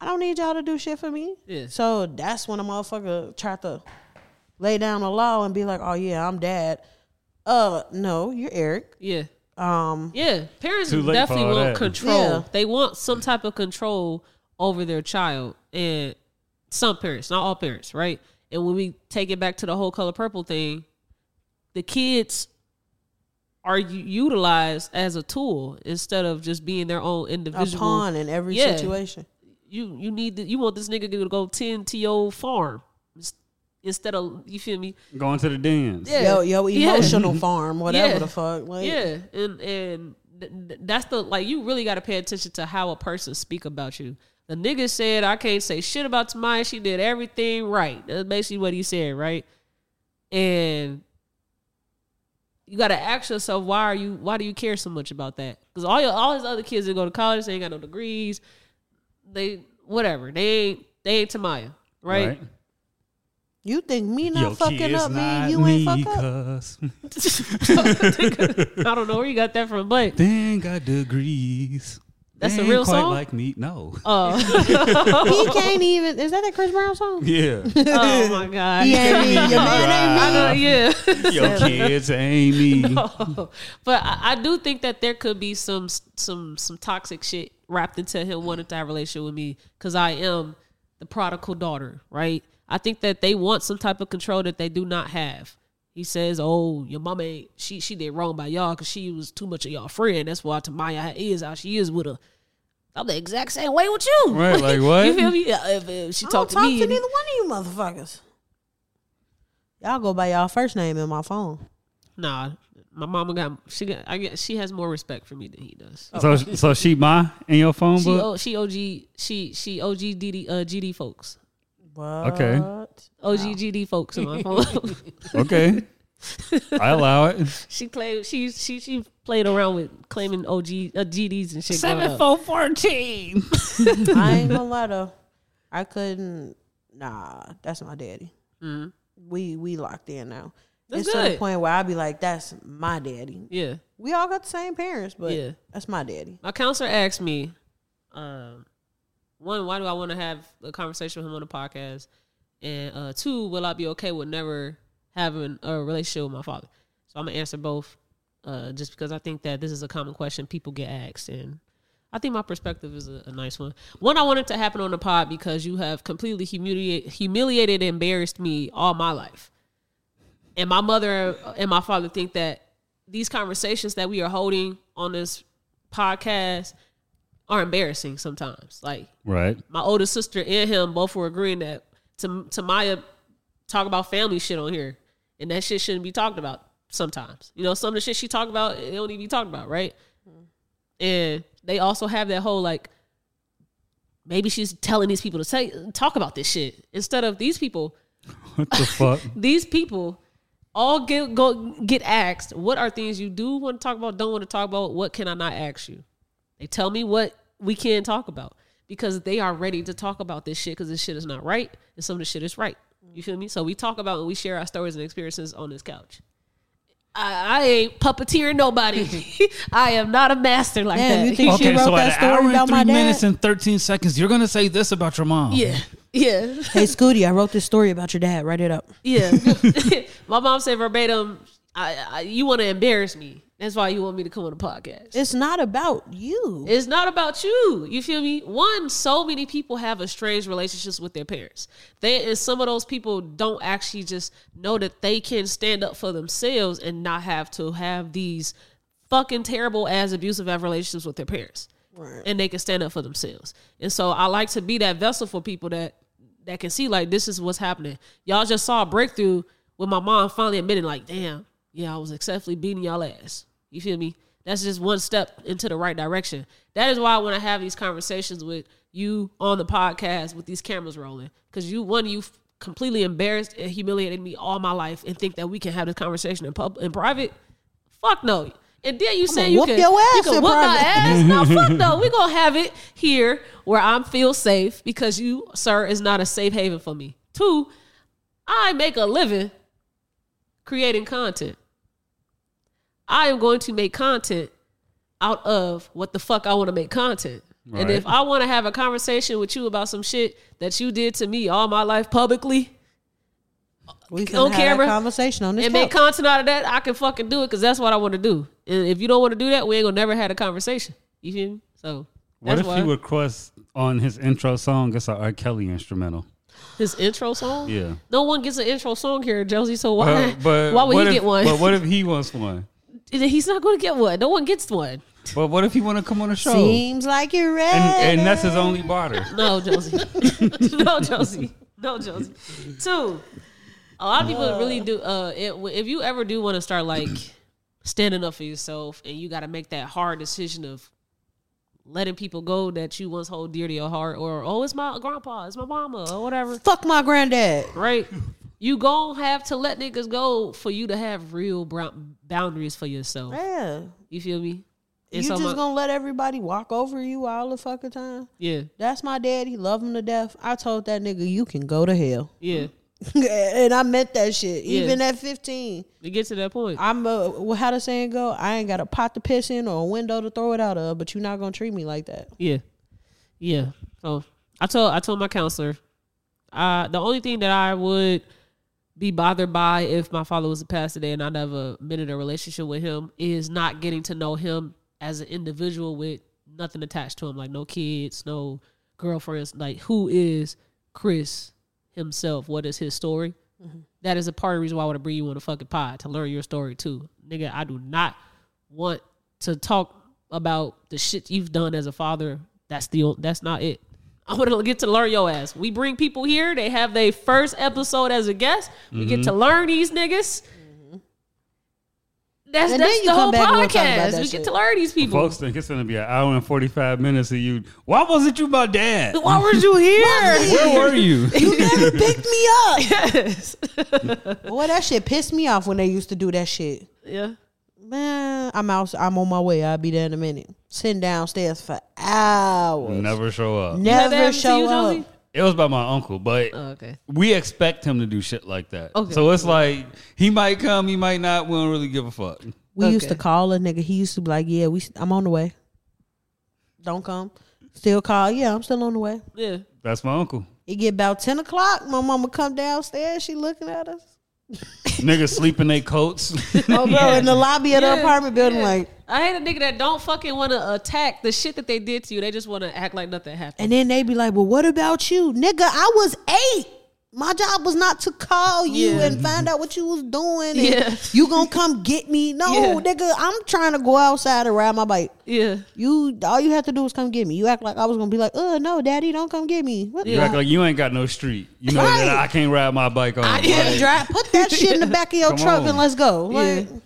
Speaker 4: I don't need y'all to do shit for me.
Speaker 1: Yeah.
Speaker 4: So that's when a motherfucker tried to lay down the law and be like, "Oh yeah, I'm dad." Uh, no, you're Eric.
Speaker 1: Yeah,
Speaker 4: Um,
Speaker 1: yeah. Parents
Speaker 2: Too late
Speaker 1: definitely
Speaker 2: for all
Speaker 1: want
Speaker 2: that.
Speaker 1: control.
Speaker 4: Yeah.
Speaker 1: They want some type of control over their child, and some parents, not all parents, right? And when we take it back to the whole color purple thing, the kids are u- utilized as a tool instead of just being their own
Speaker 4: a
Speaker 1: individual
Speaker 4: pawn in every
Speaker 1: Yeah.
Speaker 4: situation.
Speaker 1: you you need to, you want this nigga to go tend to your farm ins- instead of you feel me
Speaker 2: Going to the dance.
Speaker 1: Yeah.
Speaker 4: Yo, yo,
Speaker 1: Yeah.
Speaker 4: emotional farm, whatever
Speaker 1: Yeah.
Speaker 4: the fuck. Like,
Speaker 1: yeah and and th- th- that's the like you really got to pay attention to how a person speak about you the nigga said i can't say shit about Tamaya. she did everything right that's basically what he said right and you got to ask yourself why are you why do you care so much about that because all your all his other kids that go to college they ain't got no degrees they whatever they ain't they ain't tamaya right?
Speaker 4: You think me not
Speaker 2: Your
Speaker 4: fucking
Speaker 2: kids
Speaker 4: up
Speaker 2: not
Speaker 4: mean you ain't
Speaker 2: me,
Speaker 4: fuck up?
Speaker 2: cuz
Speaker 1: I don't know where you got that from, but
Speaker 2: Then got degrees.
Speaker 1: That's a
Speaker 2: They ain't
Speaker 1: real
Speaker 2: quite
Speaker 1: song?
Speaker 2: Like me, no.
Speaker 4: He can't even. Is that that Chris Brown song?
Speaker 2: yeah,
Speaker 1: oh my god,
Speaker 4: He ain't me. Your man ain't me.
Speaker 1: Uh, yeah.
Speaker 2: your kids ain't me.
Speaker 1: but I, I do think that there could be some some some toxic shit wrapped into him wanting to have a relationship with me because I am the prodigal daughter, right? I think that they want some type of control that they do not have. He says, "Oh, your mama, ain't, she she did wrong by y'all because she was too much of y'all friend. That's why Tamaya is how she is with her." I'm the exact same way with you,
Speaker 2: Right, like what?
Speaker 1: you feel me? Yeah, if, if she
Speaker 4: I
Speaker 1: talked
Speaker 4: don't
Speaker 1: to
Speaker 4: talk
Speaker 1: me,
Speaker 4: to
Speaker 1: and-
Speaker 4: neither one of you motherfuckers. Y'all go by y'all first name in my phone.
Speaker 1: nah. My mama got she got I guess she has more respect for me than he does.
Speaker 2: So, so she my in your phone
Speaker 1: She,
Speaker 2: book.
Speaker 1: o, she OG she she OG DD uh, GD folks.
Speaker 4: But
Speaker 2: Okay.
Speaker 1: OG GD folks in my phone.
Speaker 2: Okay, I allow it.
Speaker 1: she played she she she played around with claiming OG uh, GDs and shit. Seven
Speaker 2: four fourteen.
Speaker 4: I ain't gonna lie though. I couldn't. Nah, that's my daddy. We we locked in now.
Speaker 1: That's
Speaker 4: it's to the
Speaker 1: good.
Speaker 4: point where I'd be like, "That's my daddy."
Speaker 1: Yeah.
Speaker 4: We all got the same parents, but
Speaker 1: Yeah.
Speaker 4: that's my daddy.
Speaker 1: My counselor asked me, um, one, why do I want to have a conversation with him on the podcast? And uh, two, will I be okay with never having a relationship with my father? So I'm gonna answer both, uh, just because I think that this is a common question people get asked, and I think my perspective is a, a nice one. One, I wanted to happen on the pod because you have completely humiliate, humiliated, and embarrassed me all my life and my mother and my father think that these conversations that we are holding on this podcast are embarrassing sometimes. Like
Speaker 2: Right.
Speaker 1: my older sister and him both were agreeing that to Tamaya talk about family shit on here, and that shit shouldn't be talked about sometimes. You know, some of the shit she talked about it don't even be talked about, right? And they also have that whole like maybe she's telling these people to say talk about this shit instead of these people
Speaker 2: What the fuck?
Speaker 1: these people all get go get asked what are things you do want to talk about don't want to talk about what can i not ask you they tell me what we can talk about because they are ready to talk about this shit because this shit is not right and some of the shit is right you feel me so we talk about and we share our stories and experiences on this couch I, I ain't puppeteering nobody. I am not a master like
Speaker 4: Damn,
Speaker 1: that.
Speaker 4: you think- She
Speaker 2: Okay,
Speaker 4: wrote
Speaker 2: so
Speaker 4: that
Speaker 2: at an hour
Speaker 4: story
Speaker 2: and
Speaker 4: about
Speaker 2: three
Speaker 4: my dad?
Speaker 2: minutes and thirteen seconds, you're gonna say this about your mom.
Speaker 1: yeah, yeah.
Speaker 4: Hey, Scooty, I wrote this story about your dad. Write it up.
Speaker 1: Yeah. My mom said verbatim, I, I, you want to embarrass me. That's why you want me to come on the podcast.
Speaker 4: It's not about you.
Speaker 1: It's not about you. You feel me? One, so many people have estranged relationships with their parents. They and some of those people don't actually just know that they can stand up for themselves and not have to have these fucking terrible as abusive as relationships with their parents. And they can stand up for themselves. And so I like to be that vessel for people that that can see like this is what's happening. Y'all just saw a breakthrough with my mom finally admitting like, damn, yeah, I was successfully beating y'all ass. You feel me? That's just one step into the right direction. That is why I want to have these conversations with you on the podcast with these cameras rolling. Because you, one, you have completely embarrassed and humiliated me all my life, and think that we can have this conversation in pub in private. Fuck no. And then you say you
Speaker 4: whoop
Speaker 1: can,
Speaker 4: your
Speaker 1: you
Speaker 4: ass
Speaker 1: can
Speaker 4: in
Speaker 1: whoop my
Speaker 4: private.
Speaker 1: ass. No, fuck no. We gonna have it here where I am feel safe because you, sir, is not a safe haven for me. Two, I make a living creating content. I am going to make content out of what the fuck I want to make content. And
Speaker 2: Right.
Speaker 1: if I want to have a conversation with you about some shit that you did to me all my life publicly
Speaker 4: We can
Speaker 1: on
Speaker 4: have
Speaker 1: camera
Speaker 4: that conversation on this.
Speaker 1: and make
Speaker 4: couch.
Speaker 1: content out of that, I can fucking do it because that's what I want to do. And if you don't want to do that, we ain't gonna never had a conversation. You feel me? So
Speaker 2: What
Speaker 1: that's
Speaker 2: if
Speaker 1: why
Speaker 2: he requests on his intro song? It's a R. Kelly instrumental.
Speaker 1: his intro song.
Speaker 2: Yeah.
Speaker 1: No one gets an intro song here, Josie. So why?
Speaker 2: Uh, but
Speaker 1: why would
Speaker 2: what
Speaker 1: he
Speaker 2: if,
Speaker 1: get one?
Speaker 2: But what if he wants one?
Speaker 1: He's not going to get one. No one gets one.
Speaker 2: But what if he want to come on a show?
Speaker 4: Seems like you're ready.
Speaker 2: And, and that's his only barter.
Speaker 1: No, Josie. no, Josie. No, Josie. Two. A lot of people really do. Uh, it, if you ever do want to start like standing up for yourself, and you got to make that hard decision of letting people go that you once hold dear to your heart, or oh, it's my grandpa, it's my mama, or whatever,
Speaker 4: Fuck my granddad.
Speaker 1: right? You gon' have to let niggas go for you to have real brown boundaries for yourself.
Speaker 4: Yeah.
Speaker 1: You feel me? It's so
Speaker 4: you just
Speaker 1: much-
Speaker 4: gonna let everybody walk over you all the fucking time?
Speaker 1: Yeah,
Speaker 4: That's my daddy. Love him to death. I told that nigga you can go to hell,
Speaker 1: yeah.
Speaker 4: and I meant that shit.
Speaker 1: Yeah.
Speaker 4: Even at fifteen,
Speaker 1: To get to that point,
Speaker 4: I'm a, well, how the saying go? I ain't got a pot to piss in or a window to throw it out of, but you're not gonna treat me like that.
Speaker 1: yeah, yeah. Oh, I told I told my counselor, uh, the only thing that I would be bothered by if my father was to pass today and I never been in a relationship with him is not getting to know him as an individual with nothing attached to him, like no kids, no girlfriends. Like who is Chris himself? What is his story?
Speaker 4: Mm-hmm.
Speaker 1: That is a part of the reason why I want to bring you on a fucking pod to learn your story too, nigga. I do not want to talk about the shit you've done as a father. That's the that's not it. I want to get to learn your ass. We bring people here. They have their first episode as a guest. We get to learn these niggas. That's,
Speaker 4: Mm-hmm. And then
Speaker 1: that's
Speaker 4: you
Speaker 1: the
Speaker 4: come
Speaker 1: whole
Speaker 4: back and we'll talk about
Speaker 1: podcast.
Speaker 4: that
Speaker 1: We
Speaker 4: shit.
Speaker 1: get to learn these people.
Speaker 2: Folks think it's gonna be an hour and forty five minutes of you. Why wasn't you my dad?
Speaker 1: Why were you here?
Speaker 2: Where were you?
Speaker 4: You never picked me up.
Speaker 1: yes.
Speaker 4: Boy, that shit pissed me off when they used to do that shit.
Speaker 1: yeah.
Speaker 4: Man, I'm out. I'm on my way. I'll be there in a minute. Sitting downstairs for hours.
Speaker 2: Never show up.
Speaker 1: Have that
Speaker 4: Never
Speaker 1: happened to
Speaker 4: show
Speaker 1: you,
Speaker 4: up.
Speaker 1: Josie?
Speaker 2: It was by my uncle, but
Speaker 1: Oh, okay.
Speaker 2: we expect him to do shit like that.
Speaker 1: Okay.
Speaker 2: So it's like he might come, he might not. We don't really give a fuck.
Speaker 4: We used to
Speaker 1: Okay.
Speaker 4: call a nigga. He used to be like, "Yeah, we. I'm on the way. Don't come. Still call. Yeah, I'm still on the way.
Speaker 1: Yeah.
Speaker 2: That's my uncle.
Speaker 4: It get about ten o'clock. My mama come downstairs. She looking at us.
Speaker 2: Niggas sleep in their coats.
Speaker 4: Oh, bro, in the lobby of the
Speaker 1: Yeah,
Speaker 4: apartment building,
Speaker 1: yeah.
Speaker 4: like.
Speaker 1: I hate a nigga that don't fucking want to attack the shit that they did to you. They just want to act like nothing happened.
Speaker 4: And then they be like, "Well, what about you, nigga? I was eight. My job was not to call you
Speaker 1: Yeah.
Speaker 4: and find out what you was doing. and
Speaker 1: Yeah.
Speaker 4: you gonna come get me? No,
Speaker 1: Yeah.
Speaker 4: nigga. I'm trying to go outside and ride my bike.
Speaker 1: yeah.
Speaker 4: You, all you have to do is come get me. You act like I was gonna be like, oh no, daddy, don't come get me. What
Speaker 2: You
Speaker 4: the
Speaker 2: act like you ain't got no street. You know that
Speaker 4: Right.
Speaker 2: I can't ride my bike on.
Speaker 1: I-
Speaker 2: it.
Speaker 1: yeah,
Speaker 2: Like,
Speaker 4: drive? Put that shit in the back of your
Speaker 2: Come
Speaker 4: truck
Speaker 2: on.
Speaker 4: and let's go. Like,
Speaker 1: Yeah.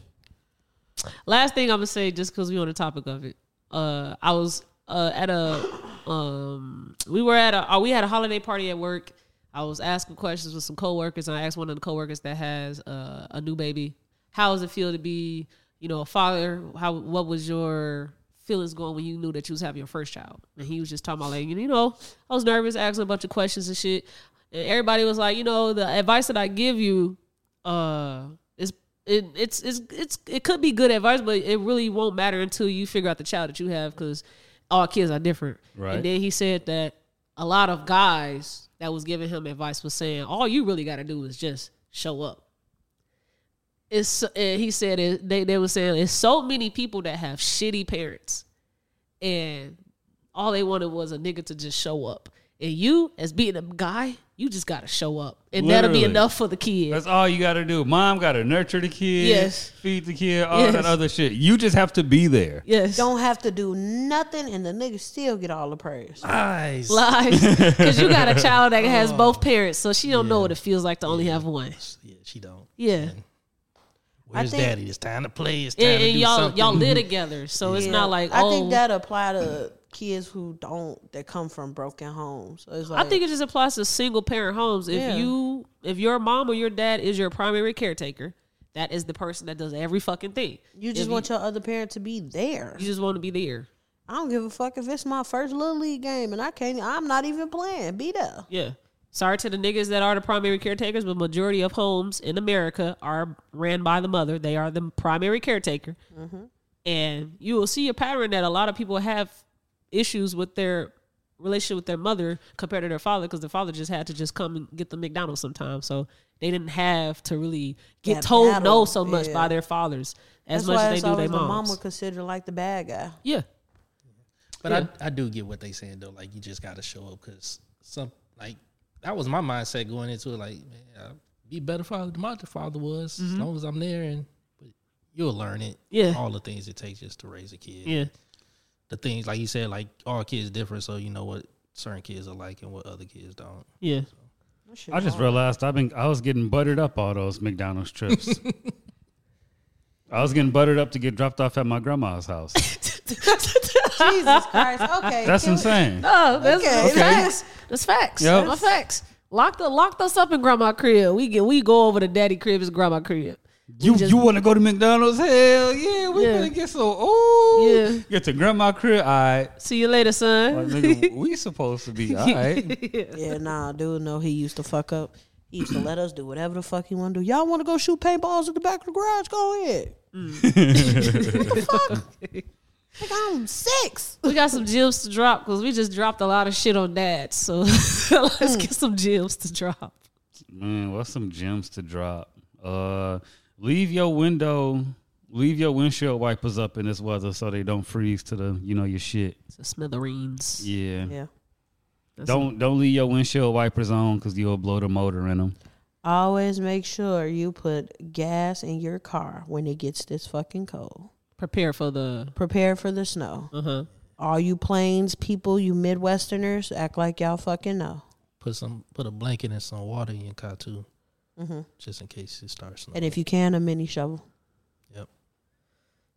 Speaker 1: Last thing I'm gonna say, just because we on the topic of it, uh, I was uh, at a, um, we were at a, uh, we had a holiday party at work. I was asking questions with some coworkers, and I asked one of the coworkers that has uh, a new baby, "How does it feel to be, you know, a father? How what was your feelings going when you knew that you was having your first child?" And he was just talking about like, you know, I was nervous, asking a bunch of questions and shit, and everybody was like, you know, the advice that I give you uh it's it, it's it's it's it could be good advice, but it really won't matter until you figure out the child that you have because all kids are different.
Speaker 2: Right.
Speaker 1: And then he said that a lot of guys that was giving him advice was saying, "All you really got to do is just show up." It's and he said it, they they were saying it's so many people that have shitty parents, and all they wanted was a nigga to just show up. And you, as being a guy, you just gotta show up, and that'll be
Speaker 2: Literally.
Speaker 1: enough for the kid.
Speaker 2: That's all you got to do. Mom got to nurture the kid,
Speaker 1: Yes.
Speaker 2: feed the kid, all
Speaker 1: Yes.
Speaker 2: that other shit. You just have to be there.
Speaker 1: Yes.
Speaker 4: don't have to do nothing, and the nigga still get all the praise.
Speaker 3: Eyes.
Speaker 1: lies because you got a child that has both parents, so she don't know what it feels like to only have one.
Speaker 3: Yeah, she don't.
Speaker 1: Yeah,
Speaker 3: Where's
Speaker 4: think-
Speaker 3: daddy? It's time to play. It's time
Speaker 1: and,
Speaker 3: to
Speaker 1: and
Speaker 3: do
Speaker 1: y'all
Speaker 3: something.
Speaker 1: y'all live together, so it's
Speaker 4: Yeah.
Speaker 1: not like
Speaker 4: I
Speaker 1: oh.
Speaker 4: think that apply to kids who don't that come from broken homes. So it's like,
Speaker 1: I think it just applies to single parent homes. If
Speaker 4: Yeah.
Speaker 1: you if your mom or your dad is your primary caretaker, that is the person that does every fucking thing.
Speaker 4: you just
Speaker 1: If
Speaker 4: want your other parent to be there.
Speaker 1: you just want to be there.
Speaker 4: I don't give a fuck if it's my first little league game and I can't. I'm not even playing. Be there.
Speaker 1: Yeah. Sorry to the niggas that are the primary caretakers, but majority of homes in America are ran by the mother. They are the primary caretaker.
Speaker 4: Mm-hmm.
Speaker 1: And you will see a pattern that a lot of people have issues with their relationship with their mother compared to their father because the father just had to just come and get the McDonald's sometimes. So they didn't have to really get
Speaker 4: That
Speaker 1: told no
Speaker 4: battle,
Speaker 1: so much
Speaker 4: yeah.
Speaker 1: by their fathers as
Speaker 4: That's
Speaker 1: much
Speaker 4: why
Speaker 1: as
Speaker 4: it's
Speaker 1: they do their
Speaker 4: always the
Speaker 1: moms.
Speaker 4: mama considered like the bad guy.
Speaker 1: yeah.
Speaker 3: But I, I do get what they saying though. Like you just got to show up because some like that was my mindset going into it. Like man, I'll be a better father than my father was as long as I'm there, and but you'll learn it.
Speaker 1: Mm-hmm. Yeah.
Speaker 3: all the things it takes just to raise a kid.
Speaker 1: Yeah.
Speaker 3: the things like you said, like all kids different, so you know what certain kids are like and what other kids don't.
Speaker 1: Yeah.
Speaker 2: I just realized I've been I was getting buttered up all those McDonald's trips. I was getting buttered up to get dropped off at my grandma's house.
Speaker 4: Jesus Christ. Okay.
Speaker 2: That's
Speaker 4: can we-
Speaker 2: insane.
Speaker 1: Oh, that's,
Speaker 4: Okay.
Speaker 1: that's
Speaker 4: Okay.
Speaker 1: facts. That's facts.
Speaker 2: Yep.
Speaker 1: That's facts. Locked, the, locked us up in grandma crib. We get we go over to daddy crib is grandma crib.
Speaker 2: You
Speaker 4: just-
Speaker 2: you want to go to McDonald's? Hell yeah, we
Speaker 4: Yeah.
Speaker 2: gonna get so old.
Speaker 4: Yeah.
Speaker 2: Get to grandma crib. All right,
Speaker 1: See you later,
Speaker 2: like,
Speaker 1: son.
Speaker 2: nigga, we supposed to be all right.
Speaker 4: Yeah, nah, dude. No, he used to fuck up. He used to let us do whatever the fuck he want to do. Y'all want to go shoot paintballs at the back of the garage? Go ahead.
Speaker 1: Mm.
Speaker 4: Like I'm six.
Speaker 1: we got some gems to drop because we just dropped a lot of shit on that. So let's get some gems to drop.
Speaker 2: Man, what's some gems to drop? Uh, leave your window, leave your windshield wipers up in this weather so they don't freeze to the you know your shit.
Speaker 1: So smithereens.
Speaker 2: Yeah,
Speaker 4: Yeah.
Speaker 1: That's
Speaker 2: don't don't leave your windshield wipers on because you'll blow the motor in them.
Speaker 4: Always make sure you put gas in your car when it gets this fucking cold.
Speaker 1: prepare for the.
Speaker 4: Prepare for the snow.
Speaker 1: Uh huh.
Speaker 4: All you plains people, you Midwesterners, act like y'all fucking know.
Speaker 3: Put some, put a blanket and some water in your car too, just in case it starts snowing.
Speaker 4: And if you can, a mini shovel.
Speaker 3: yep.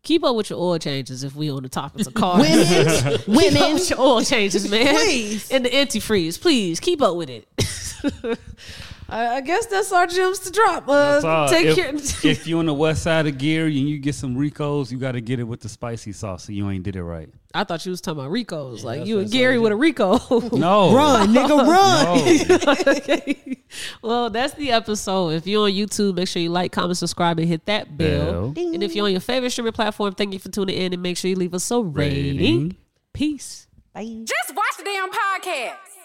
Speaker 1: Keep up with your oil changes if we on the topics of cars.
Speaker 4: Women,
Speaker 1: Keep up
Speaker 4: women,
Speaker 1: with your oil changes, man.
Speaker 4: Please.
Speaker 1: And the antifreeze. Please keep up with it. I I guess that's our gems to drop. Uh,
Speaker 2: That's all.
Speaker 1: take
Speaker 2: if,
Speaker 1: care.
Speaker 2: if you on the west side of Gary and you get some Ricos, you got to get it with the spicy sauce. So you ain't did it right.
Speaker 1: I thought you was talking about Rico's, like
Speaker 3: that's
Speaker 1: you
Speaker 3: what
Speaker 1: and
Speaker 3: I said.
Speaker 1: Gary with a Rico.
Speaker 2: No,
Speaker 4: run, nigga, run.
Speaker 2: No.
Speaker 1: Okay. Well, that's the episode. If you're on YouTube, make sure you like, comment, subscribe, and hit that bell.
Speaker 2: Bell.
Speaker 1: And if you're on your favorite streaming platform, thank you for tuning in and make sure you leave us a rating.
Speaker 2: Rating.
Speaker 1: Peace.
Speaker 4: Bye.
Speaker 9: Just watch the damn podcast.